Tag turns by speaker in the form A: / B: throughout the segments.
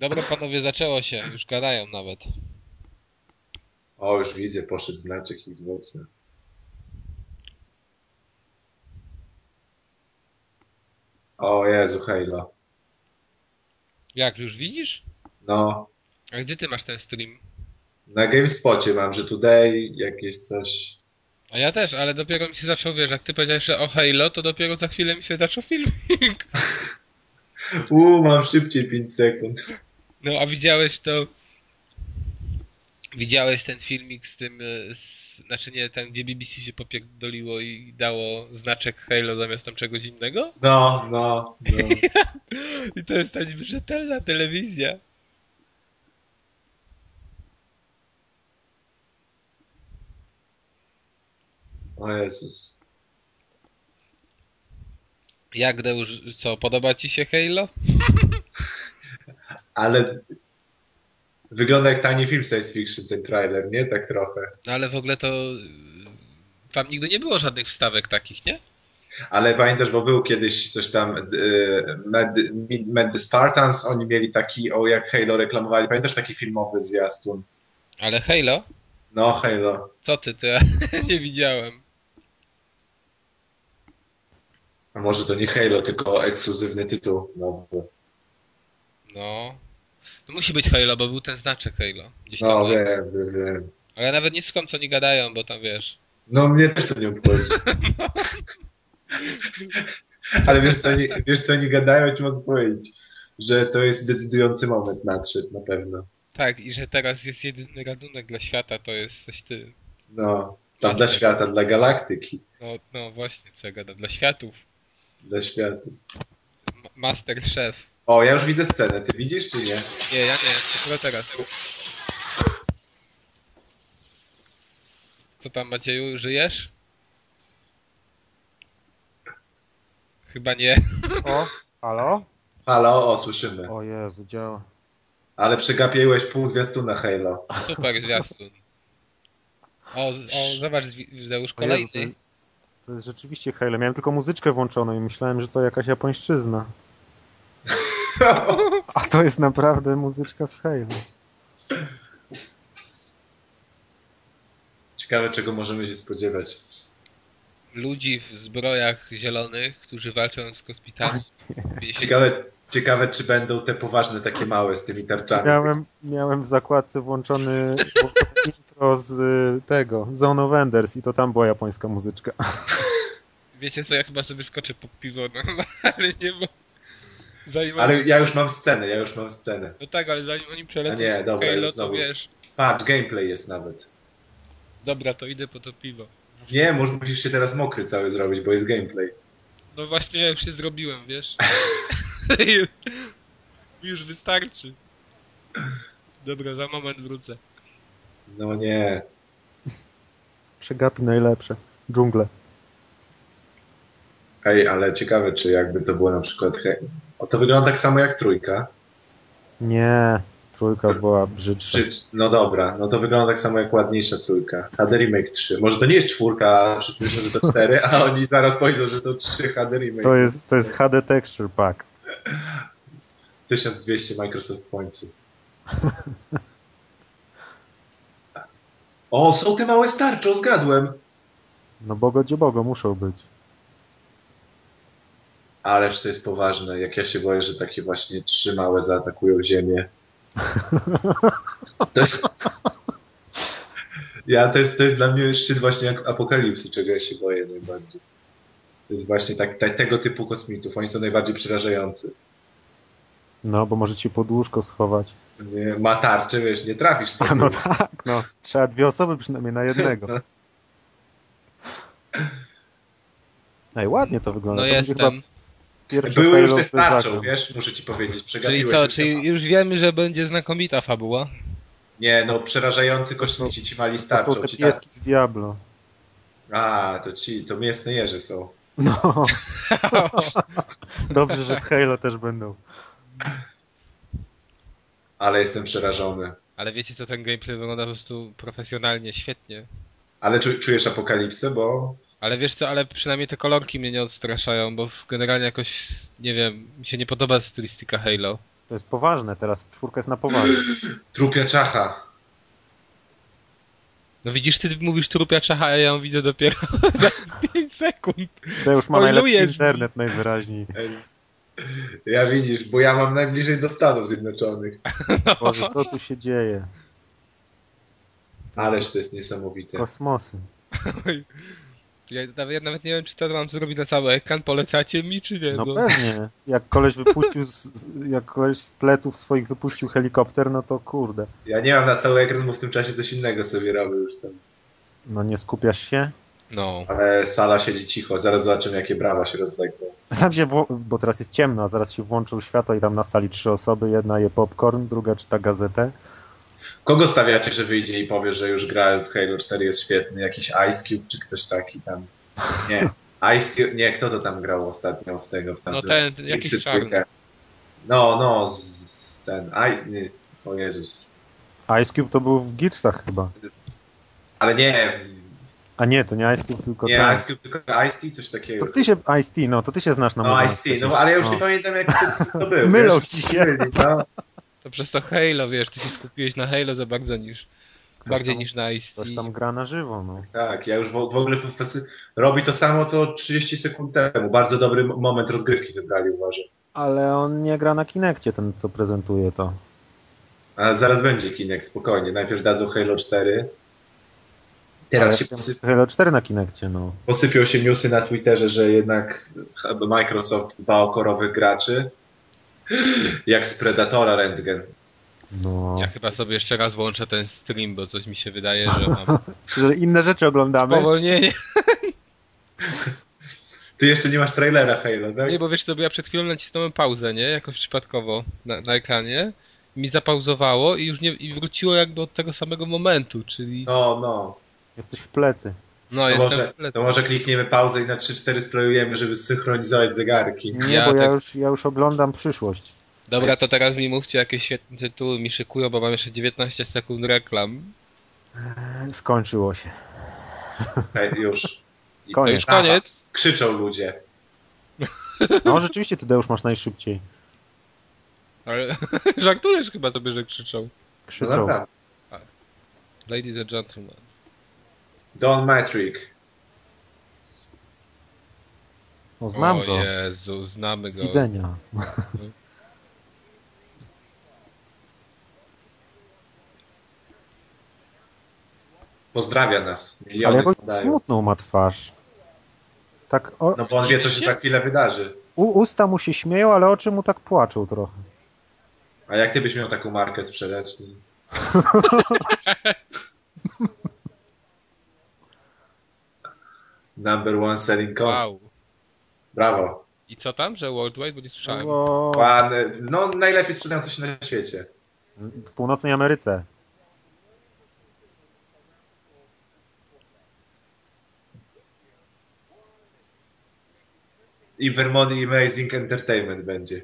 A: Dobra, panowie, zaczęło się. Już gadają nawet.
B: O, już widzę, poszedł znaczek Xboxa. O Jezu, Halo.
A: Jak, już widzisz?
B: No,
A: A gdzie ty masz ten stream?
B: na GameSpocie mam, że today jakieś coś...
A: A ja też, ale dopiero mi się zaczął, wiesz, jak ty powiedziałeś, że o Halo, to dopiero za chwilę mi się zaczął filmik.
B: Uuu, mam szybciej 5 sekund.
A: No, a widziałeś to... Widziałeś ten filmik z tym... e, Z, znaczy nie, ten, gdzie BBC się popierdoliło i dało znaczek Halo zamiast tam czegoś innego?
B: No, no, no.
A: I to jest ta niby rzetelna telewizja.
B: O Jezus.
A: Jak, Deusz, co, podoba ci się Halo?
B: Ale wygląda jak tani film science fiction ten trailer, nie? Tak trochę.
A: No ale w ogóle to... y, Tam nigdy nie było żadnych wstawek takich, nie?
B: Ale pamiętasz, bo był kiedyś coś tam y, Mad, Mad the Spartans, oni mieli taki, o jak Halo reklamowali, pamiętasz taki filmowy zwiastun?
A: Ale Halo?
B: No Halo.
A: Co ty, ty? nie widziałem.
B: A może to nie Halo, tylko ekskluzywny tytuł nowy.
A: No. No musi być Halo, bo był ten znaczek Halo. Gdzieś tam.
B: No
A: był.
B: wiem, wiem, wiem.
A: Ale nawet nie słucham, co oni gadają, bo tam wiesz.
B: No mnie też to nie obchodzi. Ale wiesz co, oni, wiesz co oni gadają, ja ci mogę powiedzieć, że to jest decydujący moment nadszedł na pewno.
A: Tak, i że teraz jest jedyny radunek dla świata, to jesteś ty.
B: No, tam
A: Jasne.
B: dla świata, dla galaktyki,
A: No, no właśnie, co ja gadam. Dla światów.
B: dla światów.
A: Ma- Master Chef.
B: O, ja już widzę scenę, ty widzisz czy nie?
A: Nie, ja nie, dopiero teraz. Co tam, Macieju, żyjesz? Chyba nie.
C: O, halo?
B: Halo, o, słyszymy.
C: O Jezu, działa.
B: Ale przegapiłeś pół zwiastuna Halo.
A: Super zwiastun. O, z- o zobacz, Zwi- Zeusz,
C: O Jezu, to,
A: kolejny.
C: to jest rzeczywiście Halo. Miałem tylko muzyczkę włączoną i myślałem, że to jakaś japońszczyzna. A to jest naprawdę muzyczka z Halo.
B: Ciekawe, czego możemy się spodziewać.
A: Ludzi w zbrojach zielonych, którzy walczą z kosmitami.
B: Ciekawe, ciekawe, czy będą te poważne, takie małe z tymi tarczami.
C: Miałem, miałem w zakładce włączony włączone intro z y, tego, Zone of Enders i to tam była japońska muzyczka.
A: Wiecie co, ja chyba sobie skoczę po piwo, no, ale nie bo... Zanim oni...
B: Ale ja już mam scenę, ja już mam scenę.
A: No tak, ale zanim oni przelecą
B: A nie,
A: z
B: dobra,
A: Halo,
B: już
A: to
B: znowu.
A: wiesz...
B: Patrz, gameplay jest nawet.
A: Dobra, to idę po to piwo.
B: Nie, może musisz się teraz mokry cały zrobić, bo jest gameplay.
A: No właśnie, ja już się zrobiłem, wiesz? już wystarczy. Dobra, za moment wrócę.
B: No nie.
C: Przegapi najlepsze. Dżungle.
B: Ej, ale ciekawe, czy jakby to było na przykład... He... O, to wygląda tak samo jak trójka.
C: Nie, trójka była brzydsza.
B: Czy... No dobra, no to wygląda tak samo jak ładniejsza trójka. HD Remake 3. Może to nie jest czwórka, a wszyscy myślą, że to cztery, a oni zaraz powiedzą, że to 3 HD Remake.
C: To jest, to jest HD Texture Pack.
B: 1200 Microsoft Pointsów. O, są te małe starcze, o, zgadłem.
C: No bogo gdzie bogo, muszą być.
B: Ależ to jest poważne, jak ja się boję, że takie właśnie trzy małe zaatakują ziemię. To... Ja, to jest, to jest dla mnie szczyt właśnie jak apokalipsy, czego ja się boję najbardziej. To jest właśnie tak, te, tego typu kosmitów, oni są najbardziej przerażający.
C: No, bo może ci pod łóżko schować.
B: Nie, ma tarczę, wiesz, nie trafisz.
C: A no tak, no. Trzeba dwie osoby przynajmniej na jednego. Ej, ładnie to wygląda.
A: No
C: to będzie chyba
A: jestem.
C: pierwsze
B: Były już
C: Halo
B: te
C: z
B: starczą,
C: Zagrem.
B: wiesz, muszę ci
A: Czyli
B: powiedzieć, przegapiłeś.
A: co,
B: już
A: czyli
B: temat.
A: już wiemy, że będzie znakomita fabuła.
B: Nie, no przerażający kosmici ci mali
C: To
B: starczą.
C: są te
B: Ci tak...
C: pieski z Diablo.
B: A, to ci, to mięsne jeży są.
C: No. Dobrze, że w Halo też będą.
B: Ale jestem przerażony.
A: Ale wiecie co, ten gameplay wygląda po prostu profesjonalnie, świetnie.
B: Ale czu, czujesz apokalipsę, bo
A: Ale wiesz co, ale przynajmniej te kolorki mnie nie odstraszają, bo w- generalnie jakoś, nie wiem, mi się nie podoba stylistyka Halo.
C: To jest poważne teraz, czwórka jest na poważnie.
B: Trupia czacha.
A: No widzisz, ty mówisz trupia czacha, a ja ją widzę dopiero za 5 sekund.
C: To już ma najlepszy
A: Spoilujesz.
C: internet najwyraźniej.
B: Ja widzisz, bo ja mam najbliżej do Stanów Zjednoczonych.
C: Boże, co tu się dzieje?
B: Ależ to jest niesamowite.
C: Kosmosy.
A: Ja nawet, ja nawet nie wiem, czy to mam zrobić na cały ekran, polecacie mi, czy nie.
C: No
A: bo-
C: pewnie. Jak koleś wypuścił, z, z- jak koleś z pleców swoich wypuścił helikopter, no to kurde.
B: Ja nie mam na cały ekran, bo w tym czasie coś innego sobie robię już tam.
C: No nie skupiasz się?
A: no.
B: Ale sala siedzi cicho, zaraz zobaczymy jakie brawa się rozlegną.
C: Tam się, wło- bo teraz jest ciemno, a zaraz się włączą światła i tam na sali trzy osoby, jedna je popcorn, druga czyta gazetę.
B: Kogo stawiacie, że wyjdzie i powie, że już gra w Halo 4 jest świetny? Jakiś Ice Cube czy ktoś taki tam? Nie. Ice Cube, nie, kto to tam grał ostatnio w tego, w tamtym?
A: No ten, jakiś
B: Mixed
A: czarny.
B: Trójkę. No, no, z, ten, Ice, nie, o Jezus.
C: Ice Cube to był w Gearsach chyba.
B: Ale nie,
C: A nie, to nie Ice Cube, tylko
B: nie
C: ten.
B: Ice Cube, tylko Ice T, coś takiego.
C: To ty się, Ice T, no to ty się znasz na
B: No,
C: muzyczce
B: Ice T,
C: przecież.
B: no ale ja już
C: No.
B: nie pamiętam jak to, to był.
C: Mylą
B: wiesz?
C: ci się.
B: Myli, No.
A: To przez to Halo, wiesz, ty się skupiłeś na Halo za bardzo niż... Bardziej
C: tam-
A: niż na Ice
C: Ktoś tam gra na żywo, no.
B: Tak, ja już w, w ogóle profesy... robi to samo co 30 sekund temu. Bardzo dobry m- moment rozgrywki wybrali, uważam.
C: Ale on nie gra na Kinekcie, ten co prezentuje to.
B: A zaraz będzie Kinect, spokojnie. Najpierw dadzą Halo 4. Teraz
C: Ale
B: się
C: ten
B: posy...
C: Halo 4 na Kinekcie, no.
B: posypią się newsy na Twitterze, że jednak Microsoft dba o korowych graczy. Jak z Predatora Rentgen.
C: no.
A: Ja chyba sobie jeszcze raz włączę ten stream, bo coś mi się wydaje, że mam
C: Że inne rzeczy oglądamy.
A: spowolnienie.
B: Ty jeszcze nie masz trailera Halo, tak?
A: Nie, bo wiesz co, bo ja przed chwilą nacisnąłem pauzę, nie? Jakoś przypadkowo na, na ekranie. Mi zapauzowało i już nie, i wróciło jakby od tego samego momentu, czyli... No,
B: No, no.
C: Jesteś w plecy.
B: To
A: jestem...
B: może,
A: kompletnie-
B: to może klikniemy pauzę i na 3-4 strojujemy, żeby synchronizować zegarki.
C: Nie,
A: Ja
C: bo ja
A: tak-
C: już, ja już oglądam przyszłość.
A: Dobra, to teraz mi mówcie, jakie świetne tytuły mi szykują, bo mam jeszcze 19 sekund reklam.
C: Skończyło się.
B: Hej, już.
A: To
B: I tak,
C: Koniec.
A: już koniec.
B: Krzyczą ludzie.
C: No rzeczywiście, ty Deusz masz najszybciej.
A: Ale żartujesz chyba sobie, że krzyczą.
B: No
C: Krzyczą.
B: naprawdę.
A: Ladies and gentlemen.
B: Don Matrick.
C: No znam
A: o
C: go.
A: Jezu, znamy
C: Z
A: go.
C: widzenia.
B: Pozdrawia nas.
C: Ale
B: Miliony
C: jakąś
B: podają.
C: smutną ma twarz. Tak, o,
B: No bo on wie, co się za chwilę wydarzy.
C: u, usta mu się śmieją, ale oczy mu tak płaczą trochę.
B: A jak ty byś miał taką markę sprzedać? No. Number one selling cost.
A: Wow.
B: Brawo.
A: I co tam, że worldwide, bo nie słyszałem.
C: Bo
B: Pan, no najlepiej sprzedający się na świecie.
C: w północnej Ameryce.
B: I Vermont i Amazing Entertainment będzie.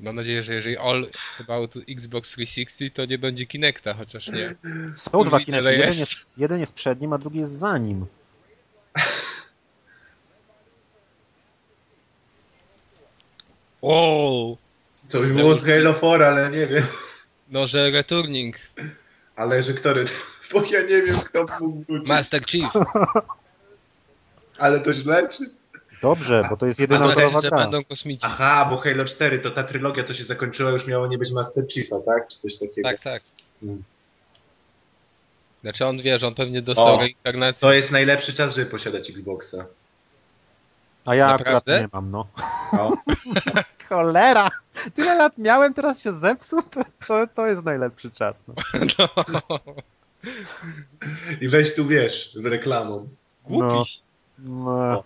A: Mam nadzieję, że jeżeli all about Xbox 360, to nie będzie Kinecta, chociaż nie.
C: Są
A: Kurwa,
C: dwa
A: ile
C: kinety. Jeden
A: jest?
C: jest, jeden jest przed nim, a drugi jest za nim.
A: O!
B: Coś było z Halo 4, ale nie wiem.
A: No, że returning.
B: Ale że który... Bo ja nie wiem, kto mógł wrócić.
A: Master Chief.
B: Ale to źle, czy...
C: Dobrze, bo to jest jedyna
A: Master
C: kolorowa
A: że
C: gra.
A: będą kosmici.
B: Aha, bo Halo 4 to ta trylogia, co się zakończyła, już miało nie być Master Chiefa, tak? Czy coś takiego.
A: Tak, tak.
B: Mm.
A: Znaczy on wie, że on pewnie dostał
B: O.
A: reinkarnację.
B: To jest najlepszy czas, żeby posiadać Xboxa.
C: A ja akurat
A: Naprawdę?
C: nie mam, no.
B: No.
C: Cholera! Tyle lat miałem, teraz się zepsuł, to, to, to jest najlepszy czas. No.
A: No.
B: I weź tu, wiesz, z reklamą.
A: Głupiś.
C: No,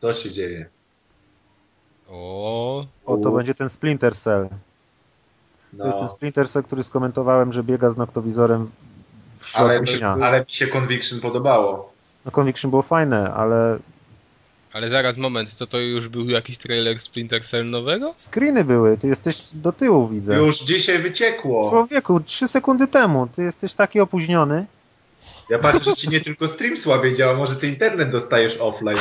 B: To się dzieje.
A: O.
C: o, to będzie ten Splinter Cell. To jest ten
B: No.
C: Splinter Cell, który skomentowałem, że biega z noktowizorem w
B: Ale, mi
C: środku
B: się,
C: dnia.
B: ale mi się Conviction podobało.
C: No Conviction było fajne, ale
A: Ale zaraz, moment, to to już był jakiś trailer Splinter Cell nowego?
C: screeny były, ty jesteś do tyłu widzę.
B: Już dzisiaj wyciekło.
C: Człowieku, trzy sekundy temu, ty jesteś taki opóźniony.
B: Ja patrzę, że ci nie tylko stream słabiej działa, może ty internet dostajesz offline.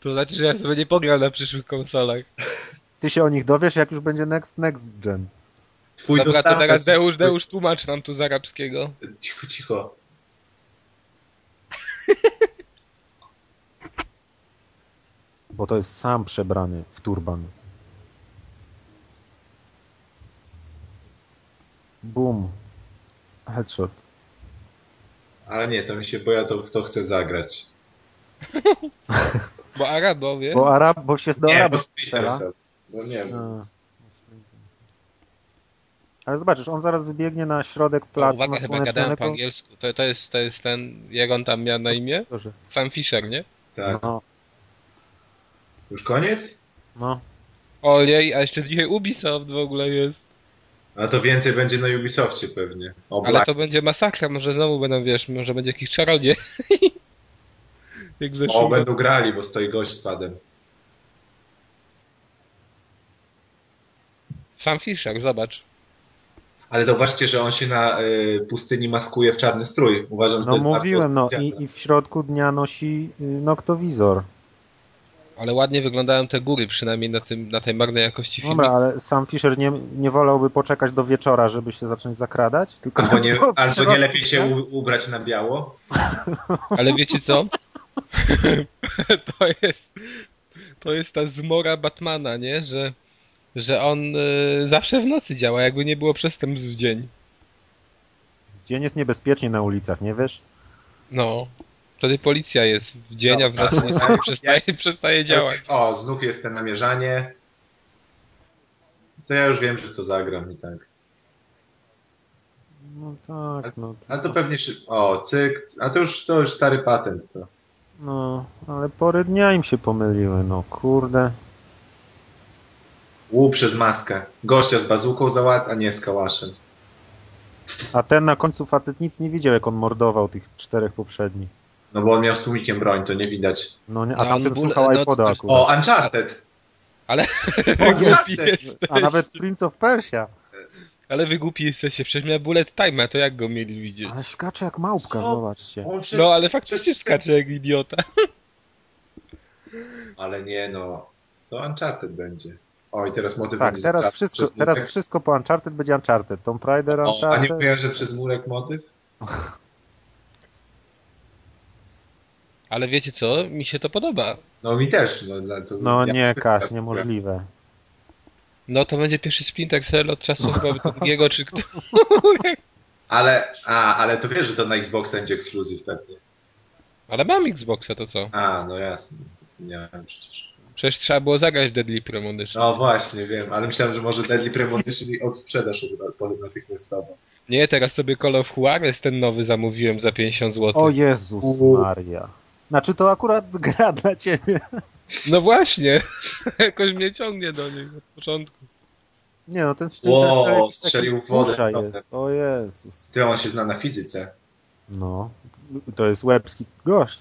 A: To znaczy, że ja sobie nie pogram na przyszłych konsolach.
C: Ty się o nich dowiesz, jak już będzie next, next gen.
B: Twój
A: Dobra, to
B: dostawca...
A: teraz Deusz, Deusz tłumacz nam tu z arabskiego.
B: Cicho, cicho.
C: Bo to jest sam przebrany w turban. Boom. Headshot.
B: Ale nie, to mi się, bo ja to w to chcę zagrać.
A: Bo Arabowie...
C: Bo Arab, bo się do
B: nie,
C: Arabów
B: bo
C: strzela.
B: Splintersa. No nie wiem.
C: A. Ale zobaczysz, on zaraz wybiegnie na środek
A: O,
C: placu
A: No, uwaga,
C: na
A: chyba gadałem po
C: słonecznego...
A: angielsku. To, to, jest, to jest ten, jak on tam miał na imię?
C: Boże.
A: Sam Fisher, nie?
B: Tak.
C: No,
B: Już koniec?
C: no.
A: Ojej, a jeszcze dzisiaj Ubisoft w ogóle jest.
B: A to więcej będzie na Ubisoftie pewnie. O, tak.
A: Ale
B: Black,
A: to będzie masakra, może znowu będą, wiesz, może będzie jakiś czarodziej. Jak w
B: o
A: zeszłym
B: będą
A: roku.
B: grali, bo stoi gość z padem.
A: Sam Fisher, zobacz.
B: Ale zauważcie, że on się na y, pustyni maskuje w czarny strój. Uważam, że to
C: No
B: jest
C: mówiłem, no
B: bardzo
C: i, i w środku dnia nosi y, noktowizor.
A: Ale ładnie wyglądają te góry, przynajmniej na, tym, na tej marnej jakości filmu.
C: Dobra, ale sam Fisher nie, nie wolałby poczekać do wieczora, żeby się zacząć zakradać? Tylko
B: Albo nie,
C: to w
B: albo nie
C: środku
B: lepiej się
C: dnia?
B: u, ubrać na biało.
A: Ale wiecie co? to jest to jest ta zmora Batmana, nie? Że, że on y, zawsze w nocy działa, jakby nie było przestępstw w dzień.
C: Dzień jest niebezpiecznie na ulicach, nie wiesz?
A: No. Wtedy policja jest w dzień, a w nocy nie
B: Ja-
A: przestaje, przestaje działać.
B: O, znów jest ten namierzanie. To ja już wiem, że to zagram i tak.
C: No tak, no.
B: A to pewnie szybko. O, cyk. A to już, to już stary patent. To.
C: No, ale pory dnia im się pomyliły, no kurde.
B: Łu przez maskę. Gościa z bazuką załat, a nie z kałaszem.
C: A ten na końcu facet nic nie widział, jak on mordował tych czterech poprzednich.
B: No bo on miał z tłumikiem broń, to nie widać.
C: No nie,
A: No,
C: a
A: on
C: tamten
A: ból-
C: słuchał
A: no,
C: iPoda
A: to-
C: akurat.
B: O, Uncharted!
A: Ale,
B: Uncharted!
C: A nawet Prince of Persia.
A: ale wy głupi jesteście, przecież miał bullet time, a to jak go mieli widzieć?
C: Ale skacze jak małpka,
B: Co?
C: zobaczcie.
B: On się...
A: No ale faktycznie skacze jak idiota.
B: Ale nie no. To Uncharted będzie. Oj, teraz motyw
C: Tak,
B: będzie
C: teraz
B: zaczarty
C: wszystko,
B: przez
C: teraz
B: murek.
C: wszystko po Uncharted będzie Uncharted. Tomb Raider,
B: O, a nie
C: Uncharted.
B: mówiłem, że przez murek motyw?
A: Ale wiecie co? Mi się to podoba.
B: No mi też. No, dla- to
C: No
B: ja-
C: nie, Kas, niemożliwe.
A: No to będzie pierwszy Splinter Cell od czasu chyba drugiego czy którego.
B: Ale, a, ale to wiesz, że to na Xboxa będzie ekskluzyw pewnie.
A: Ale mam Xboxa, to co?
B: A, no jasne. Nie wiem przecież.
A: Przecież trzeba było zagrać w Deadly Premonition.
B: No właśnie, wiem, ale myślałem, że może Deadly Premonition i odsprzedaż od- od- natychmiastowo.
A: Nie, teraz sobie Call of Juarez ten nowy zamówiłem za 50
C: O
A: zł.
C: Jezus
B: U.
C: Maria. Znaczy to akurat gra dla ciebie.
A: No właśnie, jakoś mnie ciągnie do niej od początku.
C: Nie no, ten
B: Wow,
C: Splinter Cell jakiś taki
B: strzelił w wodę.
C: dusza jest. O Jezus.
B: Ty on się zna na fizyce.
C: No, to jest łebski gość.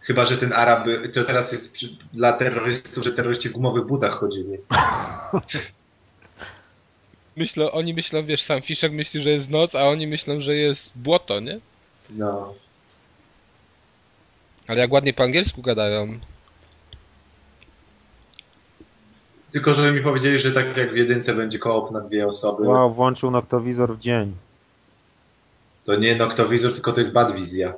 B: Chyba, że ten Arab, by- to teraz jest przy, dla terrorystów, że terroryści w gumowych butach chodzili.
A: Myślę, oni myślą, wiesz, sam Fiszek myśli, że jest noc, a oni myślą, że jest błoto, nie?
B: No.
A: Ale jak ładnie po angielsku gadają.
B: Tylko, żeby mi powiedzieli, że tak jak w jedynce będzie koop na dwie osoby,
C: Wow, włączył noktowizor w dzień.
B: to nie noktowizor, tylko to jest badwizja.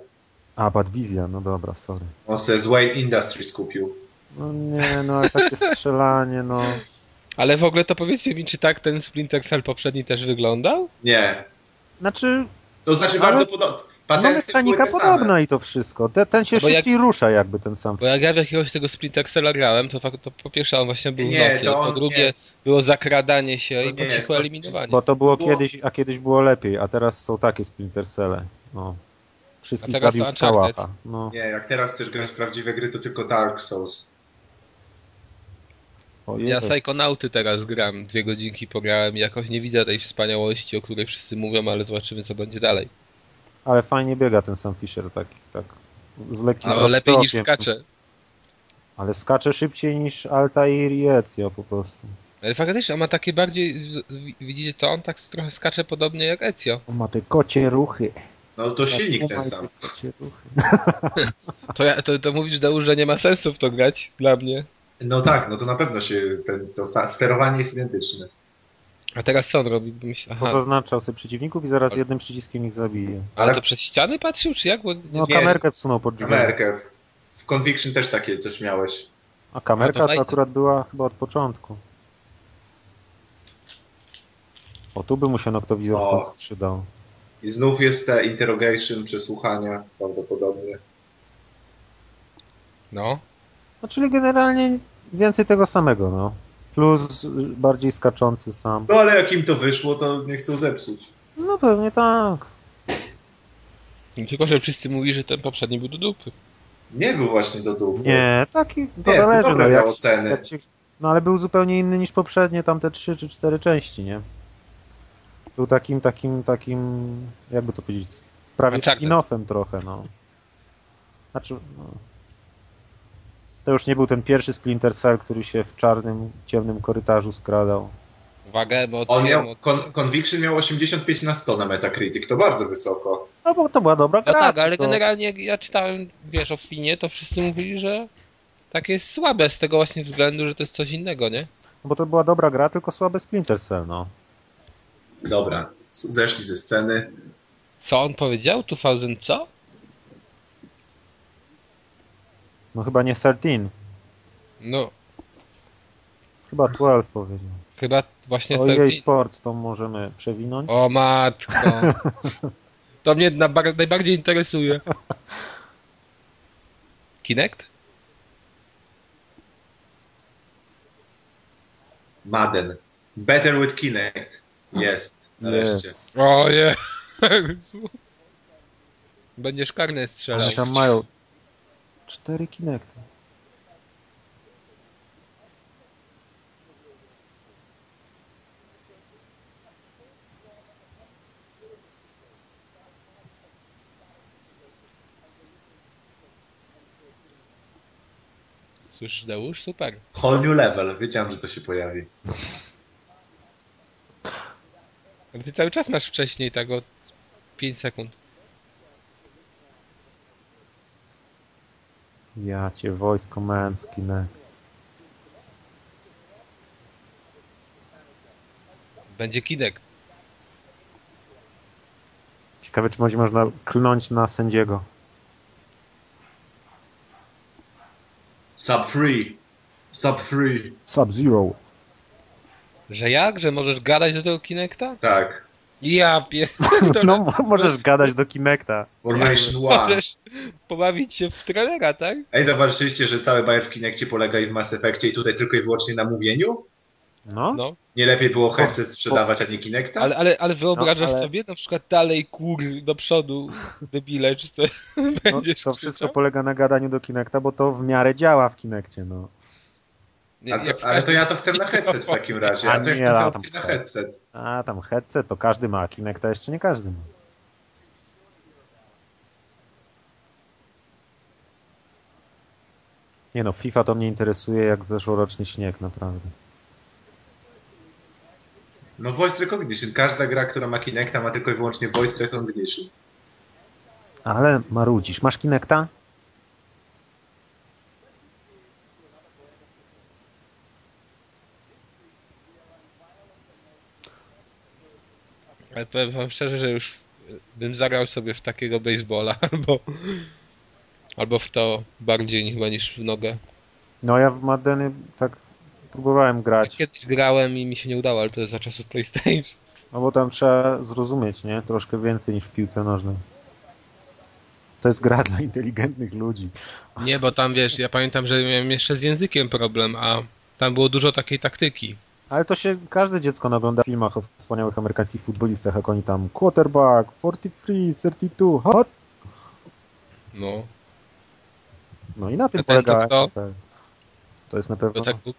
C: A, Badwizja, no dobra, sorry.
B: On se z Wayne Industries kupił.
C: No nie, no ale takie strzelanie, no.
A: Ale w ogóle to powiedzcie mi, czy tak ten Splinter Cell poprzedni też wyglądał?
B: Nie.
C: Znaczy,
B: To znaczy
C: Ale-
B: bardzo podobne.
C: no mechanika podobna i to wszystko. Te, ten się
A: No Bo jak-
C: szybciej rusza jakby ten sam.
A: Bo jak ja w jakiegoś tego Splinter Cella grałem, to, fak- to po pierwsze on właśnie był
B: Nie,
A: w nocy,
B: to
A: po
B: on
A: drugie
B: nie.
A: było zakradanie się
B: To
A: i po
B: nie,
A: cichu
B: to-
A: eliminowanie.
C: Bo to było
B: Było-
C: kiedyś, a kiedyś było lepiej, a teraz są takie Splinter Celle. No. Wszystkich
A: A teraz
C: zabił
A: to
C: z
A: Uncharted.
C: kałacha. No,
B: Nie, jak teraz chcesz grać w prawdziwe gry, to tylko Dark Souls.
C: o
A: Ja
C: Jezu.
A: Psychonauty teraz gram, dwie godzinki pograłem i jakoś nie widzę tej wspaniałości, o której wszyscy mówią, ale zobaczymy co będzie dalej.
C: Ale fajnie biega ten Sam Fisher, tak, tak. Z lekkim
A: No, lepiej niż
C: roztropiem.
A: skacze.
C: Ale skacze szybciej niż Altair i Ezio po prostu.
A: Ale faktycznie on ma takie bardziej, z- z- widzicie to, on tak trochę skacze podobnie jak Ezio.
C: On ma te kocie ruchy.
B: No to silnik ten
C: Ma te
B: sam.
C: Kocie ruchy.
A: To, ja, to, to mówisz, Deusz, że nie ma sensu w to grać dla mnie.
B: No tak, no to na pewno się ten, to sa- sterowanie jest identyczne.
A: A teraz co on robi? Bo myślę, Aha,
C: Pozaznaczał sobie przeciwników i zaraz jednym przyciskiem ich zabije.
A: ale
B: Ale
A: No to przez ściany patrzył, czy jak? Bo nie-
C: No
B: Nie.
C: kamerkę wsunął pod drzwi.
B: kamerkę. W Conviction też takie coś miałeś.
C: A
A: No
C: kamerka
A: to
C: to
A: fajne.
C: akurat była chyba od początku. O, tu by mu się noktowizor w
B: O.
C: końcu przydał.
B: I znów jest te interrogation, przesłuchania prawdopodobnie.
A: No,
C: No czyli generalnie więcej tego samego, no. Plus y, bardziej skaczący sam.
B: No ale jak im to wyszło, to nie chcą zepsuć.
C: No pewnie tak.
A: tylko że wszyscy mówili, że ten poprzedni był do dupy.
B: Nie był właśnie do dupy.
C: Nie, taki, to
B: Nie,
C: zależy,
B: dobre
C: no jak,
B: miał oceny.
C: jak się, No ale był zupełnie inny niż poprzednie, tamte trzy czy cztery części, nie? Był takim, takim, takim, jakby to powiedzieć, prawie
A: Uncharted.
C: spin-offem trochę, no. Znaczy, no. To już nie był ten pierwszy Splinter Cell, który się w czarnym, ciemnym korytarzu skradał.
A: Uwaga, emocje,
B: On miał,
A: emocje.
B: con, conviction miał 85 na 100 na Metacritic, to bardzo wysoko.
C: No bo to była dobra
A: No
C: gra.
A: tak, ale
C: tylko-
A: generalnie jak ja czytałem, wiesz, opinie, to wszyscy mówili, że takie jest słabe z tego właśnie względu, że to jest coś innego, nie?
C: no, Bo to była dobra gra, tylko słaby Splinter Cell, no.
B: Dobra, z- zeszli ze sceny.
A: Co on powiedział? 2000 co?
C: No chyba nie 13,
A: No,
C: chyba 12 powiedział.
A: chyba właśnie...
C: O jej
A: 13.
C: sport, to możemy przewinąć.
A: O matko. To mnie na bar- najbardziej interesuje. Kinect?
B: Madden. Better with Kinect. Jest, nareszcie.
C: Jest.
A: O nie. Będziesz karne strzelał.
C: Oni tam mają cztery Kinecty.
A: Słyszysz, Deusz? Super.
B: Whole new level, wiedziałem, że to się pojawi.
A: Ale ty cały czas masz wcześniej tak o 5 sekund.
C: Ja cię, Voice Command z Kinect.
A: Będzie Kinect.
C: Ciekawe, czy będzie można klnąć na sędziego.
B: Sub free. Sub free.
C: Sub-Zero.
A: Że jak? Że możesz gadać do tego Kinecta?
B: Tak.
A: Ja pier...
C: No, mo- możesz gadać do Kinecta.
B: Formation One.
A: Możesz pobawić się w trailera, tak?
B: Ej, zauważyliście, że cały bajer w Kinectie polega i w Mass Effectie i tutaj tylko i wyłącznie na mówieniu?
C: No,
A: No.
B: Nie lepiej było headset sprzedawać, a nie Kinecta?
A: Ale, ale, ale wyobrażasz
C: No, ale-
A: sobie na przykład dalej kur do przodu debile, czy co?
C: no
A: Będziesz
C: to wszystko
A: krzyczał?
C: polega na gadaniu do Kinecta, bo to w miarę działa w Kineccie, no.
A: Nie,
B: A
A: jak
B: to, ale
A: w
B: to ja to chcę na headset w takim razie.
C: A
B: A to ja
C: nie, a
B: chcę
C: tam
B: opcję na
C: tak.
B: headset.
C: A tam headset to każdy ma, a Kinecta jeszcze nie każdy ma. Nie no, FIFA to mnie interesuje jak zeszłoroczny śnieg, naprawdę.
B: No voice recognition. Każda gra, która ma Kinecta ma tylko i wyłącznie voice recognition.
C: Ale marudzisz. Masz Kinecta?
A: Ale powiem wam szczerze, że już bym zagrał sobie w takiego baseballa albo, albo w to bardziej chyba niż w nogę.
C: No ja w Maddeny tak próbowałem
A: Ja
C: grać,
A: kiedyś grałem i mi się nie udało, ale to jest za czasów PlayStation.
C: no bo tam trzeba zrozumieć, nie? Troszkę więcej niż w piłce nożnej. To jest gra dla inteligentnych ludzi.
A: Nie, bo tam wiesz, ja pamiętam, że miałem jeszcze z językiem problem, a tam było dużo takiej taktyki.
C: Ale to się każde dziecko nagląda w filmach o wspaniałych amerykańskich futbolistach, jak oni tam quarterback, 43, 32, hot!
A: No,
C: No i na tym
A: A ten to
C: polega.
A: kto?
C: NFL. To jest na
A: bo
C: pewno
A: tak mu-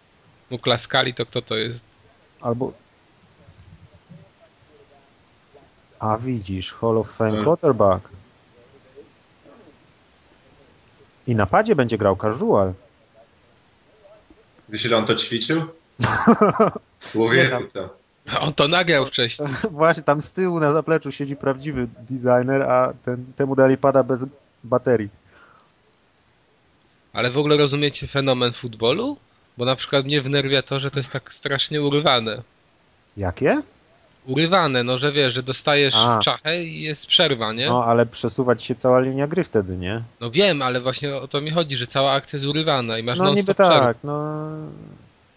A: mu klaskali, to kto to jest?
C: albo... A widzisz, Hall of Fame
B: Tak.
C: quarterback. I na padzie będzie grał casual.
B: Wiesz ile on to ćwiczył? Człowieku to.
A: On to nagrał wcześniej.
C: Właśnie tam z tyłu na zapleczu siedzi prawdziwy designer, a ten, temu dali pada bez baterii.
A: Ale w ogóle rozumiecie fenomen futbolu? Bo na przykład mnie wnerwia to, że to jest tak strasznie urywane.
C: Jakie?
A: Urywane, no że wiesz, że dostajesz
C: A.
A: w czachę i jest przerwa, nie?
C: No, ale przesuwa ci się cała linia gry wtedy, nie?
A: No wiem, ale właśnie o to mi chodzi, że cała akcja jest urywana i masz
C: No niby
A: non-stop przerwę.
C: tak, no...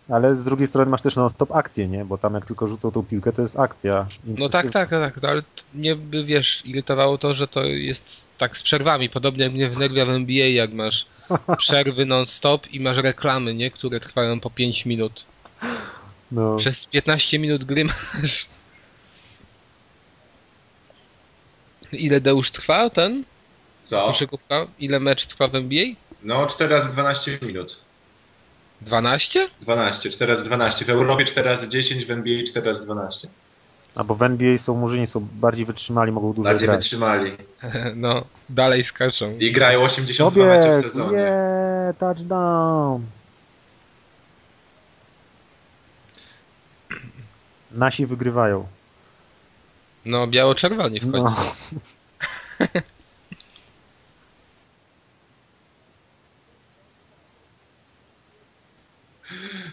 C: Ale z drugiej strony masz też non-stop akcję, nie? Bo tam jak tylko rzucą tą piłkę, to jest akcja.
A: No tak, tak, tak, tak, ale t- mnie by, wiesz, irytowało to, że to jest tak z przerwami. Podobnie jak mnie wnerwia w NBA, jak masz przerwy non-stop i masz reklamy, nie? Które trwają po 5 minut.
C: No.
A: Przez 15 minut gry masz. Ile Deusz trwa ten?
B: Co?
A: Koszykówka? Ile mecz trwa w NBA?
B: No 4 razy 12 minut.
A: 12?
B: 12, 4 razy 12. W Europie 4 razy 10, w NBA 4 razy 12.
C: A bo w NBA są murzyni, są bardziej wytrzymali, mogą dłużej
B: Bardziej
C: grać.
B: wytrzymali.
A: No, dalej skaczą.
B: I grają 82 mecze w
C: Dobieg,
B: sezonie.
C: yeah, touchdown! Nasi wygrywają.
A: No, biało-czerwoni w końcu.
C: No.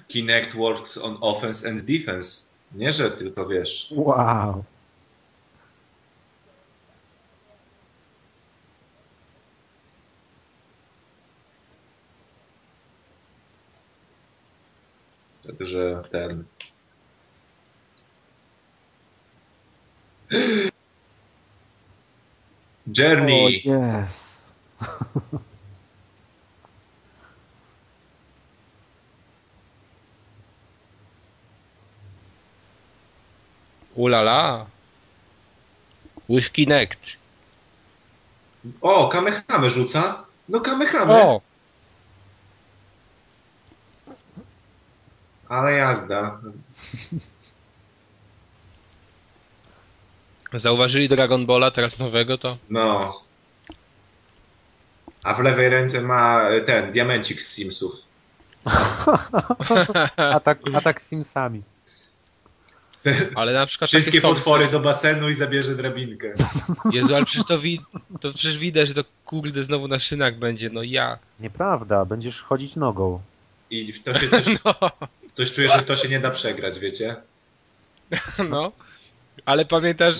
B: Kinect works on offense and defense. Nie, że tylko wiesz.
C: No, Wow.
B: Także ten.
C: O,
B: Journey.
C: yes.
A: Ulala. With Kinect.
B: O, kamehame rzuca. No kamehame.
A: O!
B: Ale jazda.
A: Zauważyli Dragon Balla teraz nowego, to
B: No. A w lewej ręce ma e, ten diamencik z Simsów.
A: tak,
C: Atak, atak Simsami.
A: Ale na przykład
B: Wszystkie
A: takie są...
B: potwory do basenu i zabierze drabinkę.
A: Jezu, ale przecież to, wi... to przecież widać, że to kurde znowu na szynach będzie, no ja.
C: Nieprawda, będziesz chodzić nogą.
B: I w to się też, coś czuję, że w to się nie da przegrać, wiecie?
A: No. Ale pamiętasz,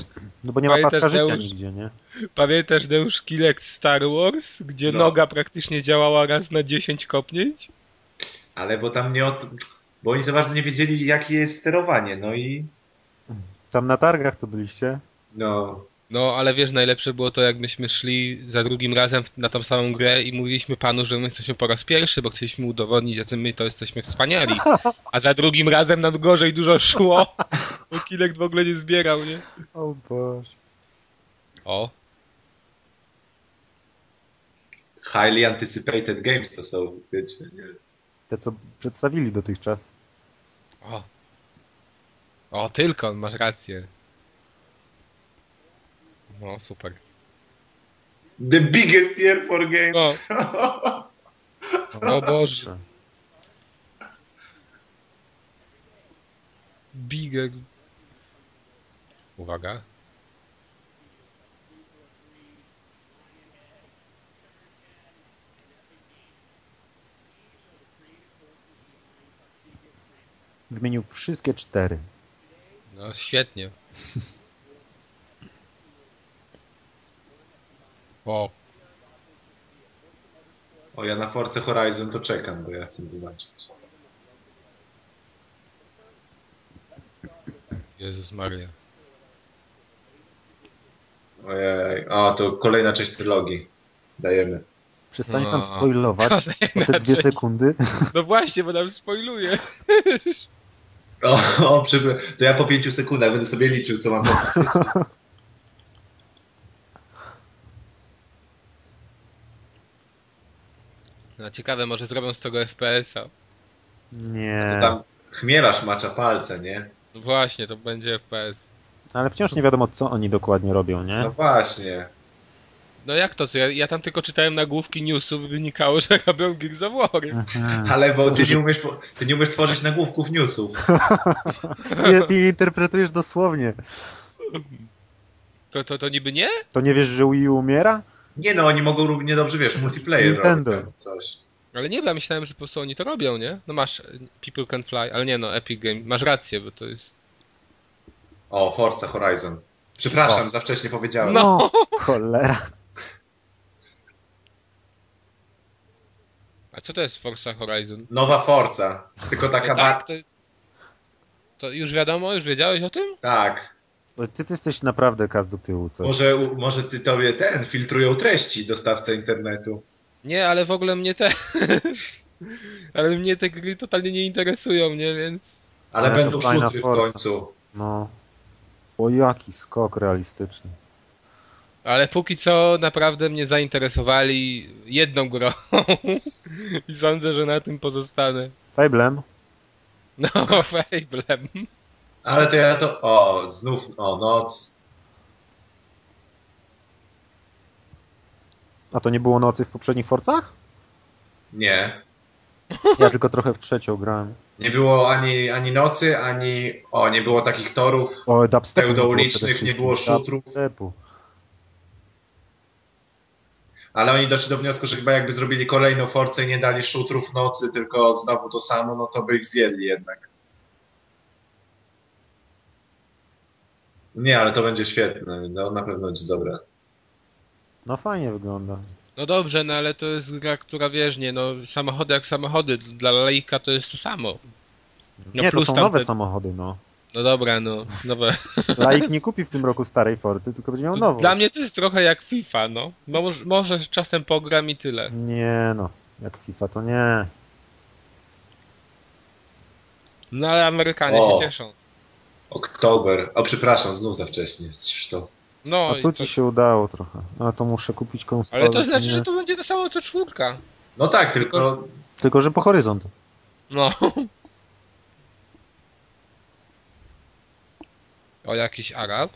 C: No bo nie ma
A: Pamiętasz,
C: paska życia
A: Deusz?
C: nigdzie, nie?
A: pamiętasz Deusz Kilek z Star Wars, gdzie
B: No.
A: noga praktycznie działała raz na 10 kopnięć?
B: Ale bo tam nie od... Bo oni za bardzo nie wiedzieli, jakie jest sterowanie, no i...
C: Tam na targach co byliście?
B: No...
A: No, ale wiesz, najlepsze było to, jak myśmy szli za drugim razem w- na tą samą grę i mówiliśmy panu, że my jesteśmy po raz pierwszy, bo chcieliśmy udowodnić, jacy my to jesteśmy wspaniali. A za drugim razem nam gorzej dużo szło, bo Kilek w ogóle nie zbierał, nie?
C: O Boże.
A: O,
B: Highly anticipated games to są, wiecie. nie?
C: Te co przedstawili dotychczas.
A: O. O, tylko, masz rację. No, super.
B: The biggest year for
A: No.
B: games.
A: O Boże. Bigger. Uwaga.
C: Wymienił wszystkie cztery.
A: No, świetnie. O,
B: O, ja na Force Horizon to czekam, bo ja chcę zobaczyć.
A: Jezus Maria.
B: Ojej, o, to kolejna część trylogii. Dajemy.
C: Przestań
A: No.
C: tam spoilować o te dwie sekundy.
A: No właśnie, bo nam spoiluje.
B: O, o przy... to ja po pięciu sekundach będę sobie liczył, co mam.
A: No, ciekawe, może zrobią z tego FPS-a.
C: Nie.
B: No To tam chmielasz macza palce, nie?
A: No właśnie, to będzie FPS.
C: No Ale wciąż nie wiadomo co oni dokładnie robią, nie?
B: No właśnie.
A: No jak to co? Ja, ja tam tylko czytałem nagłówki newsów, wynikało, że robią Gears of War.
B: No.
C: Mhm.
B: Ale bo ty nie umiesz, po- ty nie umiesz tworzyć nagłówków newsów.
C: Nie, ty je interpretujesz dosłownie.
A: To, to, to niby nie?
C: To nie wiesz, że Wii U umiera?
B: Nie no, oni mogą równie dobrze, wiesz, multiplayer
C: Nintendo.
B: robić albo coś.
A: Ale nie, bo ja myślałem, że po prostu oni to robią, nie? No masz e, People Can Fly, ale nie no, Epic Game. Masz rację, bo to jest...
B: O, Forza Horizon. Przepraszam, za wcześnie powiedziałem.
A: No.
C: Cholera.
A: A co to jest Forza Horizon?
B: Nowa Forza. Tylko taka...
A: E,
B: Tak.
A: tak, to... to już wiadomo, już wiedziałeś o tym?
B: tak.
C: No, Ty, ty jesteś naprawdę kas do tyłu, co?
B: Może, u- może ty tobie ten, filtrują treści dostawcę internetu.
A: Nie, ale w ogóle mnie te... ale mnie te gry totalnie nie interesują, nie? Więc...
B: Ale,
C: Ale to
B: będą
C: fajna
B: szutry w
C: Forza.
B: końcu.
C: No. O jaki skok realistyczny.
A: Ale póki co naprawdę mnie zainteresowali jedną grą. I sądzę, że na tym pozostanę.
C: Fablem?
A: No, Fablem.
B: Ale to ja to... O, znów... O, noc.
C: A to nie było nocy w poprzednich Forcach?
B: Nie.
C: Ja tylko trochę w trzecią grałem.
B: Nie było ani, ani nocy, ani... O, nie było takich torów.
C: O, dubstepu nie było
B: Pseudoulicznych,
C: przede
B: nie było
C: wszystkim.
B: shooterów.
C: Dubstepu.
B: Ale oni doszli do wniosku, że chyba jakby zrobili kolejną Forcę i nie dali szutrów nocy, tylko znowu to samo, no to by ich zjedli jednak. Nie, ale to będzie świetne. No, na pewno będzie dobre.
C: No fajnie wygląda.
A: No dobrze, no ale to jest gra, która wiesz, nie, no samochody jak samochody, dla lejka to jest to samo. No
C: nie, to
A: plus
C: są
A: tamte-
C: nowe samochody, no.
A: No dobra, no, nowe.
C: Laik nie kupi w tym roku starej Forcy, tylko będzie miał nową.
A: Dla mnie to jest trochę jak FIFA, no. no może, może czasem pogram i tyle.
C: Nie no, jak FIFA to nie.
A: No ale Amerykanie
B: O.
A: się cieszą.
B: Oktober. O, przepraszam, znów za wcześnie. To
A: No,
C: A
A: i
C: tu
A: to,
C: ci się udało trochę. No, A to muszę kupić konsolę.
A: ale to znaczy,
C: nie.
A: że to będzie to samo co czwórka.
B: No tak, tylko
C: Tylko, że po horyzont.
A: No. O, jakiś Arab?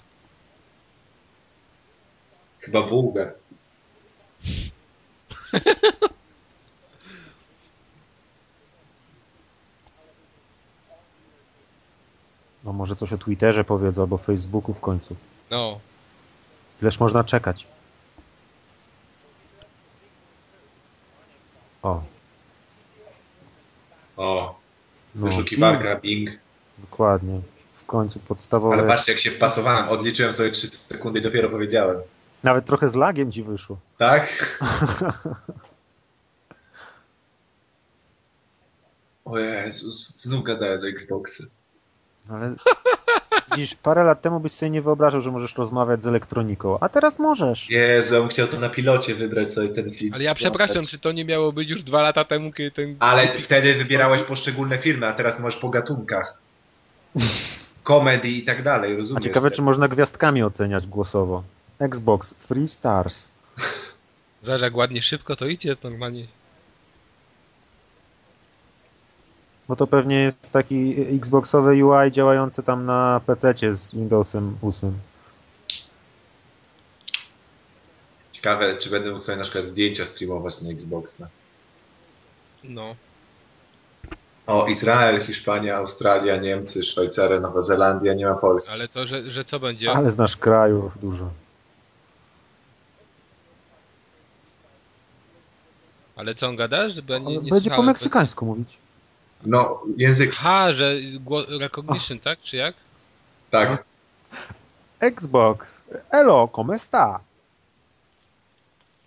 B: chyba Bułgę.
C: No może coś o Twitterze powiedzą, albo Facebooku w końcu.
A: No.
C: Ileż można czekać. O,
B: O,
C: no,
B: wyszukiwarka Bing.
C: dokładnie. W końcu podstawowe.
B: Ale patrzcie, jak się wpasowałem. Odliczyłem sobie 3 sekundy i dopiero powiedziałem.
C: Nawet trochę z lagiem ci wyszło.
B: Tak? O Jezus, znów gadają do Xboxy.
C: Ale widzisz, parę lat temu byś sobie nie wyobrażał, że możesz rozmawiać z elektroniką, a teraz możesz.
B: Jezu, ja bym chciał to na pilocie wybrać sobie ten film.
A: Ale ja przepraszam, czy to nie miało być już dwa lata temu, kiedy ten...
B: Ale ty wtedy wybierałeś poszczególne filmy, a teraz możesz po gatunkach. Komedii i tak dalej,
C: A
B: rozumiesz?
C: ciekawe, czy można gwiazdkami oceniać głosowo. Xbox, Free Stars.
A: Zaraz jak ładnie szybko to idzie normalnie.
C: Bo No to pewnie jest taki Xboxowy UI działający tam na PC z Windowsem 8.
B: Ciekawe, czy będę mógł sobie na przykład zdjęcia streamować na Xboxa.
A: No.
B: O, Izrael, Hiszpania, Australia, Niemcy, Szwajcaria, Nowa Zelandia, nie ma Polski.
A: Ale to, że, że co będzie?
C: Ale znasz krajów dużo.
A: Ale co on gada? Że be- nie, nie
C: Będzie po
A: słuchałem,
C: meksykańsku mówić.
B: No,
A: to-
B: język,
A: Aha, że gło- recognition, tak? Czy jak?
B: tak.
C: Xbox, elo, como está?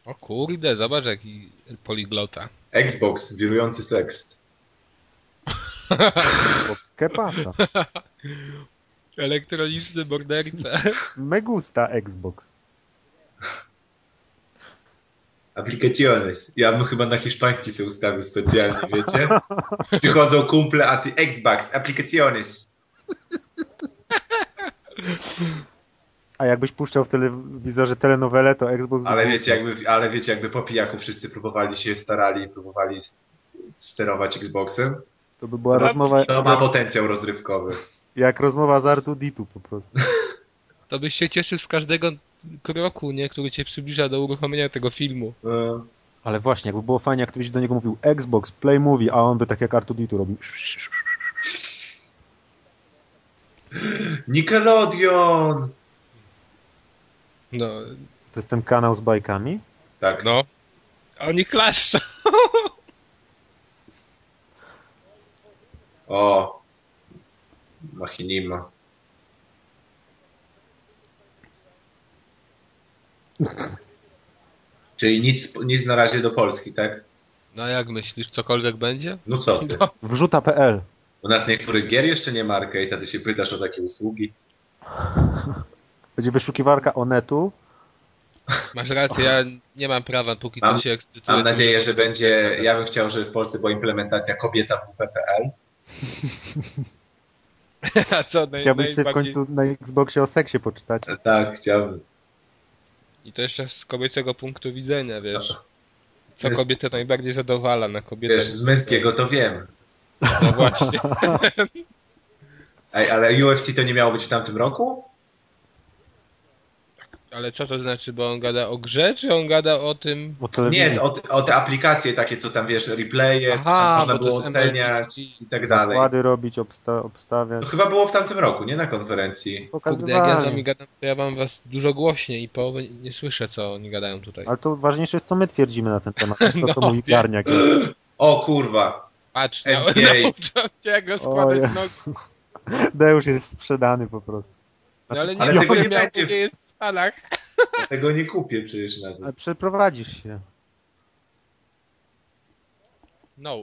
A: O kurde, zobacz jaki poliglota.
B: Xbox, wirujący seks.
C: Xbox, que pasa?
A: Elektroniczny morderca.
C: Me gusta Xbox.
B: Aplikaciones. Ja bym chyba na hiszpański sobie ustawił specjalnie, wiecie? Przychodzą kumple, a ty Xbox, aplikaciones.
C: A jakbyś puszczał w telewizorze telenowelę, to Xbox... by
B: Ale
C: był-
B: wiecie, jakby, ale wiecie, jakby po pijaku wszyscy próbowali się starali, próbowali s- s- sterować Xboxem,
C: To by była rozmowa...
B: to ma
C: jak-
B: potencjał rozrywkowy.
C: Jak rozmowa z Artu Ditu po prostu.
A: To byś się cieszył z każdego kroku, nie? Który cię przybliża do uruchomienia tego filmu.
B: No.
C: Ale właśnie, jakby było fajnie, jak ktoś do niego mówił Xbox, Play Movie, a on by tak jak Artuditu robił.
B: Nickelodeon!
A: No,
C: To jest ten kanał z bajkami?
B: Tak.
A: no. A Oni klaszczą.
B: O. Machinima. Czyli nic, nic na razie do Polski, tak?
A: No jak myślisz, cokolwiek będzie?
B: No co ty?
C: Wrzuta.pl.
B: U nas niektórych gier jeszcze nie ma arcade, a ty się pytasz o takie usługi.
C: Będzie wyszukiwarka Onetu.
A: Masz rację, ja nie mam prawa, póki
B: Mam-
A: co się ekscytuję.
B: Mam nadzieję, że będzie, ja bym chciał, żeby w Polsce była implementacja kobieta WP.pl.
A: A co, naj,
C: Chciałbyś sobie w
A: najbardziej-
C: końcu na Xboxie o seksie poczytać.
B: Tak, chciałbym.
A: I to jeszcze z kobiecego punktu widzenia, wiesz. Co
B: Jest-
A: kobietę najbardziej zadowala na
B: Wiesz,
A: kobietę.
B: z męskiego to wiem.
A: No właśnie.
B: Ej, ale UFC to nie miało być w tamtym roku?
A: Ale co to znaczy, bo on gada o grze, czy on gada o tym...
C: O telewizji.
B: Nie, o, te- o te aplikacje takie, co tam wiesz, replaye,
A: Aha,
B: co tam można
A: bo to
B: było
A: jest MLB.
B: oceniać i tak dalej.
C: Zakłady robić, obsta- obstawiać.
B: To chyba było w tamtym roku, nie na konferencji.
A: Kurde, jak ja z
C: Pokazywanie.
A: wami gadam, to ja mam was dużo głośniej i połowę nie słyszę, co oni gadają tutaj.
C: Ale to ważniejsze jest, co my twierdzimy na ten temat, niż to, co
A: No,
C: mówi
A: wiem.
C: Garniak.
B: O kurwa,
A: Patrz, na,
B: NBA.
A: nauczam cię jak
C: O
A: rozkładać nogi.
C: Jezu. Deusz jest sprzedany po prostu. Znaczy,
A: No, ale nie
B: Znaczy, ale
A: ale
B: tego nie
A: miał,
B: będzie.
A: nie jest w Stanach.
B: tego nie kupię przecież
C: Ale
B: nawet.
C: przeprowadzisz się.
A: No.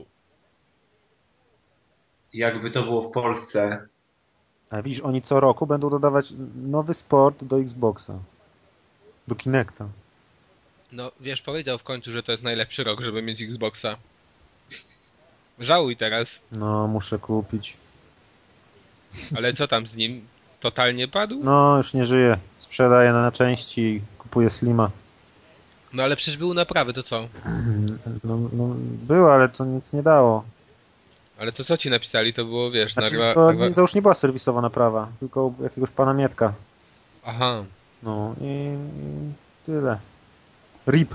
B: Jakby to było w Polsce.
C: Ale widzisz, oni co roku będą dodawać nowy sport do Xboxa. Do Kinecta.
A: No, wiesz, powiedział w końcu, że to jest najlepszy rok, żeby mieć Xboxa. Żałuj teraz,
C: No, muszę kupić.
A: ale co tam z nim? Totalnie padł?
C: No, już nie żyję. Sprzedaję na części i kupuję Slima.
A: No ale przecież był naprawy, to co?
C: No, no, było, ale to nic nie dało.
A: Ale to co ci napisali, to było, wiesz,
C: Znaczy,
A: nagra...
C: to,
A: nagra...
C: to już nie była serwisowa naprawa, tylko jakiegoś pana Mietka.
A: Aha.
C: No i i tyle. RIP.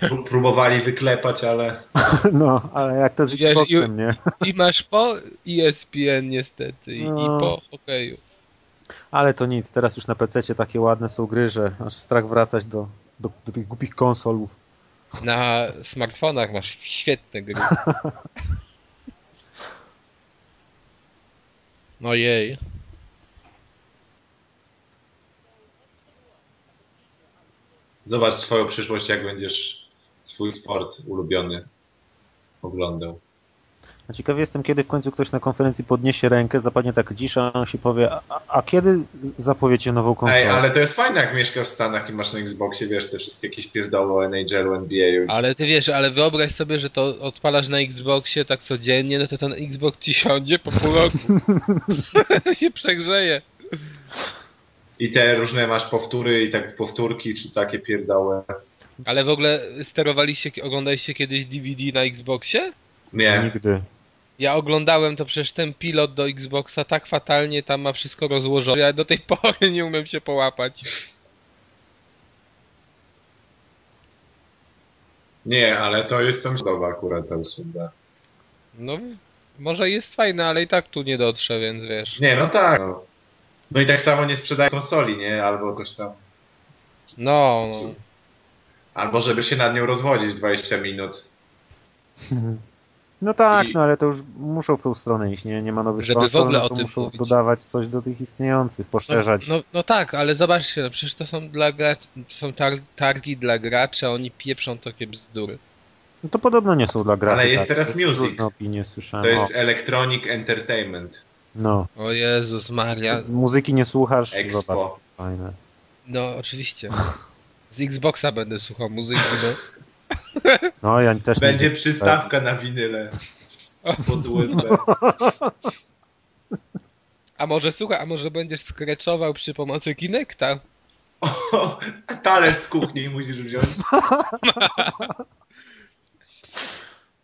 B: Pró- Próbowali wyklepać, ale
C: No, ale jak to z
A: Wiesz,
C: Xboxem, nie?
A: I masz po E ESPN niestety i, i
C: No.
A: po hokeju.
C: Ale to nic, teraz już na PC takie ładne są gry, że aż strach wracać do, do, do tych głupich konsolów.
A: Na smartfonach masz świetne gry. No jej.
B: zobacz swoją przyszłość, jak będziesz swój sport ulubiony oglądał.
C: A ciekawy jestem, kiedy w końcu ktoś na konferencji podniesie rękę, zapadnie tak cisza, a on się powie, a, a- a kiedy zapowiecie nową konsolę?
B: Ej, ale to jest fajne, jak mieszkasz w Stanach i masz na Xboxie, wiesz, te wszystkie jakieś pierdoły o NHL, NBA.
A: Ale ty wiesz, ale wyobraź sobie, że to odpalasz na Xboxie tak codziennie, no to ten Xbox ci siądzie po pół roku. się przegrzeje.
B: I te różne masz powtóry i tak powtórki, czy takie pierdoły.
A: Ale w ogóle sterowaliście, oglądaliście kiedyś DVD na Xboxie?
B: Nie,
C: Nigdy.
A: Ja oglądałem to przecież ten pilot do Xboxa tak fatalnie, tam ma wszystko rozłożone. Ja do tej pory nie umiem się połapać.
B: nie, ale to jest tam nowa akurat ta usługa.
A: No, może jest fajne, ale i tak tu nie dotrze, więc wiesz.
B: Nie, no tak. No, no i tak samo nie sprzedają konsoli, nie? Albo coś tam.
A: No, no.
B: Albo żeby się nad nią rozwodzić 20 minut.
C: No tak,
B: I-
C: no ale to już muszą w tą stronę iść, nie, nie ma nowych
A: Żeby w
C: konsol,
A: ogóle
C: no
A: o
C: to
A: tym
C: muszą
A: mówić.
C: dodawać coś do tych istniejących,
A: No,
C: poszerzać.
A: no, no tak, ale zobaczcie, no przecież to są dla graczy, to są tar targi dla graczy, a oni pieprzą takie bzdury.
C: No to podobno nie są dla graczy.
B: Ale jest
C: tak.
B: teraz music.
C: Różne opinie słyszałem.
B: To jest
C: O,
B: Electronic Entertainment
C: no.
A: O Jezus Maria.
C: Muzyki nie słuchasz? Zobacz,
B: Expo.
C: fajne.
A: No, oczywiście. Z Xboxa będę słuchał muzyki, no.
C: No ja też nie
B: Będzie
C: wiem. tak.
B: przystawka na winyle. Pod USB.
A: A może słuchaj, a może będziesz skreczował przy pomocy Kinecta?
B: O, talerz z kuchni musisz wziąć.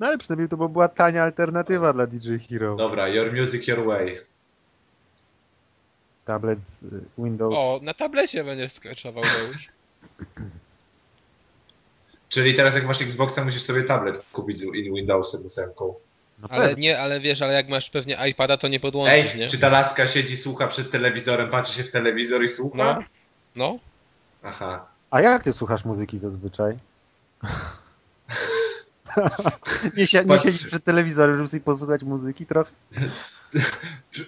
C: No ale przynajmniej to by była
B: No.
C: tania alternatywa dla DJ Hero.
B: Dobra, Your Music Your Way.
C: tablet z y, Windows.
A: O, na tablecie będziesz skaczował Deusz.
B: Czyli teraz jak masz Xboxa, musisz sobie tablet kupić z in- Windowsem 8.
C: no,
A: Ale
C: pewnie.
A: nie, ale wiesz, ale jak masz pewnie iPada, to nie podłączysz, nie?
B: Ej, czy ta laska siedzi, słucha przed telewizorem, patrzy się w telewizor i słucha?
A: No. No,
B: Aha.
C: A jak ty słuchasz muzyki zazwyczaj? nie, si- nie
B: Patrz-
C: siedzisz przed telewizorem, żeby sobie posłuchać muzyki trochę?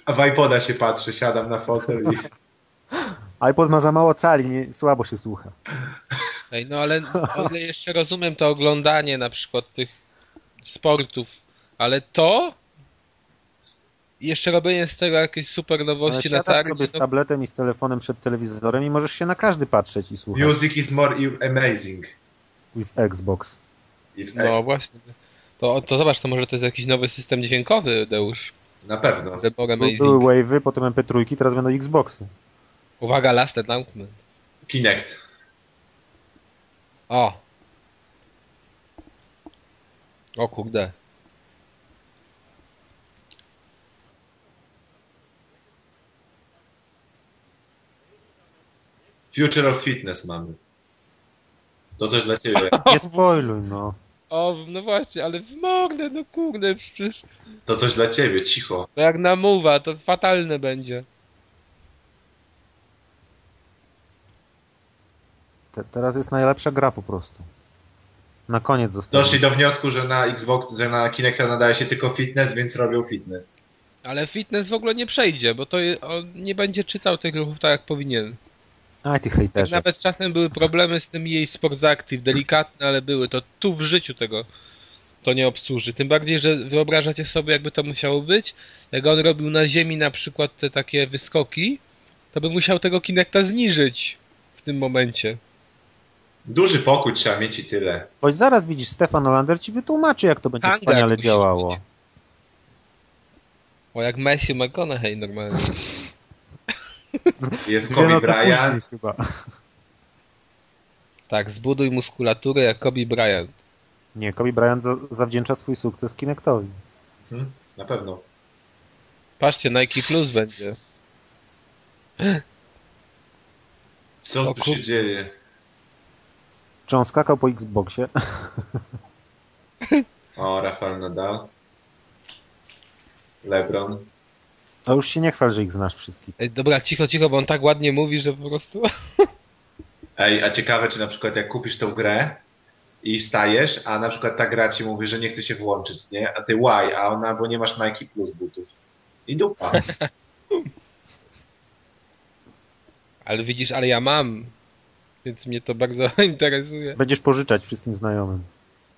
B: A w iPoda się patrzy, siadam na fotel i...
C: iPod ma za mało cali, nie, słabo się słucha.
A: Ej, no ale o ile jeszcze rozumiem to oglądanie na przykład tych sportów, ale to I jeszcze robienie z tego jakiejś super
C: Ale
A: nowości na
C: siadasz
A: targi,
C: sobie z
A: no,
C: tabletem i z telefonem przed telewizorem i możesz się na każdy patrzeć i słuchać.
B: Music is more i- amazing.
C: With Xbox.
B: I w...
A: no właśnie. To, to zobacz, to może to jest jakiś nowy system dźwiękowy, Deusz.
B: Na pewno.
A: Wybor
C: Były
A: Amazing.
C: Wave'y, potem MP3, teraz będą Xboxy.
A: Uwaga, last announcement.
B: Kinect.
A: O! O kurde.
B: Future of Fitness mamy. To coś dla ciebie.
C: Nie spoiluj, no.
A: O, no właśnie, ale w mordę, no kurde, przecież
B: To coś dla ciebie, cicho.
A: to jak namuwa, to fatalne będzie.
C: Te, teraz jest najlepsza gra po prostu. Na koniec zostało.
B: Doszli do wniosku, że na Xbox, że na Kinecta nadaje się tylko fitness, więc robią fitness.
A: Ale fitness w ogóle nie przejdzie, bo to je- on nie będzie czytał tych ruchów tak jak powinien.
C: Aj, ty
A: Tak
C: hejterze.
A: nawet czasem były problemy z tym jej Sports Active, delikatne, ale były. To tu w życiu tego to nie obsłuży. Tym bardziej, że wyobrażacie sobie, jakby to musiało być. Jak on robił na ziemi na przykład te takie wyskoki, to by musiał tego Kinecta zniżyć w tym momencie.
B: Duży pokój trzeba mieć i tyle.
C: Boś zaraz widzisz, Stefan Olander ci wytłumaczy, jak to będzie
A: Hangar
C: wspaniale
A: musisz
C: działało.
A: mieć. O, jak Matthew McConaughey normalnie.
B: Jest
C: Dwie
B: Kobe
C: noce no później
B: Bryant.
C: chyba.
A: Tak, zbuduj muskulaturę jak Kobe Bryant.
C: Nie, Kobe Bryant za, zawdzięcza swój sukces Kinectowi.
B: Mhm, na pewno.
A: Patrzcie, Nike Plus będzie.
B: Co
A: O
B: tu się
A: kur-
B: dzieje?
C: Czy on skakał po Xboxie?
B: O, Rafael Nadal. Lebron.
C: A już się nie chwal, że ich znasz wszystkich.
A: Ej, dobra, cicho, cicho, bo on tak ładnie mówi, że po prostu...
B: Ej, a ciekawe, czy na przykład jak kupisz tą grę i stajesz, a na przykład ta gra ci mówi, że nie chce się włączyć, nie? A ty why? A ona, bo nie masz Nike Plus butów. I dupa.
A: Ale widzisz, ale ja mam. Więc mnie to bardzo interesuje.
C: Będziesz pożyczać wszystkim znajomym.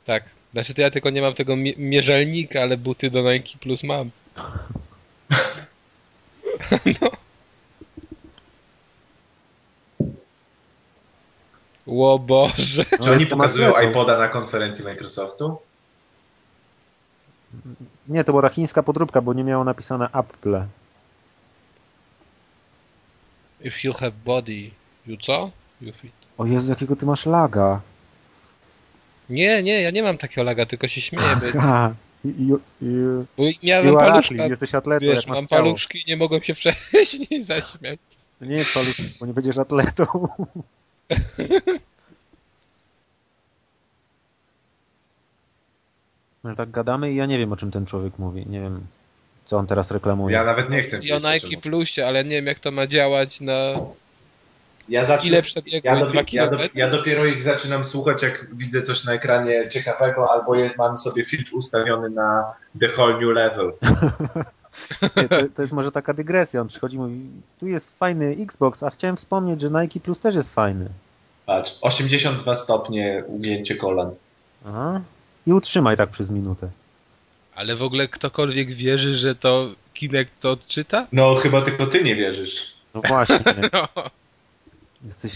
A: Tak. Znaczy to ja tylko nie mam tego mie- mierzalnika, ale buty do Nike Plus mam. No. Ło Boże.
C: No,
B: Czy oni
C: jest temat
B: pokazują
C: rzeką.
B: iPoda na konferencji Microsoftu?
C: Nie, to była ta chińska podróbka, bo nie miało napisane Apple.
A: If you have body, you co? You fit.
C: O Jezu, jakiego ty masz laga.
A: Nie, nie, ja nie mam takiego laga, tylko się śmieję. Bo,
C: Ha, you, you,
A: bo miałem
C: you are
A: paluszka.
C: athlete, jesteś atletą,
A: Wiesz,
C: jak masz
A: mam
C: ciało.
A: paluszki i nie mogłem się wcześniej zaśmiać.
C: To nie jest paluszek, bo nie będziesz atletą. No tak gadamy i ja nie wiem, o czym ten człowiek mówi. Nie wiem, co on teraz reklamuje.
B: Ja nawet nie chcę.
A: I o
B: pisać,
A: Nike
B: czemu.
A: Plusie, ale nie wiem jak to ma działać na
B: Ja zacznę,
A: ile przebiegło
B: Znaczy, ja,
A: i dwa
B: dopi- ja, do-
A: kilometry.
B: ja dopiero ich zaczynam słuchać, jak widzę coś na ekranie ciekawego, albo jest, mam sobie filtr ustawiony na The Whole New Level.
C: Nie, to, to jest może taka dygresja. On przychodzi i mówi, tu jest fajny Xbox, a chciałem wspomnieć, że Nike Plus też jest fajny.
B: Patrz, 82 stopnie ugięcie kolan.
C: Aha. I utrzymaj tak przez minutę.
A: Ale w ogóle ktokolwiek wierzy, że to Kinect to odczyta?
B: No, chyba tylko ty nie wierzysz.
C: No właśnie.
A: No,
C: Jesteś,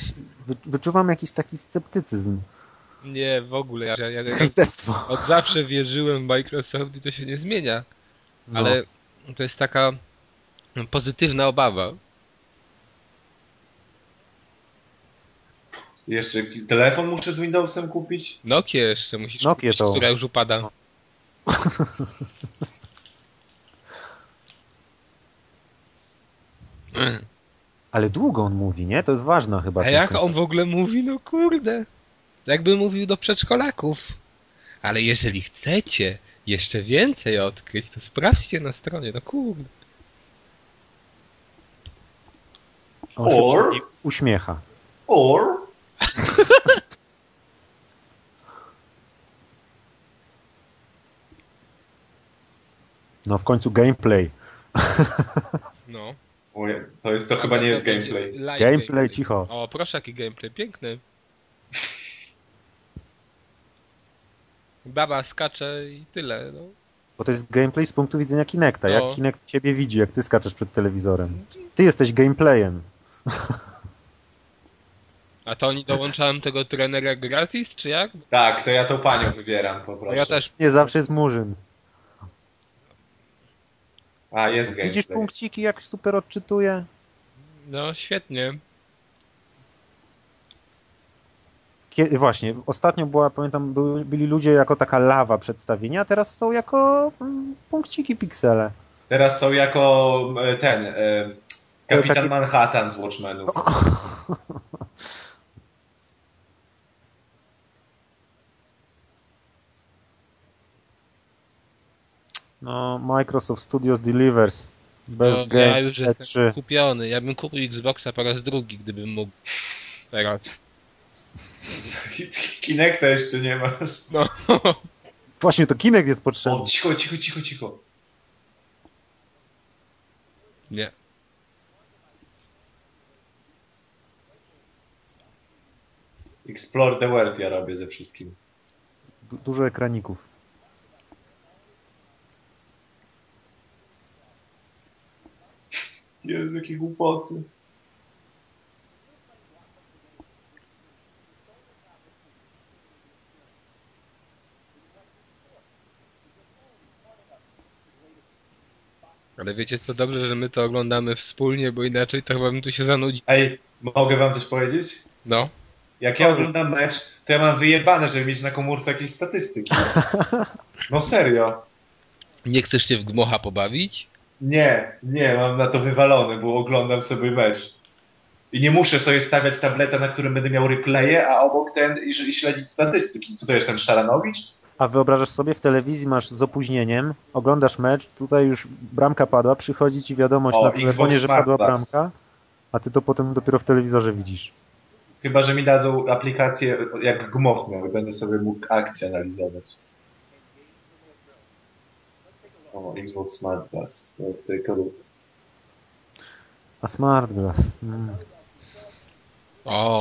C: wy, wyczuwam jakiś taki sceptycyzm.
A: nie, w ogóle. Ja, ja, ja
C: Hejtestwo.
A: od zawsze wierzyłem w Microsoft i to się nie zmienia.
C: No.
A: Ale to jest taka pozytywna obawa.
B: Jeszcze ki- telefon muszę z Windowsem kupić?
A: Nokia jeszcze musisz
C: Nokia
A: kupić,
C: to-
A: która już upada.
C: Ale długo on mówi, nie? To jest ważne chyba.
A: A
C: część
A: jak on
C: konferencji.
A: w ogóle mówi, no kurde. Jakby mówił do przedszkolaków. Ale jeżeli chcecie jeszcze więcej odkryć, to sprawdźcie na stronie, no kurde.
C: On się
B: Or-
C: przy- i uśmiecha.
B: Or...
C: No w końcu gameplay.
A: No.
B: Ojej, To, jest, to chyba nie jest
A: będzie
B: gameplay.
A: live
C: Gameplay, cicho.
A: O, proszę, jaki gameplay, piękny. Baba skacze i tyle, no.
C: Bo to jest gameplay z punktu widzenia Kinecta.
A: No.
C: Jak Kinect ciebie widzi, jak ty skaczesz przed telewizorem. Ty jesteś gameplayem.
A: A to oni dołączałem tego trenera gratis, czy jak? Bo
B: Tak, to ja tą panią wybieram po prostu.
A: No ja też
C: Nie zawsze jest murzyn.
B: A, jest gameplay.
C: Widzisz punkciki, jak super odczytuje?
A: No, świetnie.
C: Kie- właśnie, ostatnio była, pamiętam, by, byli ludzie jako taka lawa przedstawienia, a teraz są jako mm, punkciki piksele.
B: Teraz są jako e, ten... E, Kapitan
C: Taki-
B: Manhattan z Watchmenów.
C: No, Microsoft Studios Delivers. Bez
A: No,
C: game
A: ja już jestem
C: E3.
A: kupiony. Ja bym kupił Xboxa po raz drugi, gdybym mógł. Teraz.
B: Kinecta jeszcze nie masz.
A: No,
C: Właśnie to Kinect jest potrzebny.
B: O, cicho, cicho, cicho, cicho.
A: nie.
B: Explore the world ja robię ze wszystkim.
C: Du- dużo ekraników.
B: Jezu, jakie głupoty.
A: Ale wiecie co, dobrze, że my to oglądamy wspólnie, bo inaczej to chyba bym tu się zanudził.
B: Ej, mogę wam coś powiedzieć?
A: No.
B: Jak ja oglądam mecz, to ja mam wyjebane, żeby mieć na komórce jakieś statystyki. No serio.
A: Nie chcesz się w gmocha pobawić?
B: Nie, nie, mam na to wywalone, bo oglądam sobie mecz. I nie muszę sobie stawiać tableta, na którym będę miał replaye, a obok ten i, i śledzić statystyki. Co to jest ten Szaranowicz?
C: A wyobrażasz sobie, w telewizji masz z opóźnieniem, oglądasz mecz, tutaj już bramka padła, przychodzi ci wiadomość
B: O,
C: na
B: Xbox
C: telefonie, że
B: Smart
C: padła
B: Plus.
C: bramka, a ty to potem dopiero w telewizorze widzisz.
B: Chyba, że mi dadzą aplikację jak gmoch miał i będę sobie mógł akcje analizować. O, Xbox Smart Glass. To jest tylko...
C: A Smart Glass. Mm.
A: O.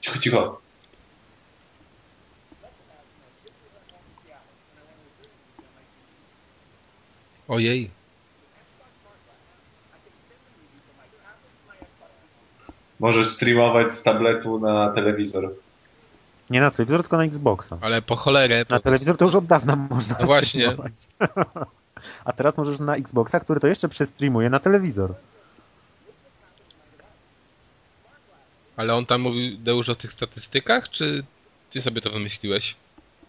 B: Cicho, cicho.
A: Ojej.
B: Możesz streamować z tabletu na telewizor.
C: Nie na telewizor, tylko na Xboxa.
A: Ale po cholerę.
C: Na
A: Po...
C: telewizor to już od dawna można
A: No właśnie.
C: streamować. A teraz możesz na Xboxa, który to jeszcze przestreamuje na telewizor.
A: Ale on tam mówił Deusz o tych statystykach, czy ty sobie to wymyśliłeś?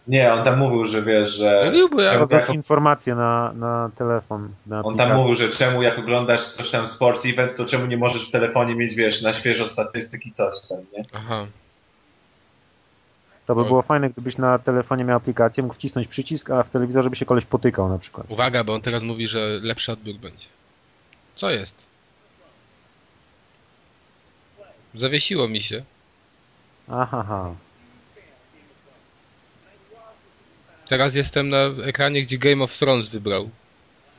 B: Nie, on tam mówił, że wiesz, że...
A: Mówiłby, ja
B: czemu
C: Podać
B: jak,
C: informacje na, na telefon. Na
B: on tam
C: aplikację.
B: mówił, że czemu jak oglądasz coś tam sport event, to czemu nie możesz w telefonie mieć, wiesz, na świeżo statystyki coś tam, nie?
A: Aha.
C: To by było fajne, gdybyś na telefonie miał aplikację, mógł wcisnąć przycisk, a w telewizorze by się koleś potykał na przykład.
A: Uwaga, bo on teraz mówi, że lepszy odbiór będzie. Co jest? Zawiesiło mi się.
C: Aha, ha.
A: Teraz jestem na ekranie, gdzie Game of Thrones wybrał.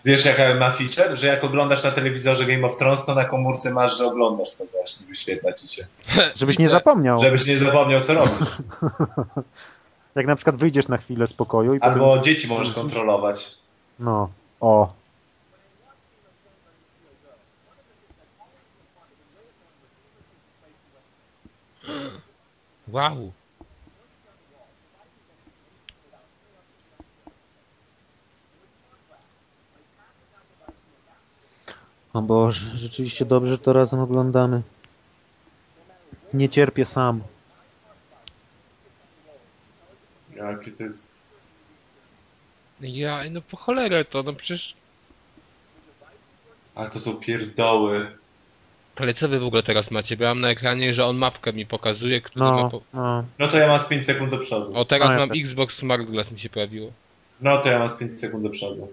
B: Wiesz, jaka ma feature? Że jak oglądasz na telewizorze Game of Thrones, to na komórce masz, że oglądasz to właśnie, wyświetla ci się.
C: Żebyś nie zapomniał.
B: Żebyś nie zapomniał, co robisz.
C: Jak na przykład wyjdziesz na chwilę z pokoju i
B: Albo
C: potem...
B: dzieci możesz kontrolować.
C: No, o.
A: Wow.
C: O Boże, rzeczywiście dobrze, że to razem oglądamy. Nie cierpię sam.
B: Jaki to jest...
A: Ja, no po cholerę to, no przecież
B: Ale to są pierdoły.
A: Ale co wy w ogóle teraz macie? Byłam na ekranie, że on mapkę mi pokazuje, który ma
C: No,
A: po...
C: no.
B: No to ja mam z 5 sekund do przodu.
A: O, teraz
C: No, ja
A: mam
C: też.
A: Xbox Smart Glass mi się pojawiło.
B: No to ja mam z 5 sekund do przodu.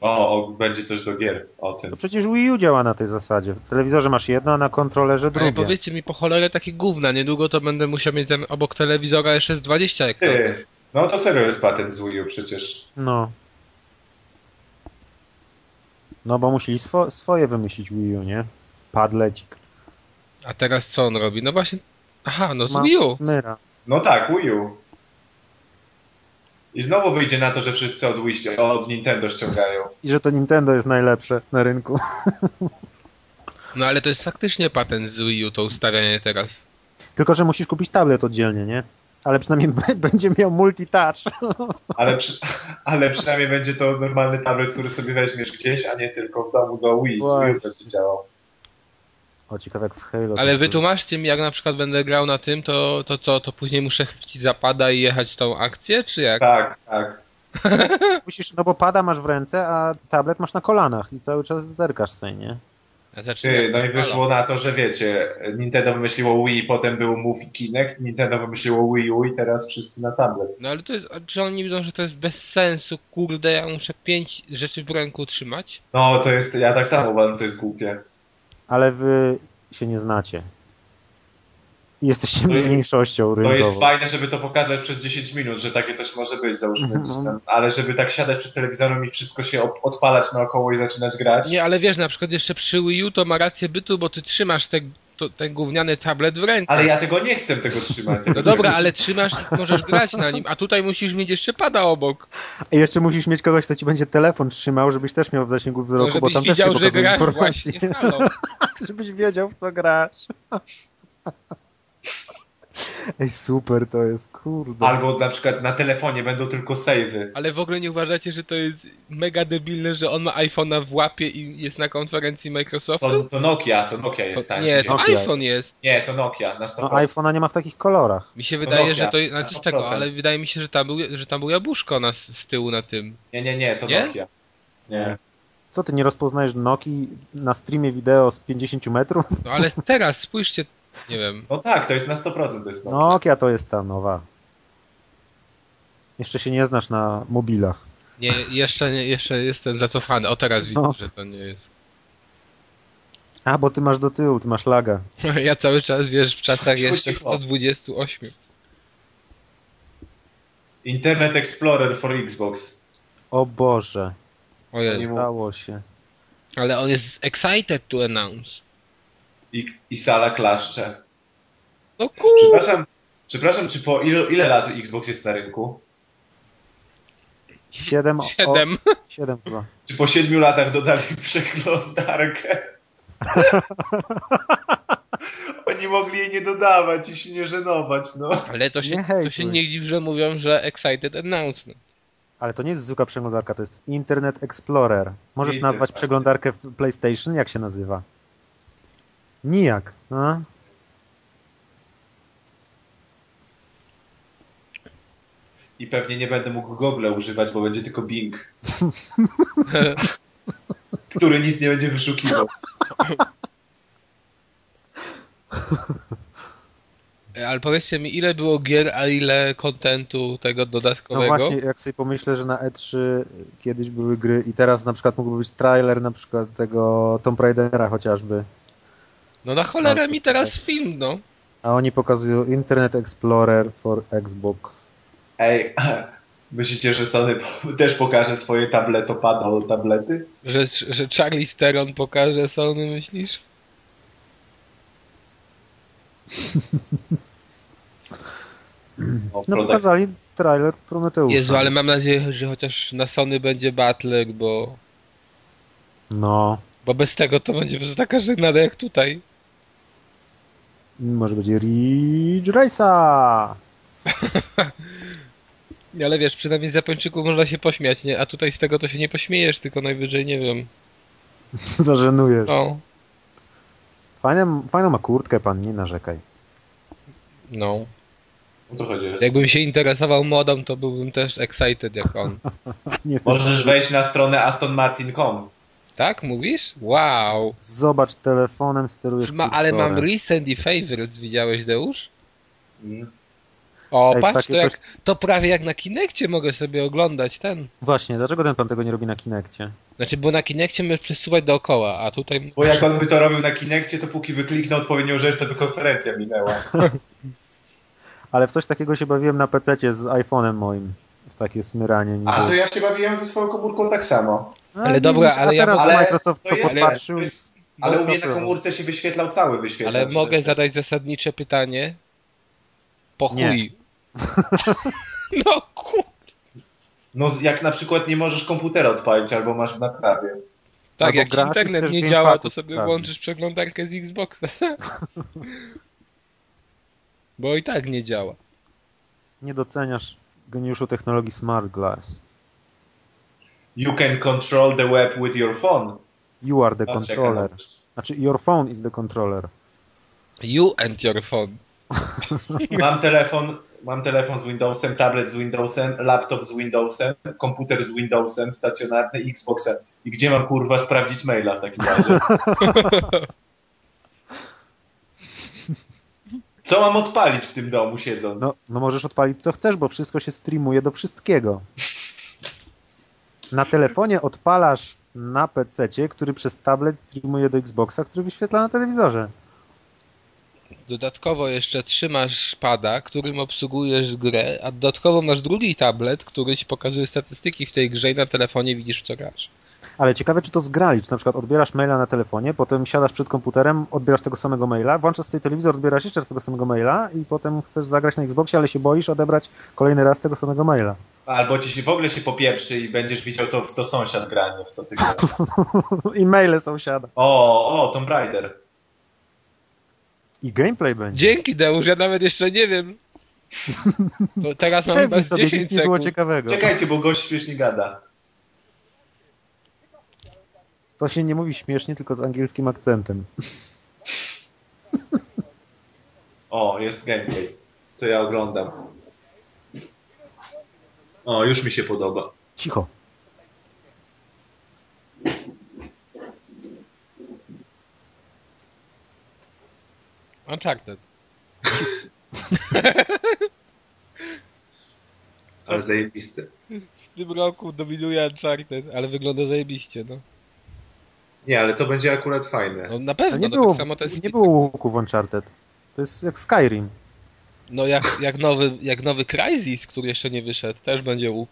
B: O, o, będzie coś do gier o tym.
C: To przecież Wii U działa na tej zasadzie. W telewizorze masz jedno, a na kontrolerze
A: Ale
C: drugie.
A: powiedzcie mi po cholerę takie gówna, niedługo to będę musiał mieć zam- obok telewizora jeszcze z 20 ekranów.
B: Ty, no to serio jest patent z Wii U przecież.
C: No. No bo musieli swo- swoje wymyślić Wii U, nie? Padlecik.
A: A teraz co on robi? No właśnie... Aha, no z
C: Ma-
A: Wii U.
C: Smyra.
B: No tak, Wii U. I znowu wyjdzie na to, że wszyscy od, Wii, od Nintendo ściągają.
C: I że to Nintendo jest najlepsze na rynku.
A: No ale to jest faktycznie patent z Wii U, to ustawianie teraz.
C: Tylko, że musisz kupić tablet oddzielnie, nie? Ale przynajmniej b- będzie miał multitouch.
B: Ale, przy, ale przynajmniej będzie to normalny tablet, który sobie weźmiesz gdzieś, a nie tylko w domu do Wii. Z Wii
C: Właśnie.
B: U będzie działał.
C: O, ciekawe jak w Halo.
A: Ale
C: to-
A: wytłumaczcie mi, jak na przykład będę grał na tym, to, to co, to później muszę chwycić zapada i jechać tą akcję, czy jak?
B: Tak, tak.
C: Musisz, no bo pada masz w ręce, a tablet masz na kolanach i cały czas zerkasz sobie, nie?
A: Ja zacznę-
B: Ty, no i wyszło na to, że wiecie, Nintendo wymyśliło Wii, potem był Move i Kinect, Nintendo wymyśliło Wii U i teraz wszyscy na tablet.
A: No ale to jest, a czy oni widzą, że to jest bez sensu, kurde, ja muszę pięć rzeczy w ręku trzymać?
B: No to jest, ja tak samo uważam, to jest głupie.
C: Ale wy się nie znacie. I Jesteście
B: To jest-
C: mniejszością
B: To jest
C: rynkową.
B: fajne, żeby to pokazać przez 10 minut, że takie coś może być, załóżmy gdzieś tam. Ale żeby tak siadać przed telewizorem i wszystko się op- odpalać naokoło i zaczynać grać.
A: Nie, ale wiesz, na przykład jeszcze przy Wii U to ma rację bytu, bo ty trzymasz te, to, ten gówniany tablet w ręku.
B: Ale ja tego nie chcę tego trzymać.
A: tak. No dobra, ale trzymasz, możesz grać na nim, a tutaj musisz mieć jeszcze pada obok.
C: I jeszcze musisz mieć kogoś, kto ci będzie telefon trzymał, żebyś też miał w zasięgu
A: No,
C: wzroku, bo
A: żebyś
C: tam też się
A: widział, że
C: pokazują
A: grasz
C: informacje.
A: właśnie. Halo.
C: Żebyś wiedział, w co grasz. Ej, super to jest, kurde.
B: Albo na przykład na telefonie będą tylko savey.
A: Ale w ogóle nie uważacie, że to jest mega debilne, że on ma iPhone'a w łapie i jest na konferencji
B: To,
A: Microsoftu?
B: to Nokia, to Nokia jest tak.
A: nie, to
C: Nokia.
A: iPhone jest.
B: nie, to Nokia, na 100%.
C: No iPhone'a nie ma w takich kolorach.
A: Mi się
B: To
A: wydaje,
B: Nokia,
A: że to
B: na
A: na coś tego,
B: 100%.
A: ale wydaje mi się, że tam był, że tam był jabłuszko na, z tyłu na tym.
B: Nie, nie, nie, to
A: Nie?
B: Nokia. Nie.
C: Co ty, nie rozpoznajesz Nokii na streamie wideo z 50 metrów?
A: No ale teraz spójrzcie, nie wiem.
B: No tak, to jest na 100% to jest Nokia.
C: No, Nokia to jest ta nowa. Jeszcze się nie znasz na mobilach.
A: Nie, jeszcze, nie, jeszcze jestem zacofany. O teraz widzę,
C: No.
A: że to nie jest.
C: A, bo ty masz do tyłu, ty masz laga.
A: Ja cały czas, wiesz, w czasach
B: Cicho,
A: jeszcze
B: cicho.
A: 128.
B: Internet Explorer for Xbox.
C: O Boże,
A: O Jezu.
C: stało się.
A: Ale on jest excited to announce.
B: I, i sala klaszcze.
A: No kur...
B: Przepraszam, przepraszam, czy po ilu, ile lat Xbox jest na rynku?
C: 7,
A: Siedem.
C: 7 chyba.
B: Czy po 7 latach dodali przeglądarkę? Oni mogli jej nie dodawać i się nie żenować, no.
A: Ale to się
C: Nie
A: nie,
C: hejtuj.
A: to się nie dziw, że mówią, że excited announcement.
C: Ale to nie jest zwykła przeglądarka, to jest Internet Explorer. Możesz
B: Internet,
C: nazwać
B: właśnie.
C: przeglądarkę w PlayStation, jak się nazywa? Nijak. no. A?
B: I pewnie nie będę mógł Google używać, bo będzie tylko Bing, który nic nie będzie wyszukiwał.
A: E, Ale powiedzcie mi, ile było gier, a ile kontentu tego
C: No
A: dodatkowego?
C: właśnie, jak sobie pomyślę, że na E3 kiedyś były gry i teraz na przykład mógłby być trailer na przykład tego Tomb Raidera chociażby.
A: No na cholerę
C: No,
A: mi
C: to
A: teraz film, no.
C: A oni pokazują Internet Explorer for Xbox.
B: Ej, myślicie, że Sony po- też pokaże swoje tabletopady albo tablety?
A: Że, że Charlie Steron pokaże Sony, myślisz?
B: O,
C: No
B: product-
C: pokazali trailer Prometeusa.
A: Jezu, ale mam nadzieję, że chociaż na Sony będzie Butler, bo...
C: No,
A: Bo bez tego to będzie po prostu taka żegnada jak tutaj.
C: może będzie Ridge Race'a.
A: Ale wiesz, przynajmniej z Japończyków można się pośmiać, nie? A tutaj z tego to się nie pośmiejesz, tylko najwyżej, nie wiem.
C: Zażenujesz.
A: No.
C: Fajną, fajną ma kurtkę pan, nie narzekaj.
A: No.
B: O co chodzi?
A: Jakbym się interesował modą, to byłbym też excited jak on.
C: Niestety.
B: Możesz wejść na stronę astonmartin.com.
A: Tak? Mówisz? Wow.
C: Zobacz, telefonem sterujesz
A: Ma, ale mam
C: kursorem.
A: recent i favorites, widziałeś Deusz?
B: Mm.
A: O,
C: Ej,
A: patrz,
C: takie
A: to, jak,
C: coś-
A: to prawie jak na Kinekcie mogę sobie oglądać ten.
C: Właśnie, dlaczego ten pan tego nie robi na Kinekcie?
A: Znaczy, bo na Kinekcie możesz przesuwać dookoła, a tutaj...
B: Bo jak on by to robił na Kinekcie, to póki by kliknął odpowiednią rzecz, to by konferencja minęła.
C: Ale w coś takiego się bawiłem na pececie z iPhone'em moim. W takie smyranie. niby.
B: A to ja się bawiłem ze swoją komórką tak samo.
C: A,
A: ale dobra,
C: widzisz,
A: ale
C: a
A: ja-
C: teraz
B: ale
C: Microsoft
B: to
C: to
B: jest-
C: podpatrzył
B: ale-
C: i... No, z-
B: Ale u mnie na
C: Microsoft-
B: komórce się wyświetlał cały wyświetlacz.
C: Znaczy,
A: Ale mogę
B: Też.
A: zadać zasadnicze pytanie? Po
C: Nie.
A: chuj. no kur...
B: No jak na przykład nie możesz komputera odpalić albo masz w naprawie.
A: Tak,
C: Albo
A: jak
C: grasz i
A: internet
C: chcesz
A: nie
C: game
A: działa, to
C: faków
A: sobie
C: sprawdzić.
A: włączysz przeglądarkę z Xboxa. Bo i tak nie działa.
C: Nie doceniasz geniuszu technologii Smart Glass.
B: You can control the web with your phone.
C: You are the
B: Patrz, jaka
C: controller.
B: nowość.
C: Znaczy, your phone is the controller.
A: You and your phone.
B: Mam telefon, mam telefon z Windowsem, tablet z Windowsem, laptop z Windowsem, komputer z Windowsem, stacjonarny i Xboxa. I gdzie mam kurwa sprawdzić maila w takim razie? Co mam odpalić w tym domu siedząc?
C: No, no możesz odpalić co chcesz, bo wszystko się streamuje do wszystkiego. Na telefonie odpalasz na PC, który przez tablet streamuje do Xboxa, który wyświetla na telewizorze.
A: Dodatkowo jeszcze trzymasz pada, którym obsługujesz grę, a dodatkowo masz drugi tablet, który ci pokazuje statystyki w tej grze i na telefonie widzisz co grasz.
C: Ale ciekawe, czy to zgrali. Czy na przykład odbierasz maila na telefonie, potem siadasz przed komputerem, odbierasz tego samego maila, włączasz sobie telewizor, odbierasz jeszcze raz tego samego maila i potem chcesz zagrać na Xboxie, ale się boisz odebrać kolejny raz tego samego maila.
B: Albo ci się w ogóle się popieprzy i będziesz widział, co, w co sąsiad gra, nie w co ty gra.
C: I maile sąsiada.
B: O, o, Tomb Raider.
C: I gameplay będzie.
A: Dzięki Deusz, ja nawet jeszcze nie wiem. To teraz mam chyba
C: Przejdź
A: z
C: sobie,
A: 10
C: nic nie było
A: sekund.
C: ciekawego.
B: Czekajcie, bo gość śmiesznie gada.
C: To się nie mówi śmiesznie, tylko z angielskim akcentem.
B: O, jest gameplay. To ja oglądam. O, już mi się podoba.
C: Cicho.
A: No, Uncharted.
B: Ale
A: Tak.
B: zajebiste.
A: W tym roku dominuje Uncharted, ale wygląda zajebiście, no.
B: Nie, ale to będzie akurat fajne.
A: No na
C: A
A: pewno,
C: nie
A: no,
C: było,
A: tak samo to jest...
C: nie było łuku w Uncharted. To jest jak Skyrim.
A: No jak, jak, nowy, jak nowy Crysis, który jeszcze nie wyszedł, też będzie łuk.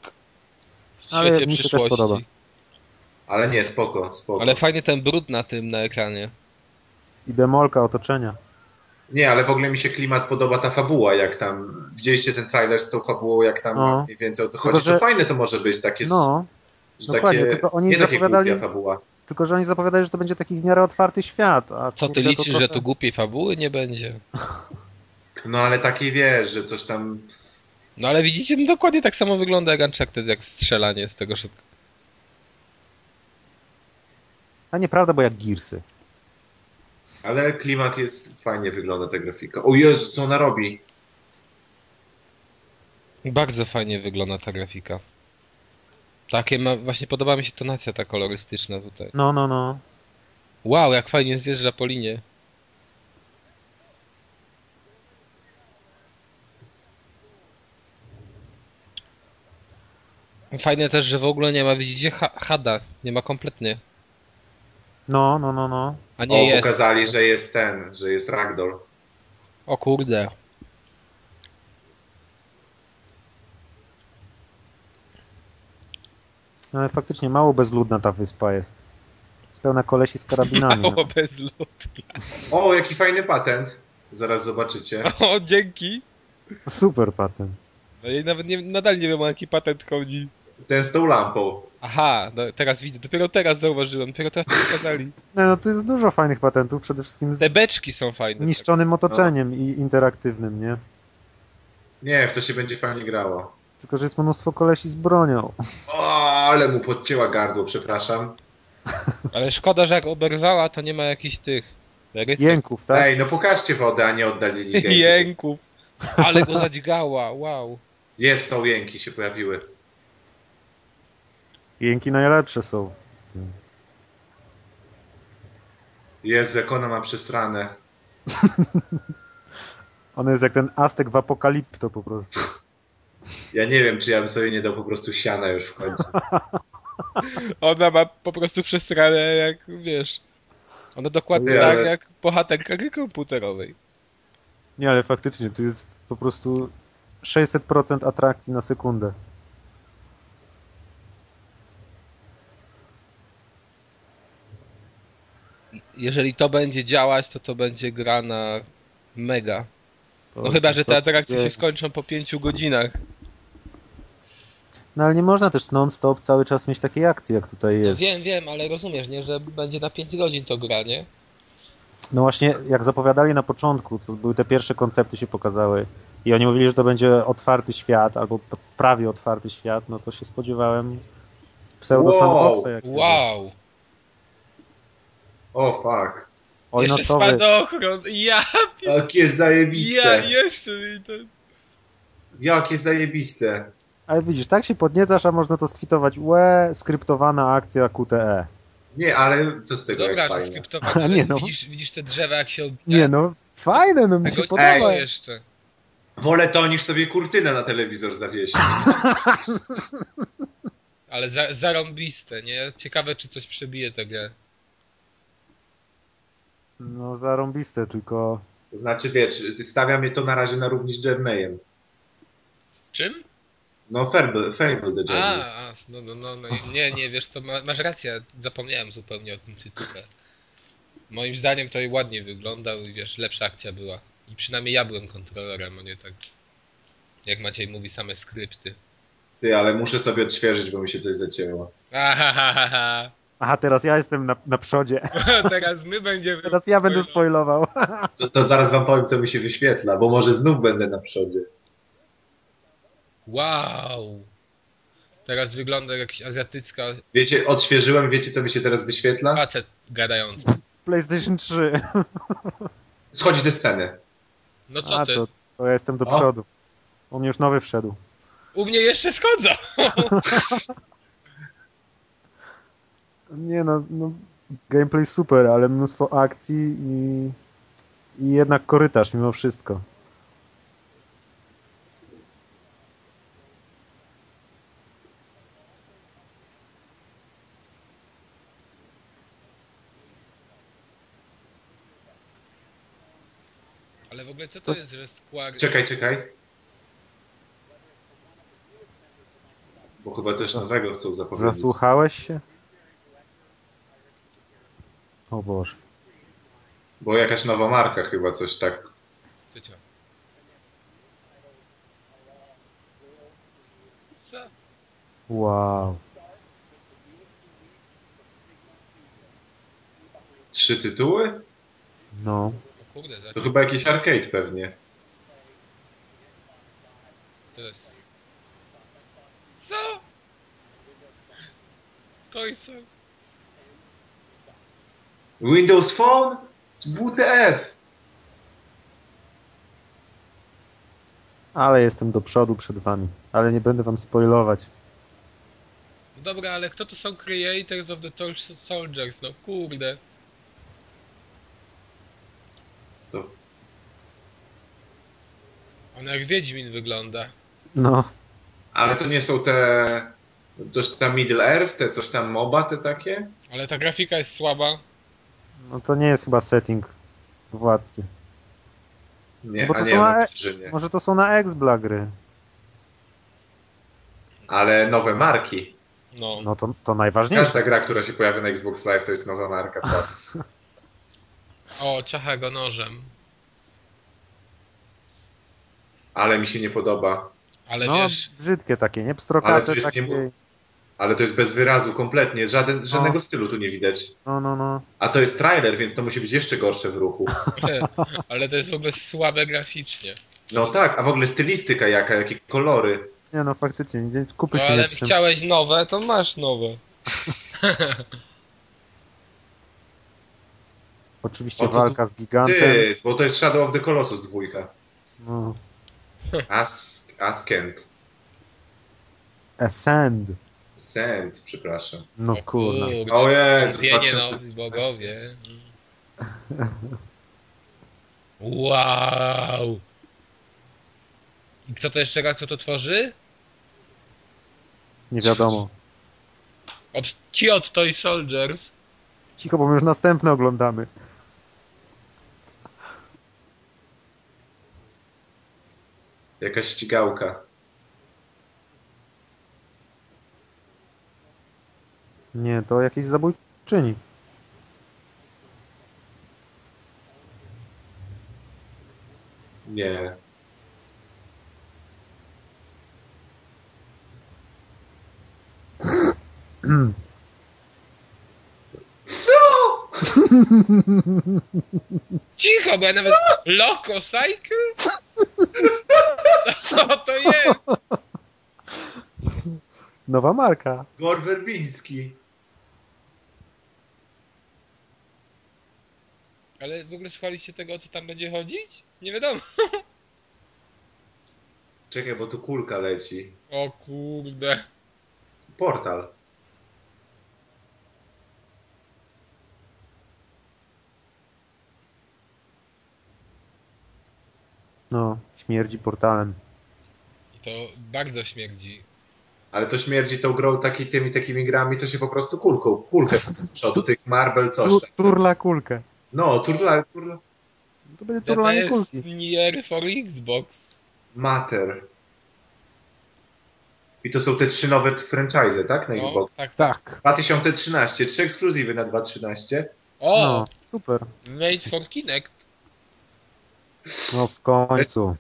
A: W
C: Ale
A: świecie
C: mi się też
A: przyszłości.
C: podoba.
B: Ale nie, spoko, spoko.
A: Ale fajnie ten brud na tym na ekranie.
C: I demolka otoczenia.
B: Nie, ale w ogóle mi się klimat podoba ta fabuła, jak tam. Widzieliście ten trailer z tą fabułą, jak tam
C: No.
B: mniej więcej o co
C: Tylko,
B: chodzi. To
C: że-
B: fajne to może być, takie, no,
C: No,
B: że
C: dokładnie,
B: takie
C: tylko oni
B: nie takie
C: zapowiadali-
B: głupia fabuła.
C: tylko że oni zapowiadali, że to będzie taki w miarę otwarty świat. A
A: Co ty
C: kurde, to
A: liczysz,
C: trochę-
A: że tu głupiej fabuły nie będzie?
B: No ale takiej wiesz, że coś tam
A: No ale widzicie, no, dokładnie tak samo wygląda jak Uncharted, jak strzelanie z tego szybko.
C: A nieprawda, bo jak Gearsy.
B: Ale klimat jest, fajnie wygląda ta grafika. O Jezu, co ona robi?
A: Bardzo fajnie wygląda ta grafika. Takie ma, właśnie podoba mi się tonacja ta kolorystyczna tutaj.
C: No, no, no.
A: Wow, jak fajnie zjeżdża po linie. Fajne też, że w ogóle nie ma, widzicie, ha- hada. Nie ma kompletnie.
C: No, no, no, no.
A: A nie
B: O,
A: jest.
B: pokazali, że jest ten, że jest Ragdoll.
A: O kurde.
C: Ale E, faktycznie mało bezludna ta wyspa jest. Jest pełna kolesi z karabinami.
A: O, bez lód.
B: O, jaki fajny patent. Zaraz zobaczycie.
A: O, dzięki.
C: Super patent.
A: No i nawet nie, nadal nie wiem, o jaki patent chodzi.
B: Ten z tą lampą.
A: Aha, no, teraz widzę. Dopiero teraz zauważyłem. Dopiero teraz to pokazali.
C: No, no tu jest dużo fajnych patentów, przede wszystkim
A: Te
C: z
A: beczki są fajne. tak.
C: niszczonym otoczeniem i interaktywnym, nie?
B: Nie, w to się będzie fajnie grało.
C: Tylko, że jest mnóstwo kolesi z bronią.
B: O, ale mu podcięła gardło, przepraszam.
A: Ale szkoda, że jak oberwała, to nie ma jakichś tych... Rys-
C: Jęków, tak?
B: Ej, no pokażcie wodę, a nie oddalili gameplay.
A: jęków. Ale go zadźgała, wow.
B: Jest, są jęki, się pojawiły.
C: Jęki najlepsze są.
B: Jezu, jak ona ma przesrane.
C: On jest jak ten Aztek w apokalipto po prostu.
B: Ja nie wiem, czy ja bym sobie nie dał po prostu siana już w końcu.
A: Ona ma po prostu przesrane jak, wiesz... Ona dokładnie
B: Nie,
A: tak
B: ale-
A: jak bohaterka gry komputerowej.
C: Nie, ale faktycznie, tu jest po prostu 600% atrakcji na sekundę.
A: Jeżeli to będzie działać, to to będzie gra na mega. No
C: To-
A: chyba, że te
C: to-
A: atrakcje się skończą po pięciu godzinach.
C: No ale nie można też non-stop cały czas mieć takiej akcji, jak tutaj
A: No,
C: jest.
A: wiem, wiem, ale rozumiesz, nie, że będzie na pięć godzin to gra, nie?
B: Tak,
C: No właśnie, jak zapowiadali na początku, co były te pierwsze koncepty się pokazały i oni mówili, że to będzie otwarty świat, albo p- prawie otwarty świat, no to się spodziewałem pseudo
B: Wow,
C: sandboxa
B: tak.
C: jakiegoś.
A: Wow!
B: O fuck.
C: Oj, no
A: jeszcze
C: nocowy.
A: spadochron! Ja,
B: Jakie
A: ja,
B: zajebiste.
A: jeszcze! i to-
B: Jakie zajebiste.
C: Ale widzisz, tak się podniecasz, a można to skwitować. Łe, skryptowana akcja E. QTE.
B: Nie, ale co z tego
A: Dobra,
B: jak
A: że
B: fajne.
A: skryptować,
C: A,
A: ale
C: nie no.
A: widzisz, widzisz te drzewa, jak się obija?
C: Nie no, fajne, no mi się
A: Tego
C: podoba.
A: tego jeszcze.
B: Wolę to niż sobie kurtynę na telewizor zawiesić.
A: Ale za, zarąbiste, nie? Ciekawe, czy coś przebije tak tę grę.
C: No zarąbiste, tylko
B: To znaczy, wiesz, stawiam je to na razie na równi z Jermajem.
A: Z czym?
B: No, Fable, Fable the
A: A,
B: Jermay.
A: a no, no, no, no, nie, nie, wiesz co, ma, masz rację, zapomniałem zupełnie o tym tytule. Moim zdaniem to i ładnie wyglądał i wiesz, lepsza akcja była. I przynajmniej ja byłem kontrolerem, a nie tak, jak Maciej mówi, same skrypty.
B: Ty, ale muszę sobie odświeżyć, bo mi się coś zacięło.
A: Ahahaha.
C: Aha, teraz ja jestem na, na przodzie.
A: Teraz my będziemy...
C: Teraz ja
A: no.
C: będę spoilował.
B: To, to zaraz wam powiem, co mi się wyświetla, bo może znów będę na przodzie.
A: Wow! Teraz wygląda jak jakiś azjatycka
B: Wiecie, odświeżyłem, wiecie, co mi się teraz wyświetla?
A: facet gadający.
C: PlayStation 3.
B: Schodzi ze sceny.
A: No co
C: A
A: ty?
C: to, to ja jestem do
B: O.
C: przodu. U mnie już nowy wszedł.
A: U mnie jeszcze schodza!
C: Nie no, no gameplay super, ale mnóstwo akcji i, i jednak korytarz mimo wszystko.
A: Ale w ogóle co to
C: Co-
A: jest, że Square...
B: Czekaj, czekaj. Bo chyba coś nowego chcą zapowiedzieć.
C: Zasłuchałeś się? O Boże.
B: Bo jakaś nowa marka chyba coś tak.
A: Tycia. Co?
C: Wow.
B: Trzy tytuły?
C: No.
A: O kurde, za
B: To chyba jakiś arcade pewnie.
A: to jest... Co? To jest...
B: Windows Phone? WTF!
C: Ale jestem do przodu przed wami. Ale nie będę wam spoilować.
A: Dobra, ale kto to są Creators of the Tall Soldiers? No kurde.
B: To
A: On jak Wiedźmin wygląda.
C: No.
B: Ale to nie są te. Coś tam Middle Earth, te coś tam MOBA, te takie?
A: Ale ta grafika jest słaba.
C: No to nie jest chyba setting władcy.
B: Nie,
C: Bo
B: a
C: to
B: nie,
C: są e-
B: no,
C: AE.
B: myślę, że nie.
C: Może to są na Exbla gry.
B: Ale nowe marki.
A: No.
C: No to, to najważniejsze.
B: Każda gra, która się pojawia na Xbox Live, to jest nowa marka. Tak?
A: O, ciacha go nożem.
B: Ale mi się nie podoba.
A: Ale
C: No,
A: wiesz,
C: brzydkie takie, nie?
B: Ale to
C: Pstrokate
B: jest
C: takie.
B: niemo- Ale to jest bez wyrazu kompletnie. Żaden, żadnego stylu tu nie widać.
C: No, no, no.
B: A to jest trailer, więc to musi być jeszcze gorsze w ruchu.
A: ale to jest w ogóle słabe graficznie.
B: No tak, a w ogóle stylistyka jaka, jakie kolory.
C: Nie no, faktycznie, nie- kupy
A: No,
C: się nie
A: ale
C: wstrzym-
A: chciałeś nowe, to masz nowe.
C: Oczywiście
B: O, to-
C: walka z gigantem.
B: Ty, bo to jest Shadow of the Colossus dwójka.
C: No.
B: Ask, Askent.
C: Ascend.
B: Send, przepraszam.
C: No kurna.
B: O Jezu,
A: Zbawienie
B: patrzę-
A: nocy, bogowie. Wow. I Kto to jeszcze gra, kto to tworzy?
C: Nie wiadomo.
A: Od, ci od Toy Soldiers.
C: Cicho, bo my już następne oglądamy.
B: Jakaś ścigałka.
C: Nie, to jakieś zabójczyni.
B: Nie. Co?
A: Cicho, bo ja nawet... Loco Cycle? Co to jest?
C: Nowa marka.
B: Gor Werbiński.
A: Ale w ogóle słuchaliście tego, o co tam będzie chodzić? Nie wiadomo.
B: Czekaj, bo tu kulka leci.
A: O kurde.
B: Portal.
C: No, śmierdzi portalem.
A: I to bardzo śmierdzi.
B: Ale to śmierdzi tą grą taki, tymi takimi grami, co się po prostu kulką, kulkę przodu, tych Marble coś
C: Tu,
B: tam.
C: turla kulkę. No,
B: No, turla, turla,
C: To będzie turlanie
A: DPS
C: kulki.
A: Nier for Xbox.
B: Matter. I to są te trzy nowe franchise, tak? Na
A: No,
B: Xbox.
A: tak.
C: Tak.
B: 2013, trzy ekskluzywy na 2013.
A: O!
C: No, super.
A: Made for Kinect.
C: No w końcu.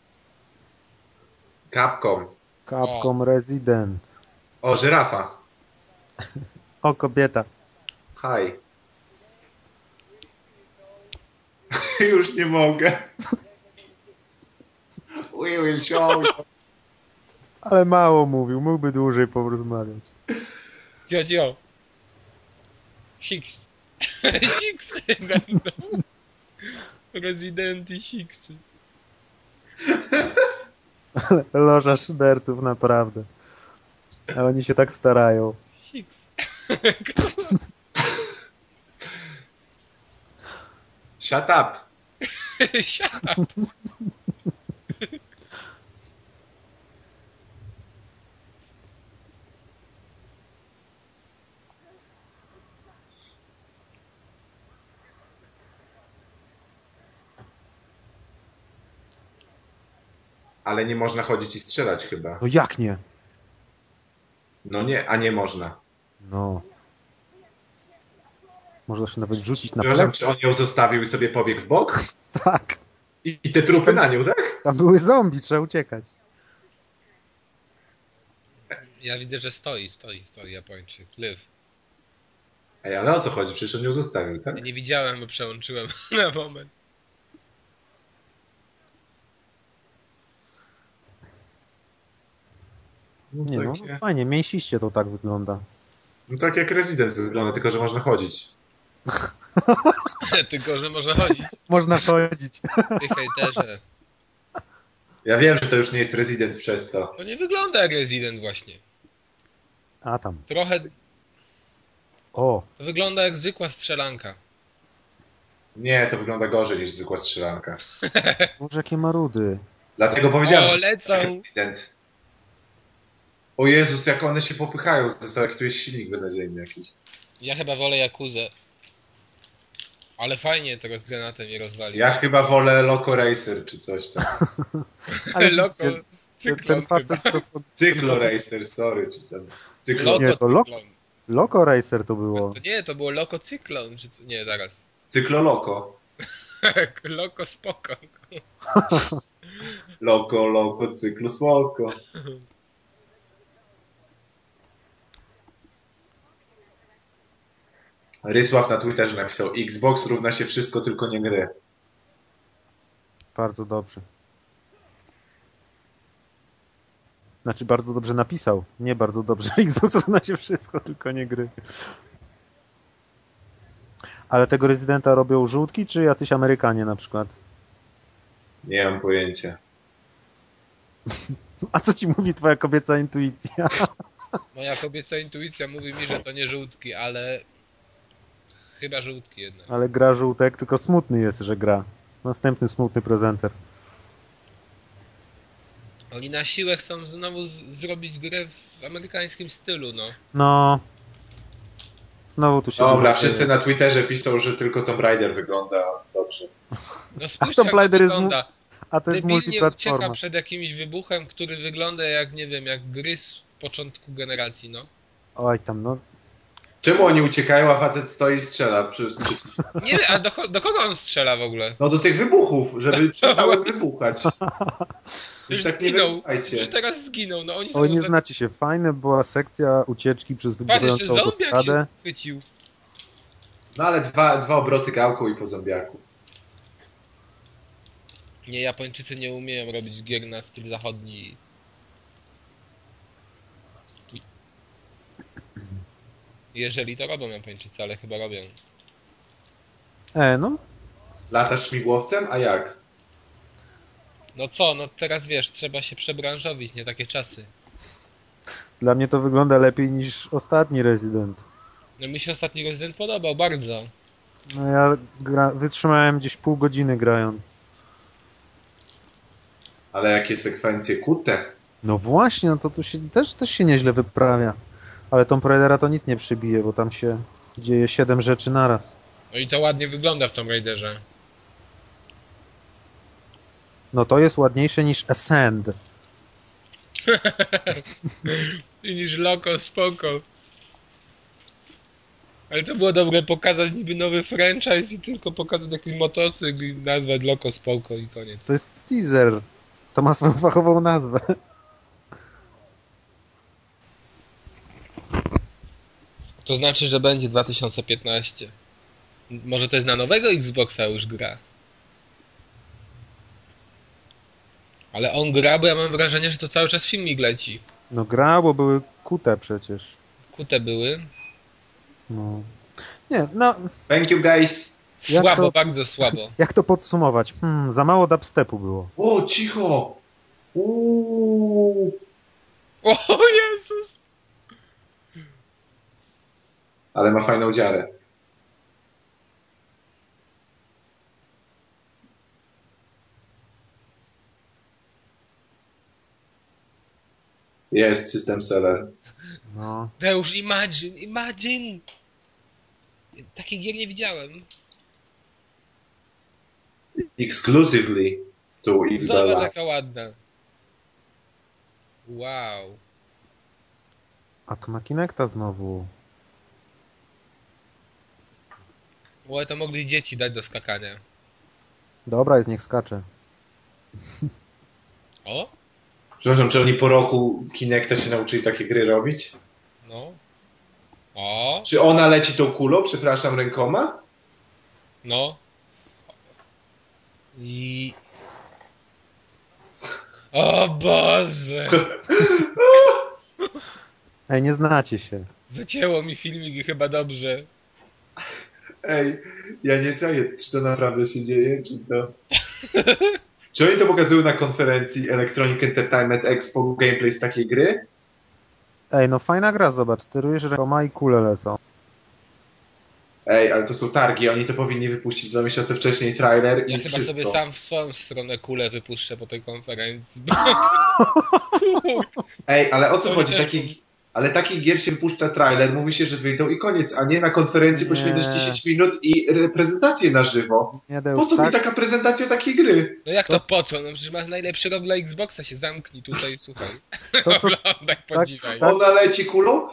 B: Capcom.
C: Capcom Resident.
B: O, żyrafa.
C: O, kobieta.
B: Hi. Już nie mogę. We will show you.
C: Ale mało mówił, mógłby dłużej porozmawiać.
A: Dzio, dzio. Six. Six. Random. Resident i Six.
C: Loża szyderców, naprawdę. Ale oni się tak starają.
A: Six.
B: Shut up.
A: Siada.
B: Ale nie można chodzić i strzelać chyba.
C: No jak nie?
B: No nie, a nie można.
C: No. Można się nawet rzucić na
B: Przepraszam,
C: plecak.
B: czy on ją zostawił i sobie pobiegł w bok?
C: Tak.
B: I, i te trupy na nią, tak?
C: Tam były zombie, trzeba uciekać.
A: Ja widzę, że stoi, stoi, stoi Japończyk. Live.
B: Ej, ale o co chodzi? Przecież on ją zostawił, tak?
A: Ja nie widziałem, bo przełączyłem na moment.
B: No,
C: Nie no,
B: takie-
C: fajnie, mięsiście to tak wygląda.
B: no tak jak rezydent wygląda, tylko że można chodzić.
A: Tylko, że można chodzić.
C: Można chodzić.
A: Ty hejterze.
B: Ja wiem, że to już nie jest rezydent przez to.
A: To nie wygląda jak Resident właśnie.
C: A tam.
A: Trochę
C: O,
A: to wygląda jak zwykła strzelanka.
B: Nie, to wygląda gorzej niż zwykła strzelanka.
C: może no, jakie marudy.
B: Dlatego powiedziałem,
A: O,
B: że
A: lecą.
B: rezydent. O Jezus, jak one się popychają ze sobą, jak tu jest silnik beznadziejny jakiś.
A: Ja chyba wolę Jakuzę. Ale fajnie tego z granatem je rozwalił.
B: Ja chyba wolę Loco Racer czy coś tam.
C: Ale
A: Loko,
C: widzicie, ten,
A: cyklon
C: ten facet, co to...
B: Cyklo Racer, sorry, czy tam.
A: chyba.
B: Cyklo,
A: Loko,
C: Nie, to lo-
A: cyklon.
C: Loco Racer to było.
A: To nie, to było Loko Cyklon, czy co? Nie, zaraz.
B: cyklo Loco.
A: Loko Spoko.
B: Loco, Loco, cyklo Smoko. Rysław na Twitterze napisał Xbox równa się wszystko, tylko nie gry.
C: Bardzo dobrze. Znaczy bardzo dobrze napisał. Nie bardzo dobrze. Xbox równa się wszystko, tylko nie gry. Ale tego rezydenta robią żółtki, czy jacyś Amerykanie na przykład?
B: Nie mam pojęcia.
C: A co ci mówi twoja kobieca intuicja?
A: Moja kobieca intuicja mówi mi, że to nie żółtki, ale chyba żółtki jednak.
C: Ale gra żółtek, tylko smutny jest, że gra. Następny smutny prezenter.
A: Oni na siłę chcą znowu z- zrobić grę w amerykańskim stylu, no.
C: No. Znowu tu się.
B: Dobra,
C: dużo
B: wszyscy
C: dzieje.
B: na Twitterze piszą, że tylko Tomb Raider wygląda dobrze.
A: No spójrzcie,
C: Tomb
A: jak
C: Raider
A: to
C: jest
A: wygląda.
C: A to jest
A: Debilnie ucieka
C: multiplatforma.
A: przed jakimś wybuchem, który wygląda jak, nie wiem, jak gry z początku generacji, no.
C: Oj, tam, no.
B: Czemu oni uciekają, a facet stoi i strzela? Przy, przy,
A: Nie wiem, a do, ko- do kogo on strzela w ogóle?
B: no do tych wybuchów, żeby przestały wybuchać. Już
A: Już
B: tak nie
A: zginął.
B: wybuchajcie.
A: Już teraz zginął, no oni są...
C: Oj, nie
A: za-
C: znacie się. Fajna była sekcja ucieczki przez
A: Patrz, jeszcze
C: wybudującą
A: zombiak się
C: autostradę.
A: chwycił.
B: No ale dwa, dwa obroty gałką i po zombiaku.
A: Nie, Japończycy nie umieją robić gier na styl zachodni. Jeżeli to robią Japończycy, ale chyba robią.
C: E, no.
B: Latasz śmigłowcem? A jak?
A: No co, no teraz wiesz, trzeba się przebranżowić, nie takie czasy.
C: Dla mnie to wygląda lepiej niż ostatni Resident.
A: No mi się ostatni Resident podobał, bardzo.
C: No ja gra... wytrzymałem gdzieś pół godziny grając.
B: Ale jakie sekwencje kute.
C: No właśnie, no to tu się też, też się nieźle wyprawia. Ale Tomb Raidera to nic nie przybije, bo tam się dzieje siedem rzeczy naraz.
A: No i to ładnie wygląda w Tomb Raiderze.
C: No to jest ładniejsze niż Ascend.
A: I niż Loco, spoko. Ale to było dobre pokazać niby nowy franchise i tylko pokazać jakiś motocykl i nazwać Loco, spoko i koniec.
C: To jest teaser. To ma swoją fachową nazwę.
A: To znaczy, że będzie 2015. M- Może to jest na nowego Xboxa już gra. Ale on gra, bo ja mam wrażenie, że to cały czas filmik leci.
C: No gra, bo były kute przecież.
A: Kute były.
C: No. Nie, no,
B: Thank you guys.
C: Jak
A: Słabo,
C: to-
A: bardzo słabo.
C: jak to podsumować? Hmm, za mało dubstepu było.
B: O, cicho! Uuu.
A: O Jezus!
B: Ale ma fajną dziarę. Jest system seller.
C: No.
A: Deusz, imagine, imagine! Takich gier nie widziałem.
B: Exclusively to
A: Zobacz
B: Xbox.
A: jaka ładna. Wow.
C: A to na Kinecta znowu.
A: Oj, to mogli dzieci dać do skakania.
C: Dobra, jest niech skacze.
A: O,
B: Przepraszam, czy oni po roku Kinecta się nauczyli takie gry robić?
A: no. O,
B: Czy ona leci tą kulą, przepraszam, rękoma?
A: no. I... O Boże!
C: Ej, nie znacie się.
A: Zacięło mi filmik i chyba dobrze.
B: Ej, ja nie czaję, czy to naprawdę się dzieje, czy to... Czy oni to pokazują na konferencji Electronic Entertainment Expo gameplay z takiej gry?
C: Ej, no fajna gra, zobacz. Sterujesz rękoma i kule lecą.
B: Ej, ale to są targi, oni to powinni wypuścić dwa miesiące wcześniej trailer i
A: Ja chyba
B: wszystko.
A: sobie sam w swoją stronę kulę wypuszczę po tej konferencji.
B: Ej, ale o co
A: Oni
B: chodzi?
A: też
B: Taki,
A: mówią.
B: ale taki gier się puszcza trailer, mówi się, że wyjdą i koniec, a nie na konferencji
C: Nie.
B: poświęcasz 10 minut i prezentację na żywo.
C: Nie,
B: Po
C: Deusz,
B: co mi
C: tak?
B: taka prezentacja takiej gry?
A: No jak to po co? No przecież masz najlepszy rok dla Xboxa, się zamknij tutaj, słuchaj.
C: No To co...
A: Oglądaj, podziwiaj.
C: tak.
B: Ona leci kulą?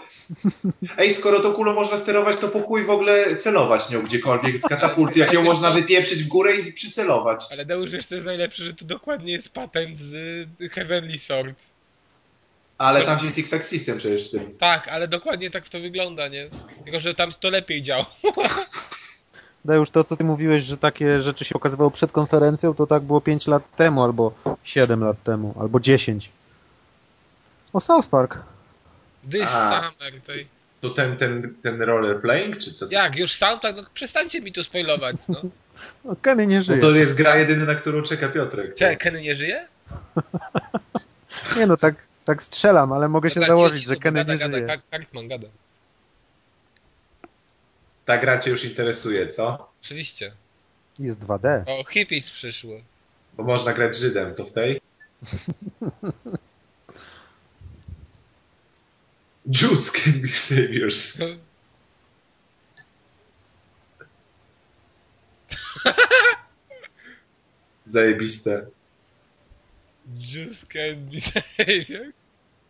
B: Ej, skoro tą kulą można sterować, to po chuj w ogóle celować nią gdziekolwiek z katapulty, jak ją można wypieprzyć w górę i przycelować.
A: Ale Deusz, wiesz co jest najlepsze, że to dokładnie jest patent z y, Heavenly Sword.
B: Ale tam się zigzag system przecież w tym.
A: Tak, ale dokładnie tak to wygląda, nie? Tylko, że tam to lepiej działa.
C: Deusz, to co ty mówiłeś, że takie rzeczy się okazywało przed konferencją, to tak było 5 lat temu, albo 7 lat temu, albo 10. O, South Park.
A: This
B: A.
A: summer, tej.
B: To ten, ten, ten roller playing, czy co?
A: Jak, już soundtrack? No przestańcie mi tu spoilować, no.
C: O, Kenny nie
B: No
C: żyje.
B: to jest gra jedyna, na którą czeka Piotrek.
A: Cze, Kenny nie żyje?
C: Nie no, tak, tak strzelam, ale mogę się
A: Gadacie,
C: założyć,
A: ci,
C: że
A: to
C: Kenny
A: gada,
C: nie
A: gada,
C: żyje.
A: Kar- Cartman gada.
B: Ta gra cię już interesuje, co?
A: Oczywiście.
C: Jest 2D.
A: O, hippies przyszło.
B: Bo można grać Żydem, to w tej? Jews can be saviors. Zajebiste.
A: Juice can be savior.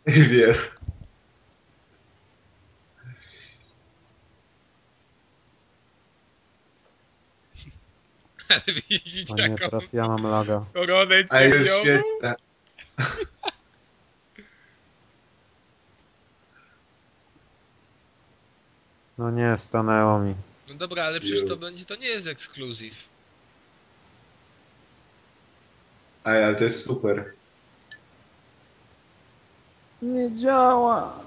B: Wiem.
A: Ale widzicie,
C: O nie,
A: jaką
C: teraz ja mam laga.
A: koronę
B: A jak jest
A: cieniową?
B: świetne.
C: No nie, stanęło mi.
A: No dobra, ale przecież to
B: Jezu.
A: będzie, to nie jest ekskluzyw.
B: Aj, ale to jest super.
C: Nie działa.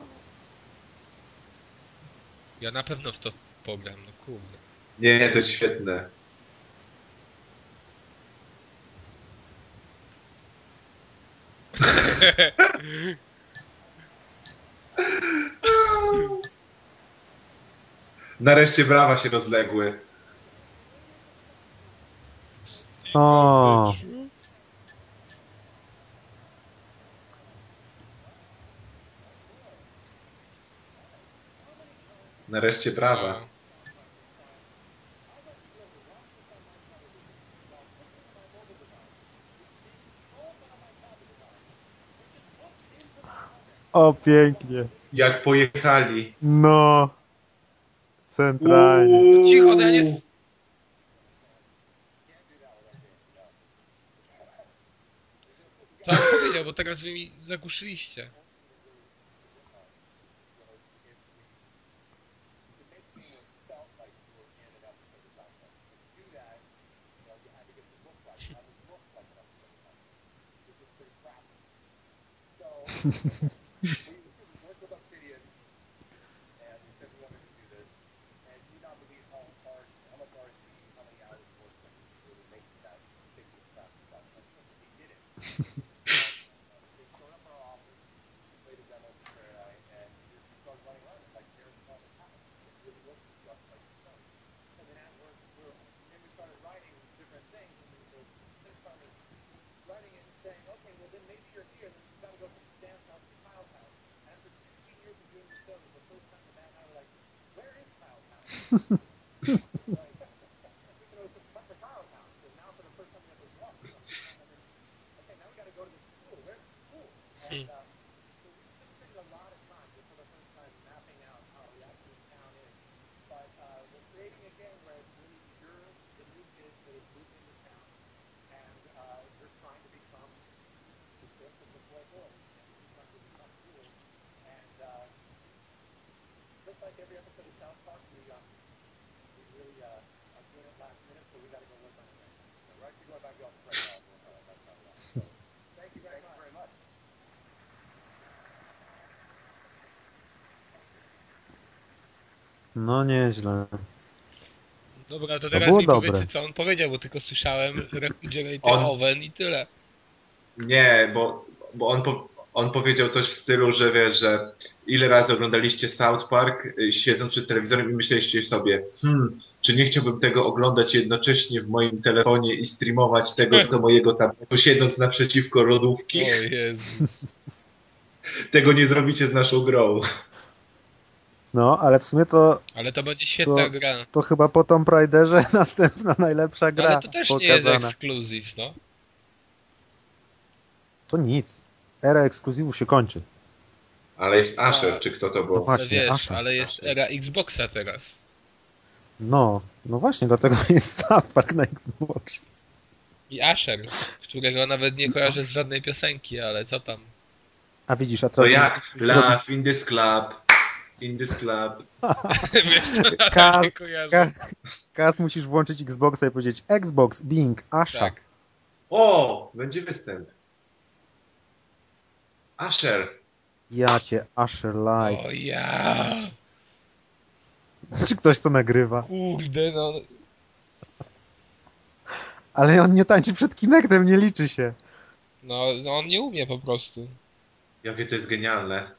A: Ja na pewno w to pogram, no kurde.
B: Nie, nie, to jest świetne. Nareszcie brawa się rozległy.
C: O,
B: Nareszcie
A: No.
B: brawa.
C: o pięknie.
B: Jak pojechali.
C: No. Centralnie.
B: Uuu.
A: Cicho, to ja nie... s- Co on powiedział, bo teraz wy mi zagłuszyliście.
C: No nieźle.
A: Dobra, to teraz
C: było
A: mi
C: dobre.
A: powiedzcie, co on powiedział, bo tylko słyszałem Refrigerator
B: On-
A: Oven i tyle.
B: Nie, bo, bo on, po, on powiedział coś w stylu, że wiesz, że ile razy oglądaliście South Park y, siedząc przed telewizorem i myśleliście sobie, hmm, czy nie chciałbym tego oglądać jednocześnie w moim telefonie i streamować
C: Hmm.
B: tego do mojego tabletu, siedząc naprzeciwko lodówki?
A: O Jezu.
B: Tego nie zrobicie z naszą grą.
C: No, ale w sumie to,
A: Ale to będzie świetna
C: To-
A: gra.
C: to chyba po Tomb Raiderze następna najlepsza
A: No,
C: gra
A: ale to też nie jest
C: pokazana.
A: ekskluzyw, no.
C: To nic. Era ekskluzywów się kończy.
B: Ale jest Asher,
A: A.
B: czy kto to
C: No
B: był?
A: Ale
C: właśnie,
A: wiesz,
C: Asha.
A: ale jest era Xboxa teraz.
C: No, no właśnie, dlatego jest South Park na Xboxie.
A: I Asher, którego nawet nie kojarzę z żadnej piosenki, ale co tam.
C: A widzisz, a
B: To
C: teraz
B: jak?
C: zrobić-
B: Love in this club. In this club.
A: Wiesz, co
C: Ka-
A: nawet nie kojarzę.
C: Ka- Kaz musisz włączyć Xboxa i powiedzieć Xbox, Bing, Asha.
A: Tak.
B: O, będzie występ. Asher.
C: Ja cię, Asher Live.
A: O ja, No.
C: Czy ktoś to nagrywa?
A: kurde no.
C: Ale on nie tańczy przed Kinectem, nie liczy się.
A: No, no on nie umie po prostu.
B: Jakie to jest genialne.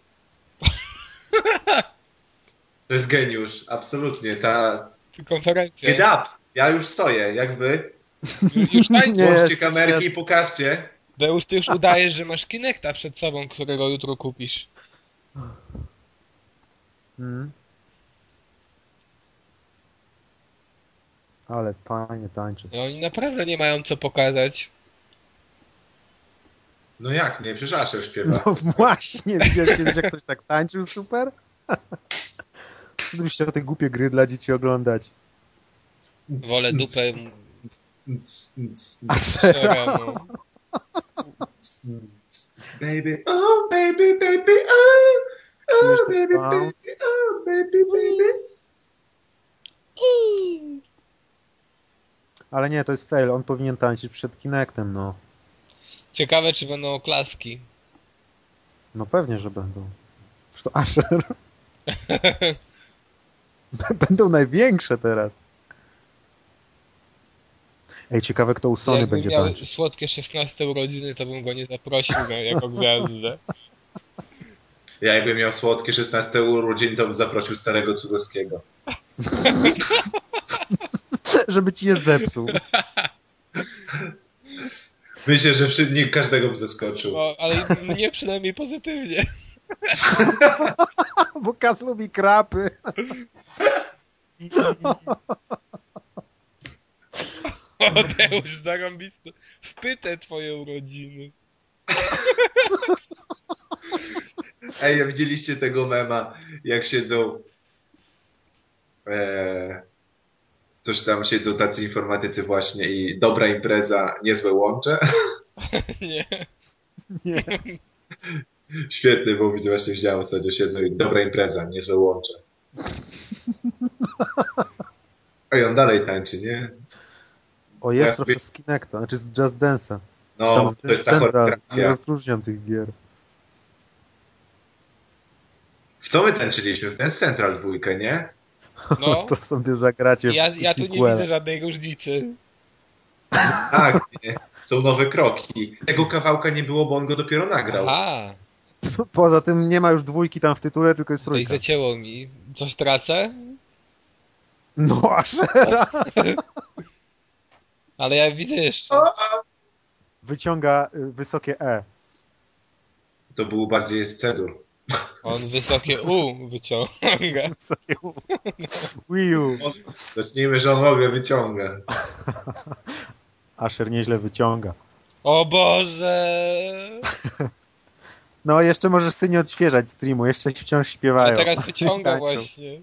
B: To jest geniusz, absolutnie. Ta.
A: Konferencja.
B: Get up! Ja już stoję, jak wy.
A: Już tańczy.
C: Nie,
B: Włączcie
C: coś
B: kamerki
C: się-
B: i pokażcie.
A: Beusz, ty już udajesz, że masz Kinecta przed sobą, którego jutro kupisz.
C: Mm. Ale fajnie tańczy.
A: No oni naprawdę nie mają co pokazać.
B: No jak nie, przecież Asher śpiewa.
C: No właśnie, widziałeś kiedyś, jak ktoś tak tańczył super? Co ty byś chciał te głupie gry dla dzieci oglądać?
A: Wolę dupę
C: Ashera.
A: mu.
B: Baby, oh baby, baby, oh,
C: Czujesz
B: oh
C: ten
B: baby,
C: bounce?
B: baby, oh baby, baby.
C: Ale nie, to jest fail, on powinien tańczyć przed Kinectem, no.
A: Ciekawe, czy będą oklaski.
C: No pewnie, że będą. Przecież to Asher. B- będą największe teraz. Ej, ciekawe kto u Sony
A: Jakbym
C: będzie
A: miał
C: tańczył.
A: słodkie 16 urodziny, to bym go nie zaprosił na- jako gwiazdę.
B: Ja jakbym miał słodkie 16 urodzin, to bym zaprosił starego Cugowskiego.
C: Żeby ci je zepsuł.
B: Myślę, że wszy- nie każdego bym zaskoczył.
A: No, ale mnie przynajmniej pozytywnie.
C: Bo Kas lubi krapy.
A: Odeusz, zarąbiste. Wpytę twoje urodziny.
B: Ej, a widzieliście tego mema, jak siedzą. E, coś tam siedzą tacy informatycy, właśnie i dobra impreza, niezłe łącze.
A: Nie.
C: Nie.
B: Świetny, bo widzę, właśnie wziąłem ostatnio siedzą i dobra impreza, niezłe łącze. Ej, on dalej tańczy, nie?
C: O, jest
B: Teraz
C: trochę
B: by-
C: z Kinecta, znaczy z Just Dance'a. Czy tam
B: No,
C: z
B: to jest ta
C: Central. Nie
B: choreografia.
C: rozróżniam tych gier.
B: W co my tańczyliśmy? W ten Central dwójkę, nie?
A: No.
C: To sobie zagracie w
A: Ja, ja tu nie
C: sequela.
A: widzę żadnej różnicy.
B: Tak, nie. Są nowe kroki. Tego kawałka nie było, bo on go dopiero nagrał.
A: Aha.
C: Poza tym nie ma już dwójki tam w tytule, tylko jest
A: No i
C: trójka.
A: zacięło mi. Coś tracę?
C: No, Ashera!
A: Ale ja widzę jeszcze.
C: Wyciąga y, wysokie E.
B: To był bardziej escedur.
A: On wysokie U wyciąga.
C: Wysokie U. Wii U.
B: Zacznijmy, że on nogę wyciąga.
C: Asher nieźle wyciąga.
A: O Boże!
C: No, jeszcze możesz sobie nie odświeżać streamu, jeszcze ci wciąż
A: A
C: śpiewają.
A: No teraz wyciąga
C: Tańczą.
A: właśnie.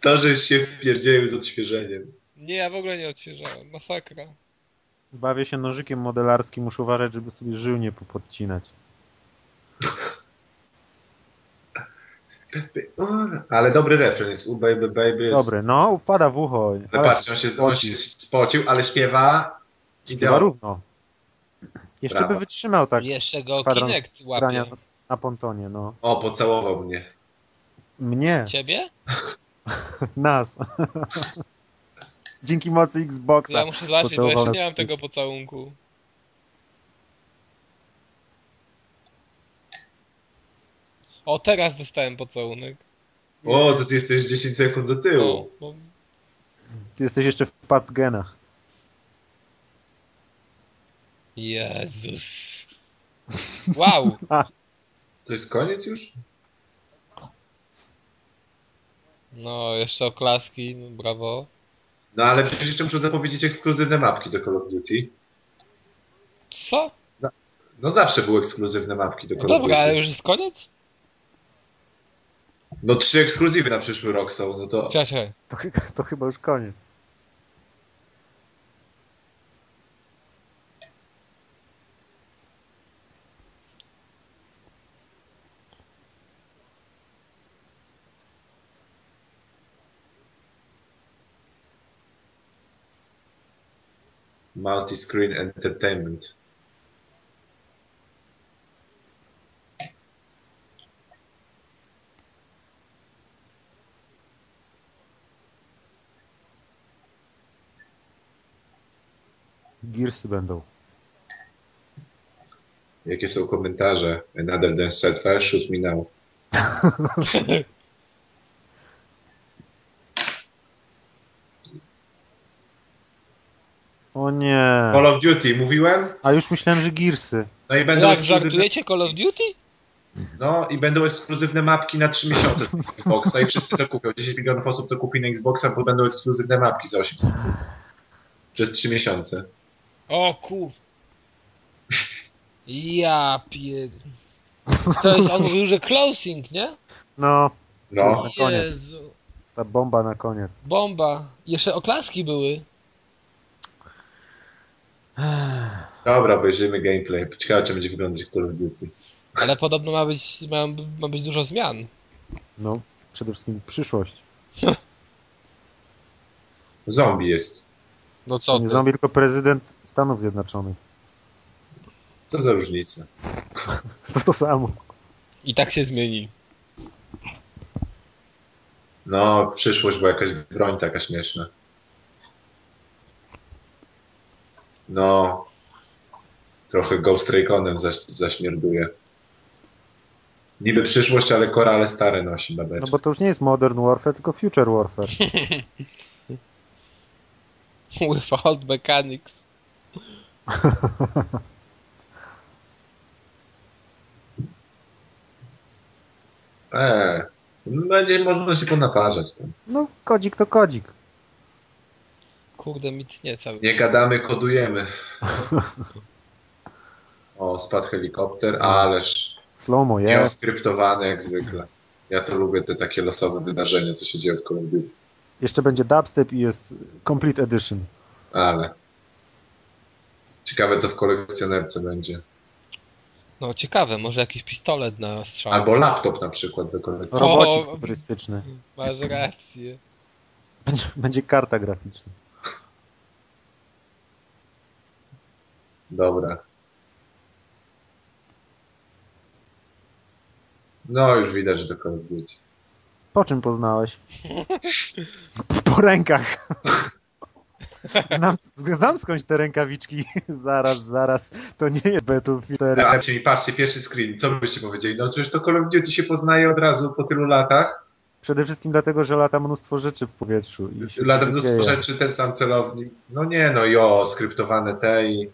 B: To, że się wpierdzielił z odświeżeniem.
A: Nie, ja w ogóle nie odświeżałem. Masakra.
C: Bawię się nożykiem modelarskim, muszę uważać, żeby sobie żył nie popodcinać.
B: No, Ale dobry refren jest. U baby, baby jest.
C: Dobry, no, wpada w ucho.
B: Ale patrzcie, on się, on się spocił, ale śpiewa.
C: Śpiewa równo. Jeszcze
B: Brawo.
C: by wytrzymał tak
A: Jeszcze go
C: kwadrans
A: Kinect
C: grania
A: łapie.
C: na- na pontonie, no.
B: O, pocałował mnie.
C: Mnie,
A: Ciebie?
C: nas. Dzięki mocy Xboxa.
A: Ja muszę zobaczyć, bo
C: Pocałował
A: jeszcze
C: nas
A: nie mam
C: w
A: tego
C: pysk.
A: pocałunku. O, teraz dostałem pocałunek.
B: O, to ty jesteś 10 sekund do
A: O,
B: tyłu.
A: bo
C: Ty jesteś jeszcze w past genach.
A: Jezus. Wow,
B: To jest koniec już?
A: no jeszcze oklaski, no, brawo.
B: No ale przecież jeszcze muszę zapowiedzieć ekskluzywne mapki do Call of Duty.
A: Co?
B: No zawsze były ekskluzywne mapki do
A: No
B: Call of
A: dobra, ale
B: Duty.
A: już jest koniec?
B: No trzy ekskluzywy na przyszły rok są, no to...
A: Czekaj, czekaj.
C: To, chy- to chyba już koniec.
B: Multi-screen entertainment.
C: Gearsy będą.
B: Jakie są komentarze? Another dance set fair, shoot me now.
C: O nie.
B: Call of Duty, mówiłem?
C: A już myślałem, że Gearsy.
B: No i będą
A: Jak
B: ekskluzywne,
A: Tak, żartujecie Call of Duty?
B: no i będą ekskluzywne mapki na 3 miesiące na Xboxa i wszyscy to kupią. 10 milionów osób to kupi na Xboxa, bo będą ekskluzywne mapki za 800. Przez 3 miesiące.
A: O kur... Ja pier... To jest, on mówił, że closing, nie?
C: No,
B: No.
C: Na koniec.
A: Jezu,
C: ta bomba na koniec.
A: bomba. Jeszcze oklaski były.
B: Dobra, obejrzymy gameplay. Ciekawe, czy będzie wyglądać Call of Duty.
A: Ale podobno ma być, ma, ma być dużo zmian.
C: No, przede wszystkim przyszłość.
B: Zombie jest.
A: No co
C: Nie
A: ty?
C: zombie, tylko prezydent Stanów Zjednoczonych.
B: Co za różnica?
C: To to samo.
A: I tak się zmieni.
B: No, przyszłość była jakaś broń taka śmieszna. No. Trochę Ghost Raconem zaś, zaśmierduje. Niby przyszłość, ale korale stare nosi
C: No
B: babeczka.
C: bo to już nie jest Modern Warfare, tylko Future Warfare.
A: With old mechanics.
B: Eee, będzie można się ponaparzać tam.
C: No, kodzik to kodzik.
A: Kurde, mi tnie cały.
B: Nie gadamy, kodujemy. O, spadł helikopter, ależ.
C: Slow-mo
B: Nie
C: jest.
B: oskryptowane jak zwykle. Ja to lubię te takie losowe wydarzenia, co się dzieje w Call of Duty.
C: Jeszcze będzie dubstep i jest Complete Edition.
B: Ale. Ciekawe, co w kolekcjonerce będzie.
A: No ciekawe, może jakiś pistolet na strzał.
B: Albo laptop na przykład do kolekcji.
C: Robocik
A: O!
C: futurystyczny.
A: Masz rację.
C: Będzie, będzie karta graficzna.
B: Dobra. No, już widać, że to Call of Duty.
C: Po czym poznałeś? Po rękach. Znam, znam skądś te rękawiczki. Zaraz, zaraz. To nie jest Battlefield 4.
B: Patrzcie mi, patrzcie, pierwszy screen, co byście powiedzieli? No przecież to Call of Duty się poznaje od razu po tylu latach.
C: Przede wszystkim dlatego, że lata mnóstwo rzeczy w powietrzu. I się
B: Lata
C: tak
B: mnóstwo
C: dzieje.
B: rzeczy, ten sam celownik. No nie, no jo, skryptowane te i...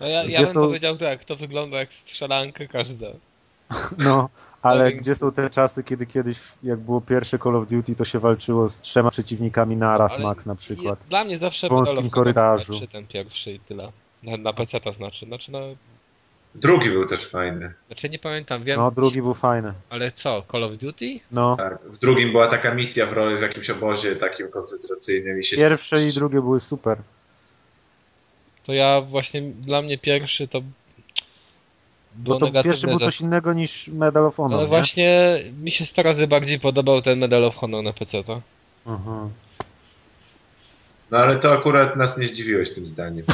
A: No ja,
C: Gdzie
A: ja bym
C: są-
A: powiedział tak, to wygląda jak strzelanka każda.
C: No, ale
A: Powiem-
C: gdzie są te czasy, kiedy kiedyś, jak było pierwsze Call of Duty, to się walczyło z trzema przeciwnikami na raz,
A: No, Ale
C: max na przykład.
A: Ja, dla mnie zawsze
C: W wąskim
A: Medal of Honor
C: korytarzu.
A: był lepszy ten pierwszy i tyle. Na, na PC to znaczy. Znaczy, no,
B: Drugi był też fajny.
A: znaczy nie pamiętam, wiem.
C: No, drugi był fajny.
A: Ale co, Call of Duty?
C: No,
B: Tak. W drugim była taka misja w, ro- w jakimś obozie takim koncentracyjnym i się...
C: pierwsze i drugie były super. No
A: To ja właśnie, dla mnie pierwszy to było
C: Bo No to
A: negatywne
C: pierwszy był
A: za-
C: coś innego niż Medal of Honor,
A: Ale
C: nie?
A: właśnie mi się 100 razy bardziej podobał ten Medal of Honor na PC, to.
C: Mhm.
B: No ale to akurat nas nie zdziwiłeś tym zdaniem.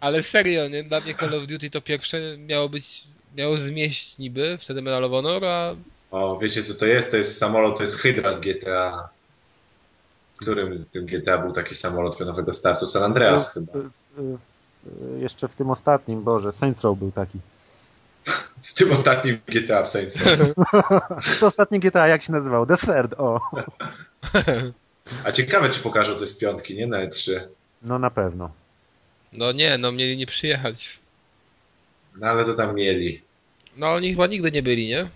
A: Ale serio, nie? Dla mnie Call of Duty to pierwsze miało być, miało zmieść niby, wtedy Medal of Honor, a
B: O, wiecie co to jest? To jest samolot, to jest Hydra z GTA. W którym tym GTA był taki samolot pionowego startu? San Andreas
C: To-
B: chyba.
C: y, y, y, jeszcze w tym ostatnim, Boże, Saints Row był taki.
B: W tym ostatnim GTA w sensie.
C: To ostatni GTA, jak się nazywał? The Third, o.
B: A ciekawe, czy pokażą coś z piątki, nie? Na E E3.
C: No na pewno.
A: no nie, no mieli nie przyjechać.
B: No ale to tam mieli.
A: No oni chyba nigdy nie byli, nie?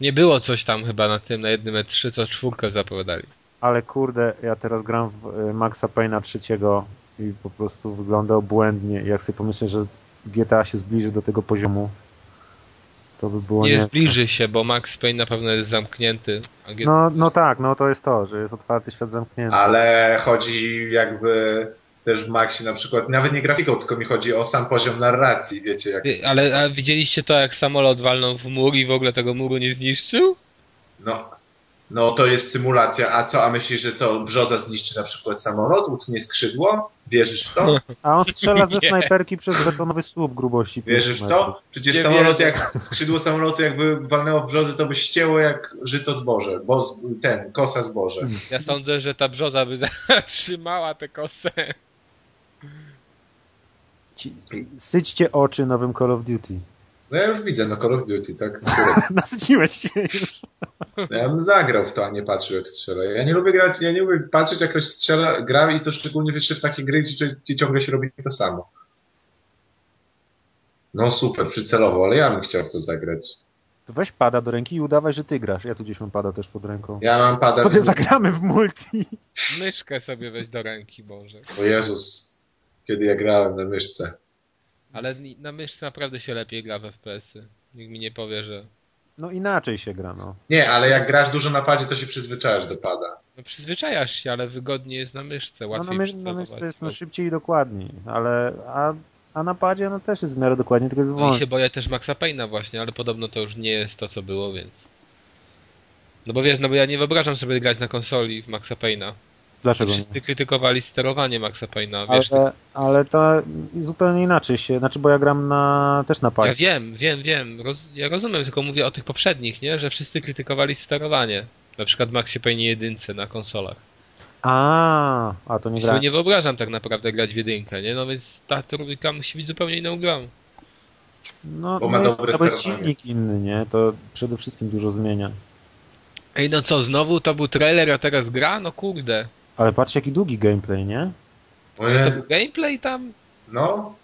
A: Nie było coś tam chyba na tym, na jednym E3, co czwórkę zapowiadali.
C: Ale kurde, ja teraz gram w y, Maxa Payna trzeciego i po prostu wygląda obłędnie. Jak sobie pomyślę, że GTA się zbliży do tego poziomu, to by było
A: Nie
C: nie...
A: zbliży się, bo Max Payne na pewno jest zamknięty. A G-
C: No, no tak, no to jest to, że jest otwarty świat zamknięty.
B: Ale chodzi jakby też w Maxie na przykład, nawet nie grafiką, tylko mi chodzi o sam poziom narracji, wiecie, jak
A: Wie- Ale a widzieliście to, jak samolot walnął w mur i w ogóle tego muru nie zniszczył?
B: No, no to jest symulacja, a co, a myślisz, że co, brzoza zniszczy na przykład samolot, utnie skrzydło? Wierzysz w to?
C: A on strzela ze
A: Nie.
C: snajperki przez betonowy słup grubości. pięciu
B: Wierzysz w
C: metrów.
B: to? Przecież
A: Nie
B: samolot
A: wierzę.
B: jak, skrzydło samolotu jakby walnęło w brzozy, to by ścięło jak żyto zboże, bo z- ten, kosa zboże.
A: Ja sądzę, że ta brzoza by zatrzymała tę kosę.
C: Ci, syćcie oczy nowym Call of Duty.
B: No ja już widzę, no Call of Duty, tak?
C: Nasyciłeś się już.
B: No ja bym zagrał w to, a nie patrzył jak strzela. Ja nie lubię grać, ja nie lubię patrzeć jak ktoś strzela, gra i to szczególnie jeszcze w takie gry, gdzie, gdzie ciągle się robi to samo. No super, przycelowo, ale ja bym chciał w to zagrać.
C: To weź pada do ręki i udawaj, że ty grasz. Ja tu gdzieś mam pada też pod ręką.
B: Ja mam pada...
C: Sobie zagramy w multi.
A: Myszkę sobie weź do ręki, Boże.
B: O Jezus, kiedy ja grałem na myszce.
A: Ale ni- na myszce naprawdę się lepiej gra w FPS-y. Nikt mi nie powie, że...
C: No inaczej się gra, no.
B: Nie, ale jak grasz dużo na padzie, to się przyzwyczajasz do pada.
A: No przyzwyczajasz się, ale wygodnie jest na myszce,
C: no na,
A: łatwiej
C: my, na
A: przycelować.
C: myszce jest
A: No.
C: no, szybciej i dokładniej, ale... A, a na padzie no też jest w miarę dokładnie, tylko jest
A: No i
C: wolno.
A: się boję też Maxa Payne'a właśnie, ale podobno to już nie jest to, co było, więc... No bo wiesz, no bo ja nie wyobrażam sobie grać na konsoli w Maxa Payne'a.
C: Dlaczego nie?
A: Wszyscy krytykowali sterowanie Maxa Payne'a, wiesz,
C: Ale, ale to zupełnie inaczej się... Znaczy, bo ja gram na, też na padzie.
A: Ja wiem, wiem, wiem. Roz, ja rozumiem, tylko mówię o tych poprzednich, nie? Że wszyscy krytykowali sterowanie. Na przykład Maxie Payne jedynce na konsolach.
C: A, a to nie
A: I
C: gra.
A: sobie nie wyobrażam tak naprawdę grać w jedynkę, nie? No więc ta trójka musi być zupełnie inną grą.
C: No,
B: Bo
C: no
B: ma
C: jest,
B: dobre
C: to jest
B: sterowanie.
C: silnik inny, nie? To przede wszystkim dużo zmienia.
A: Ej, no co, znowu to był trailer, a teraz gra? No kurde.
C: Ale patrzcie, jaki długi gameplay, nie?
B: O
C: E.
A: To
B: Jezu,
A: był gameplay tam?
B: no,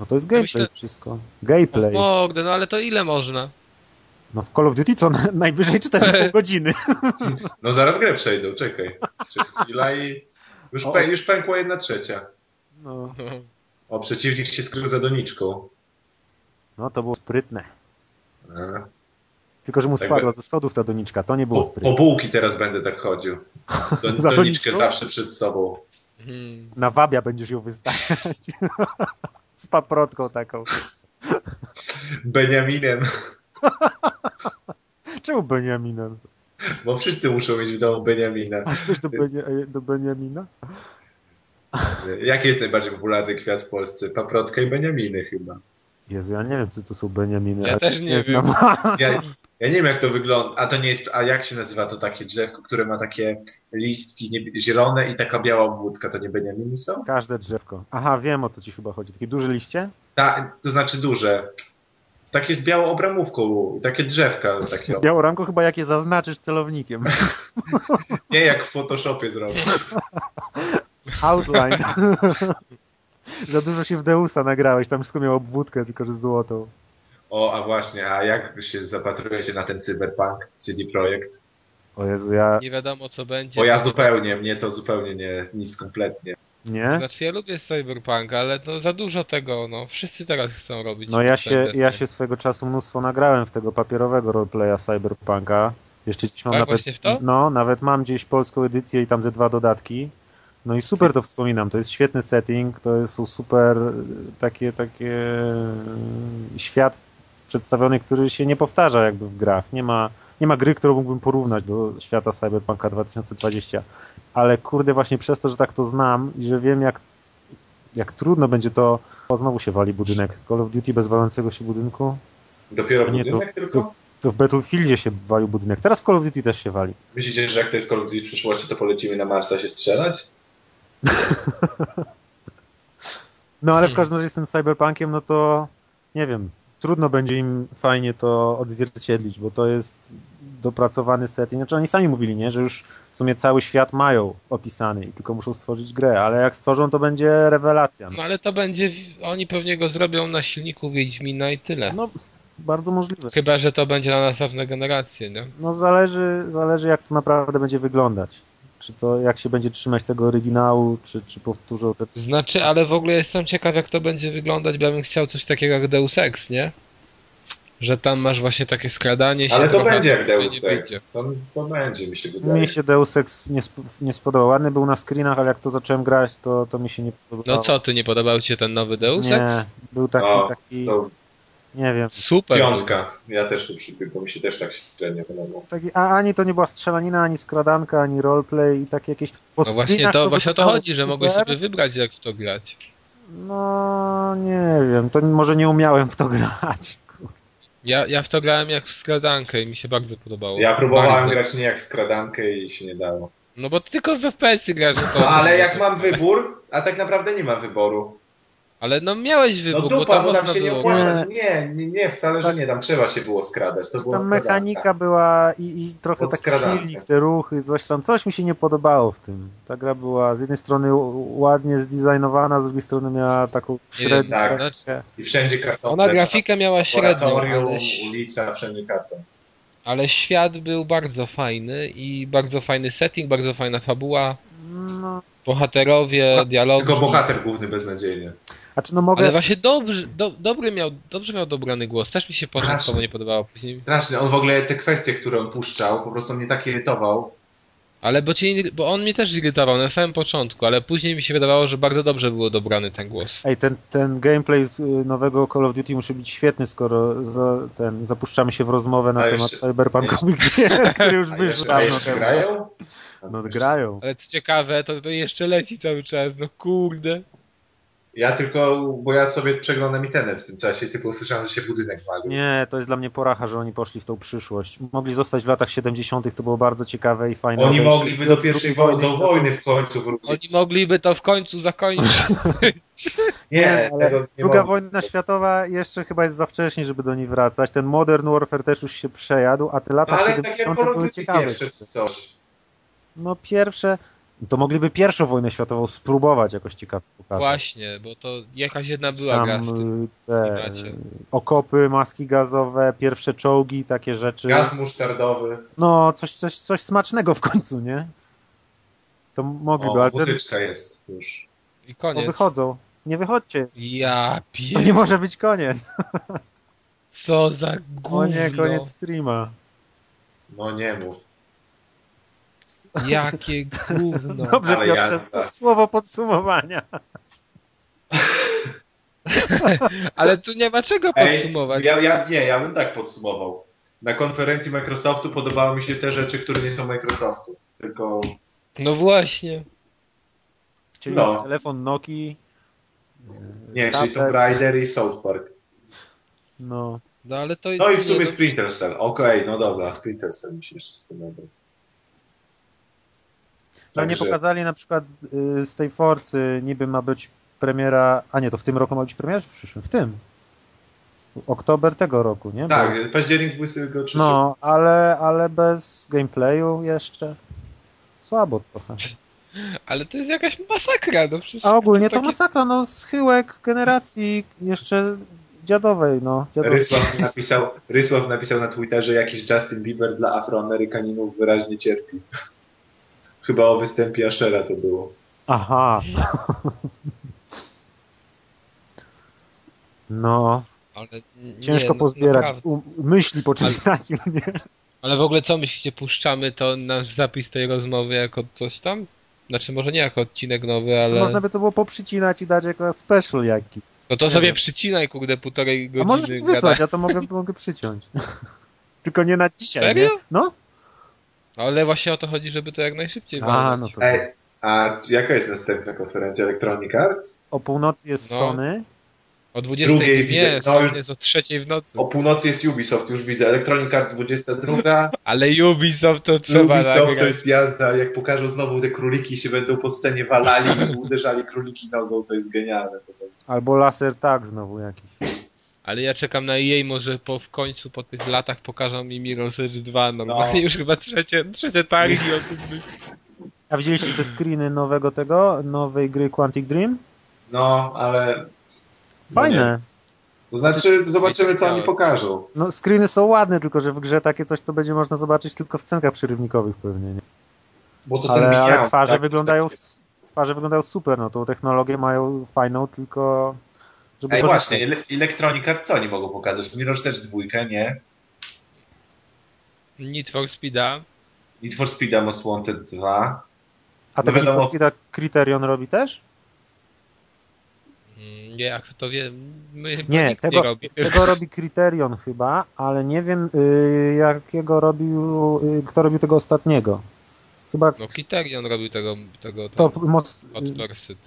C: No to jest gameplay
A: myślę-
C: wszystko. Gameplay.
A: Mordę, no ale to ile można?
C: No w Call of Duty co na- najwyżej 4,5 godziny.
B: no zaraz grę przejdą, czekaj. Jeszcze chwila i już,
C: O.
B: pę, już pękła jedna trzecia.
C: No,
A: No,
B: O, przeciwnik się skrył za doniczką.
C: no to było sprytne.
B: E.
C: Tylko, że mu
B: Tak
C: spadła
B: by-
C: ze schodów ta doniczka, to nie było
B: Po, po
C: sprytne.
B: bułki teraz będę tak chodził. Don,
C: Za
B: doniczkę
C: doniczką?
B: zawsze przed sobą.
A: Hmm.
C: Na wabia będziesz ją wystawiać. Z paprotką taką.
B: Beniaminem,
C: Czemu Beniaminem?
B: bo wszyscy muszą mieć w domu Beniamina.
C: Masz coś do, Benia- do Beniamina?
B: Jaki jest najbardziej popularny kwiat w Polsce? Paprotka i Beniaminy chyba.
C: Jezu, ja nie wiem, co to są Beniaminy.
A: Ja
C: ale
A: też nie
C: znam.
B: Ja, ja nie wiem jak to wygląda, a to nie jest, a jak się nazywa to takie drzewko, które ma takie listki niebie- zielone i taka biała obwódka, to nie Beniaminy są?
C: Każde drzewko. Aha, wiem o co ci chyba chodzi. Takie duże liście?
B: Ta, to znaczy duże. Takie z białą obramówką, takie drzewka. Takie,
C: Z białą ramką chyba jak je zaznaczysz celownikiem.
B: nie jak w Photoshopie zrobione.
C: Outline. Za dużo się w Deusa nagrałeś, tam wszystko miało obwódkę, tylko że złotą.
B: O, a właśnie, a jak się zapatrujecie na ten cyberpunk CD Projekt?
C: O Jezu, ja...
A: Nie wiadomo co będzie.
B: Bo ja zupełnie, mnie to zupełnie nie, nic kompletnie.
C: Nie?
A: Znaczy ja lubię Cyberpunk, ale no za dużo tego, no. Wszyscy teraz chcą robić.
C: No ja
A: ten
C: się,
A: deser.
C: ja się swego czasu mnóstwo nagrałem w tego papierowego roleplaya Cyberpunka. Jeszcze gdzieś mam
A: Tak,
C: nawet...
A: właśnie w to?
C: No, nawet mam gdzieś polską edycję i tam ze dwa dodatki. No i super to wspominam, to jest świetny setting, to jest są super e, takie, takie e, świat przedstawiony, który się nie powtarza jakby w grach. Nie ma, nie ma gry, którą mógłbym porównać do świata Cyberpunka 2020. Ale kurde, właśnie przez to, że tak to znam i że wiem, jak, jak trudno będzie to. O, znowu się wali budynek. Call of Duty bez walącego się budynku.
B: Dopiero w
C: Nie, to-
B: budynek tylko?
C: To w Battlefieldzie się walił budynek. Teraz w Call of Duty też się wali.
B: Myślicie, że jak to jest Call of Duty w przyszłości, to polecimy na Marsa się strzelać?
C: No ale w
A: Hmm.
C: każdym razie z tym cyberpunkiem, no to nie wiem, trudno będzie im fajnie to odzwierciedlić, bo to jest dopracowany setting. Znaczy oni sami mówili, nie, że już w sumie cały świat mają opisany i tylko muszą stworzyć grę, ale jak stworzą, to będzie rewelacja.
A: No ale to będzie, oni pewnie go zrobią na silniku Wiedźmina i tyle.
C: No, bardzo możliwe.
A: Chyba, że to będzie na następne generacje, nie?
C: No zależy, zależy jak to naprawdę będzie wyglądać. Czy to, jak się będzie trzymać tego oryginału, czy, czy powtórzą te...
A: Znaczy, ale w ogóle jestem ciekaw, jak to będzie wyglądać, bo ja bym chciał coś takiego jak Deus Ex, nie? Że tam masz właśnie takie skradanie się.
B: Ale to
A: trochę,
B: będzie jak
A: nie
B: Deus
A: wyjdzie.
B: Ex. To, to będzie, mi się wydaje.
C: Mnie się Deus Ex nie, sp- nie spodobał. Ładny był na screenach, ale jak to zacząłem grać, to, to mi się nie podobało.
A: No co, ty nie podobał ci się ten nowy Deus Ex?
C: Nie, był taki,
B: O,
C: taki,
B: To
C: nie wiem.
A: Super.
B: piątka. Ja też tu przypię, bo mi się też tak średnio podobało.
C: Taki, a ani to nie była strzelanina, ani skradanka, ani roleplay i takie jakieś... Po
A: No właśnie
C: screenach
A: to, właśnie o to
C: wyglądało
A: chodzi, że mogłeś
C: super.
A: sobie wybrać, jak w to grać.
C: No, nie wiem, to może nie umiałem w to grać.
A: Ja, ja w to grałem jak w skradankę i mi się bardzo podobało.
B: Ja próbowałem
A: Bardzo.
B: grać nie jak w skradankę i się nie dało.
A: No bo ty tylko w FPS-y grasz. no
B: No,
A: to-
B: ale jak mam wybór, a tak naprawdę nie mam wyboru.
A: Ale no miałeś
B: No
A: wybór, bo
B: dupa,
A: tam
B: bo nam
A: można
B: się nie
A: było...
B: opłaca. Nie, nie, nie, wcale, że nie. Tam trzeba się było skradać. To było
C: Tam
B: skradane.
C: mechanika była i, i trochę
B: Było
C: taki
B: skradane.
C: silnik, te ruchy, coś tam. Coś mi się nie podobało w tym. Ta gra była z jednej strony u- ładnie zdesignowana, z drugiej strony miała taką
A: Nie wiem, Znaczy-
C: średnią
B: tak.
C: grafikę.
B: I wszędzie karton.
A: Ona grafikę miała średnią,
B: Laboratorium,
A: ale, ś-
B: ulica, wszędzie karton.
A: ale świat był bardzo fajny i bardzo fajny setting, bardzo fajna fabuła,
C: No,
A: bohaterowie,
B: Tak,
A: dialogi.
B: Tylko bohater główny beznadziejny.
C: a czy no mogę...
A: Ale właśnie dobrze, do, dobry miał, dobrze miał dobrany głos. Też mi się początkowo nie podobało później.
B: Straszny. On w ogóle te kwestie, które on puszczał, po prostu mnie tak irytował.
A: Ale bo, cię, iry- bo on mnie też irytował na samym początku, ale później mi się wydawało, że bardzo dobrze było dobrany ten głos.
C: Ej, ten, ten gameplay z y, nowego Call of Duty musi być świetny, skoro za, ten, zapuszczamy się w rozmowę na
B: A
C: temat
B: jeszcze-
C: cyberpunkowych gier, które już
B: A
C: wyszły
B: jeszcze, a
C: dawno
B: jeszcze
C: temu.
B: grają?
C: No grają.
A: Ale co ciekawe, to, to jeszcze leci cały czas, no kurde.
B: Ja tylko, bo ja sobie przeglądam internet w tym czasie, tylko usłyszałem, że się budynek walił.
C: Nie, to jest dla mnie poracha, że oni poszli w tą przyszłość. Mogli zostać w latach 70., to było bardzo ciekawe i fajne.
B: Oni
C: Wejść
B: mogliby do pierwszej
C: drugiej
B: wojny, do
C: światowej.
B: wojny w końcu
A: Oni
B: wrócić.
A: moglić. mogliby to w końcu zakończyć.
B: Nie,
C: ale
B: tego nie
C: Druga
B: mogli.
C: wojna światowa jeszcze chyba jest za wcześnie, żeby do niej wracać. Ten Modern Warfare też już się przejadł, a te lata
B: No, Ale tak takie
C: 70. były
B: polotniki
C: ciekawe.
B: pierwsze czy coś.
C: No pierwsze, to mogliby pierwszą wojnę światową spróbować jakoś ciekawie pokazać.
A: Właśnie, bo to jakaś jedna była
C: Tam
A: gra w tym.
C: y, te
A: klimacie.
C: y, okopy, maski gazowe, pierwsze czołgi, takie rzeczy.
B: Gaz musztardowy,
C: No, coś, coś, coś smacznego w końcu, nie? To mogliby,
B: o,
C: ale te,
B: muzyczka jest już.
A: I
C: to
A: koniec.
C: wychodzą. Nie wychodźcie.
A: Ja
C: To no nie
A: pier...
C: może być koniec.
A: Co za
C: O
A: gówno.
C: nie, koniec streama.
B: No nie mów.
A: Jakie gówno.
C: Dobrze,
B: ale No.
C: Piotrze,
B: jazda.
C: s- słowo podsumowania.
A: Ale tu nie ma czego podsumować.
B: ja, ja, nie, ja bym tak podsumował. Na konferencji Microsoftu podobały mi się te rzeczy, które nie są Microsoftu. Tylko
A: No właśnie.
C: Czyli
B: No.
C: telefon Noki.
B: nie, czyli Tomb Raider i South Park.
C: No.
A: No ale to
B: No i w
A: nie,
B: sumie
A: no,
B: Splinter Cell. Okej, no dobra, Splinter Cell mi się jeszcze spodobał.
C: No nie
B: Także-
C: pokazali na przykład y, z tej Forcy, niby ma być premiera, a nie, to w tym roku ma być premiera, czy w przyszłym? W tym. Oktober tego roku, nie? Bo-
B: Tak, październik 23.
C: No, ale, ale bez gameplayu jeszcze. Słabo trochę.
A: Ale to jest jakaś masakra, no przecież.
C: A ogólnie to
A: takie-
C: masakra, no schyłek generacji jeszcze dziadowej, no. Dziadowskiej.
B: Rysław napisał, Rysław napisał na Twitterze, jakiś Justin Bieber dla Afroamerykaninów wyraźnie cierpi. Chyba o występie Ashera to było.
C: Aha. No,
A: Ale n-
C: ciężko
A: nie, no,
C: pozbierać
A: naprawdę.
C: u, myśli po czymś takim, nie?
A: Ale w ogóle co myślicie, puszczamy to nasz zapis tej rozmowy jako coś tam? Znaczy może nie jako odcinek nowy,
C: Czy
A: ale.
C: Można by to było poprzycinać i dać jako special jaki.
A: No to
C: nie
A: sobie
C: wiem.
A: przycinaj, kurde, półtorej
C: A
A: godziny.
C: możesz mi
A: gada-
C: wysłać, ja to mogę, mogę przyciąć. Tylko nie na dzisiaj,
A: Serio?
C: nie? No.
A: No, Ale właśnie o to chodzi, żeby to jak najszybciej
C: A,
A: walnąć.
C: no to
B: Ej, a jaka jest następna konferencja Electronic Arts?
C: o północy jest
A: No.
C: Sony.
A: O 20
B: Drugiej
A: nie,
B: widzę- no
A: są-
B: już-
A: jest o trzeciej w nocy.
B: O północy jest Ubisoft, już widzę. Electronic Arts 22.
A: Ale Ubisoft to trzeba
B: Ubisoft to
A: nagrać.
B: jest jazda. Jak pokażą znowu te króliki, się będą po scenie walali i uderzali króliki nogą, to jest genialne. To będzie.
C: Albo laser tak znowu jakiś.
A: Ale ja czekam na jej, może po, w końcu po tych latach pokażą mi Mirror's Edge 2. Normalnie
B: No.
A: już chyba trzecie, trzecie targi o tym myślę.
C: A widzieliście te screeny nowego tego, nowej gry Quantic Dream?
B: No, ale. no nie.
C: Fajne.
B: To znaczy, zobaczymy, co oni
A: Widziałem.
B: pokażą.
C: No, screeny są ładne, tylko że w grze takie coś to będzie można zobaczyć tylko w cenkach przyrywnikowych pewnie. Nie?
B: Bo to ten
C: Ale, ale
B: Beyond,
C: twarze
B: tak,
C: wyglądają
B: tak.
C: twarze wyglądają super, no tą technologię mają fajną, tylko żeby
B: Ej,
C: korzystać.
B: właśnie, ele- Electronic Arts co oni mogą pokazać? Mirror's Edge 2, nie?
A: Need for Speed'a.
B: Need for Speed Most Wanted 2.
C: A
B: no
C: tego
B: wiadomo.
C: Need for Speed'a Criterion robi też?
A: Mm, Nie, jak to wie, my chyba
C: Nie,
A: nikt
C: tego-
A: nie robi.
C: Tego robi Criterion chyba, ale nie wiem y, jakiego robił, y, kto robił tego ostatniego. Chyba
A: No Criterion robił tego, tego,
B: No,
C: to
A: tego
C: moc,
A: od
B: tak
C: y,
A: Pursuit.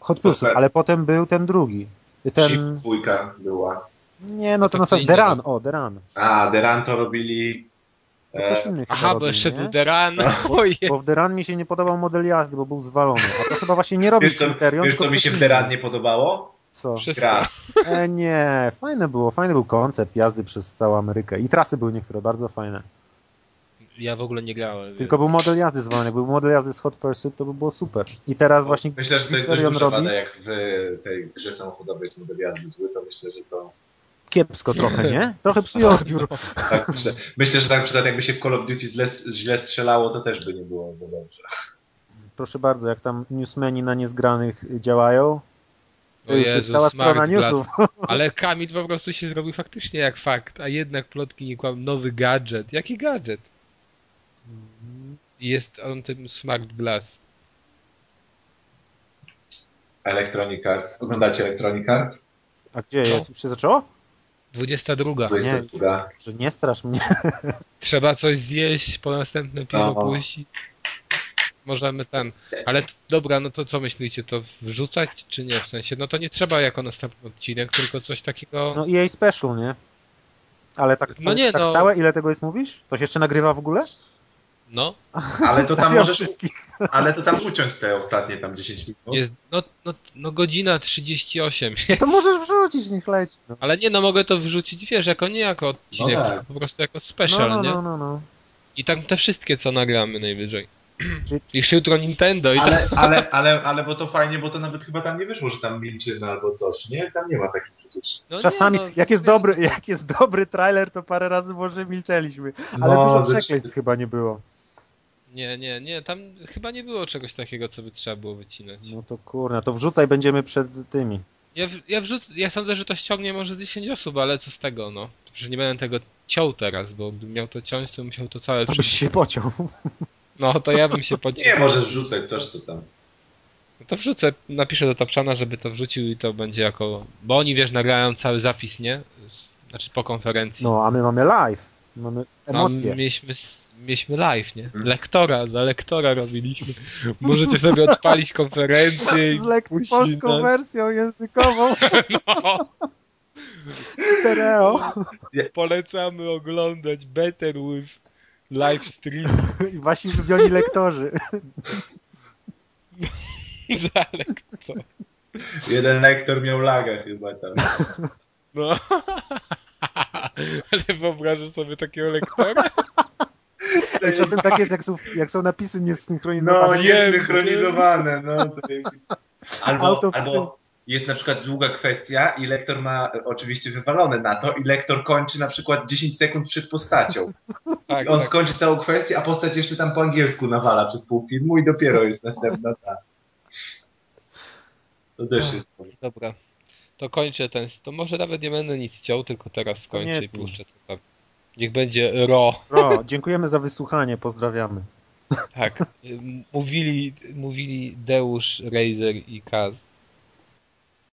C: Hot Pursuit,
B: Super.
C: ale potem był ten drugi.
B: Ten...
C: Ten,
B: 2 była.
C: nie, no to
A: to
C: na
A: co
C: sam- The
A: innego.
C: Run, o, The Run.
B: A, Deran to robili...
C: To
B: E,
C: ktoś inny chyba
A: Aha,
C: robił,
A: bo jeszcze
C: nie?
A: był The Run.
C: No.
A: Ojej.
C: Bo w The Run mi się nie podobał model jazdy, bo był zwalony. A to chyba właśnie nie robił
B: wiesz, co,
C: Criterion.
B: wiesz, co
C: tylko
B: mi się w
C: ktoś
B: Deran
C: inny.
B: nie podobało?
C: co?
A: Wszystko.
B: Gra.
C: E, nie, fajne było, fajny był koncept jazdy przez całą Amerykę i trasy były niektóre bardzo fajne.
A: Ja w ogóle nie grałem.
C: Tylko był model jazdy zwolny, jakby był model jazdy z Hot Pursuit, to by było super. I teraz właśnie
B: Myślę, że to jest dość
C: Victorian
B: duża
C: robi.
B: wada, jak w e, tej grze samochodowej jest model jazdy zły, to myślę, że to...
C: kiepsko trochę, nie? Trochę psuje odbiór.
B: Tak, myślę, myślę, że tak na przykład jakby się w Call of Duty źle, źle strzelało, to też by nie było za dobrze.
C: Proszę bardzo, jak tam newsmeni na niezgranych działają, to
A: O
C: już jest
A: Jezu,
C: cała
A: smart
C: strona
A: glass.
C: newsów.
A: Ale Kamil po prostu się zrobił faktycznie jak fakt, a jednak plotki nie kłam. Nowy gadżet. Jaki gadżet? I Jest on tym smart glass.
B: Electronic Arts. Oglądacie Electronic Arts?
C: A gdzie
A: No.
C: jest? Już się zaczęło?
A: 22.
B: 22.
C: Że nie strasz mnie.
A: Trzeba coś zjeść, po następne piwo
B: Aha.
A: pójść. i Możemy ten. Ale t- dobra, no to co myślicie, to wrzucać czy nie? W sensie, no to nie trzeba jako następny odcinek, tylko coś takiego.
C: No i jej special, nie? Ale tak,
A: No nie,
C: tak
A: no.
C: całe, ile tego jest mówisz? To się jeszcze nagrywa w ogóle?
A: No,
B: Ale to tam
C: Stawiam
B: możesz,
C: wszystkich.
B: ale to tam uciąć te ostatnie tam 10 minut.
A: jest, no, no, no godzina 38.
C: To możesz wrzucić, niech leci. No.
A: Ale nie, no mogę to wrzucić, wiesz, jako nie jako odcinek,
B: No tak.
A: tylko po prostu jako special,
C: no,
A: nie?
C: no, no, no.
A: I tam te wszystkie, co nagramy najwyżej. I jutro Nintendo i tak.
B: Ale, ale, ale, ale bo to fajnie, bo to nawet chyba tam nie wyszło, że tam milczyna albo coś, nie? Tam nie ma takich przecież.
A: No nie,
C: Czasami,
A: no,
C: jak, jest
A: wiesz,
C: dobry, jak jest dobry trailer, to parę razy może milczeliśmy. Ale dużo
B: ze-
C: przekleństw No, chyba nie było.
A: Nie, nie, nie, tam chyba nie było czegoś takiego, co by trzeba było wycinać.
C: No to kurna, to wrzucaj, będziemy przed tymi.
A: Ja, w- ja wrzuc, ja sądzę, że to ściągnie może 10 osób, ale co z tego, no. Że nie będę tego ciął teraz, bo gdybym miał to ciąć, to musiał to całe
C: To byś
A: przy...
C: się pociął.
A: No, to ja bym się
B: Nie,
A: podzielił.
B: możesz wrzucać coś, to tam.
A: No to wrzucę, napiszę do Tapczana, żeby to wrzucił i to będzie jako... Bo oni, wiesz, nagrają cały zapis, nie? Znaczy po konferencji.
C: No, a my mamy live. Mamy
A: No,
C: emocje.
A: mieliśmy, s- mieliśmy live, nie? Lektora, za lektora robiliśmy. Możecie sobie odpalić konferencję i
C: Z lek-
A: później
C: polską
A: na-
C: wersją językową
A: no,
C: stereo.
A: Polecamy oglądać Better with live stream
C: I wasi ulubioni lektorzy.
A: za lektora.
B: Jeden lektor miał lagę chyba tam.
A: No. Ale wyobrażasz sobie takiego lektora?
C: I czasem tak jest, jak są, jak są napisy niesynchronizowane.
B: No,
A: nie,
B: jest synchronizowane, no. zajebiste. Albo,
C: Autopsy.
B: albo jest na przykład długa kwestia i lektor ma e, oczywiście wywalone na to i lektor kończy na przykład 10 sekund przed postacią.
A: Tak,
B: I on
A: tak.
B: skończy całą kwestię, a postać jeszcze tam po angielsku nawala przez pół filmu i dopiero jest następna ta. To
A: Tak.
B: też jest...
A: Dobra. To kończę ten. To może nawet nie będę nic ciął, tylko teraz skończę i
C: Koniecznie.
A: puszczę co tam. Niech będzie ro.
C: Ro, dziękujemy za wysłuchanie, pozdrawiamy.
A: Y, Tak. Mówili, mówili Deusz, Razer i Kaz.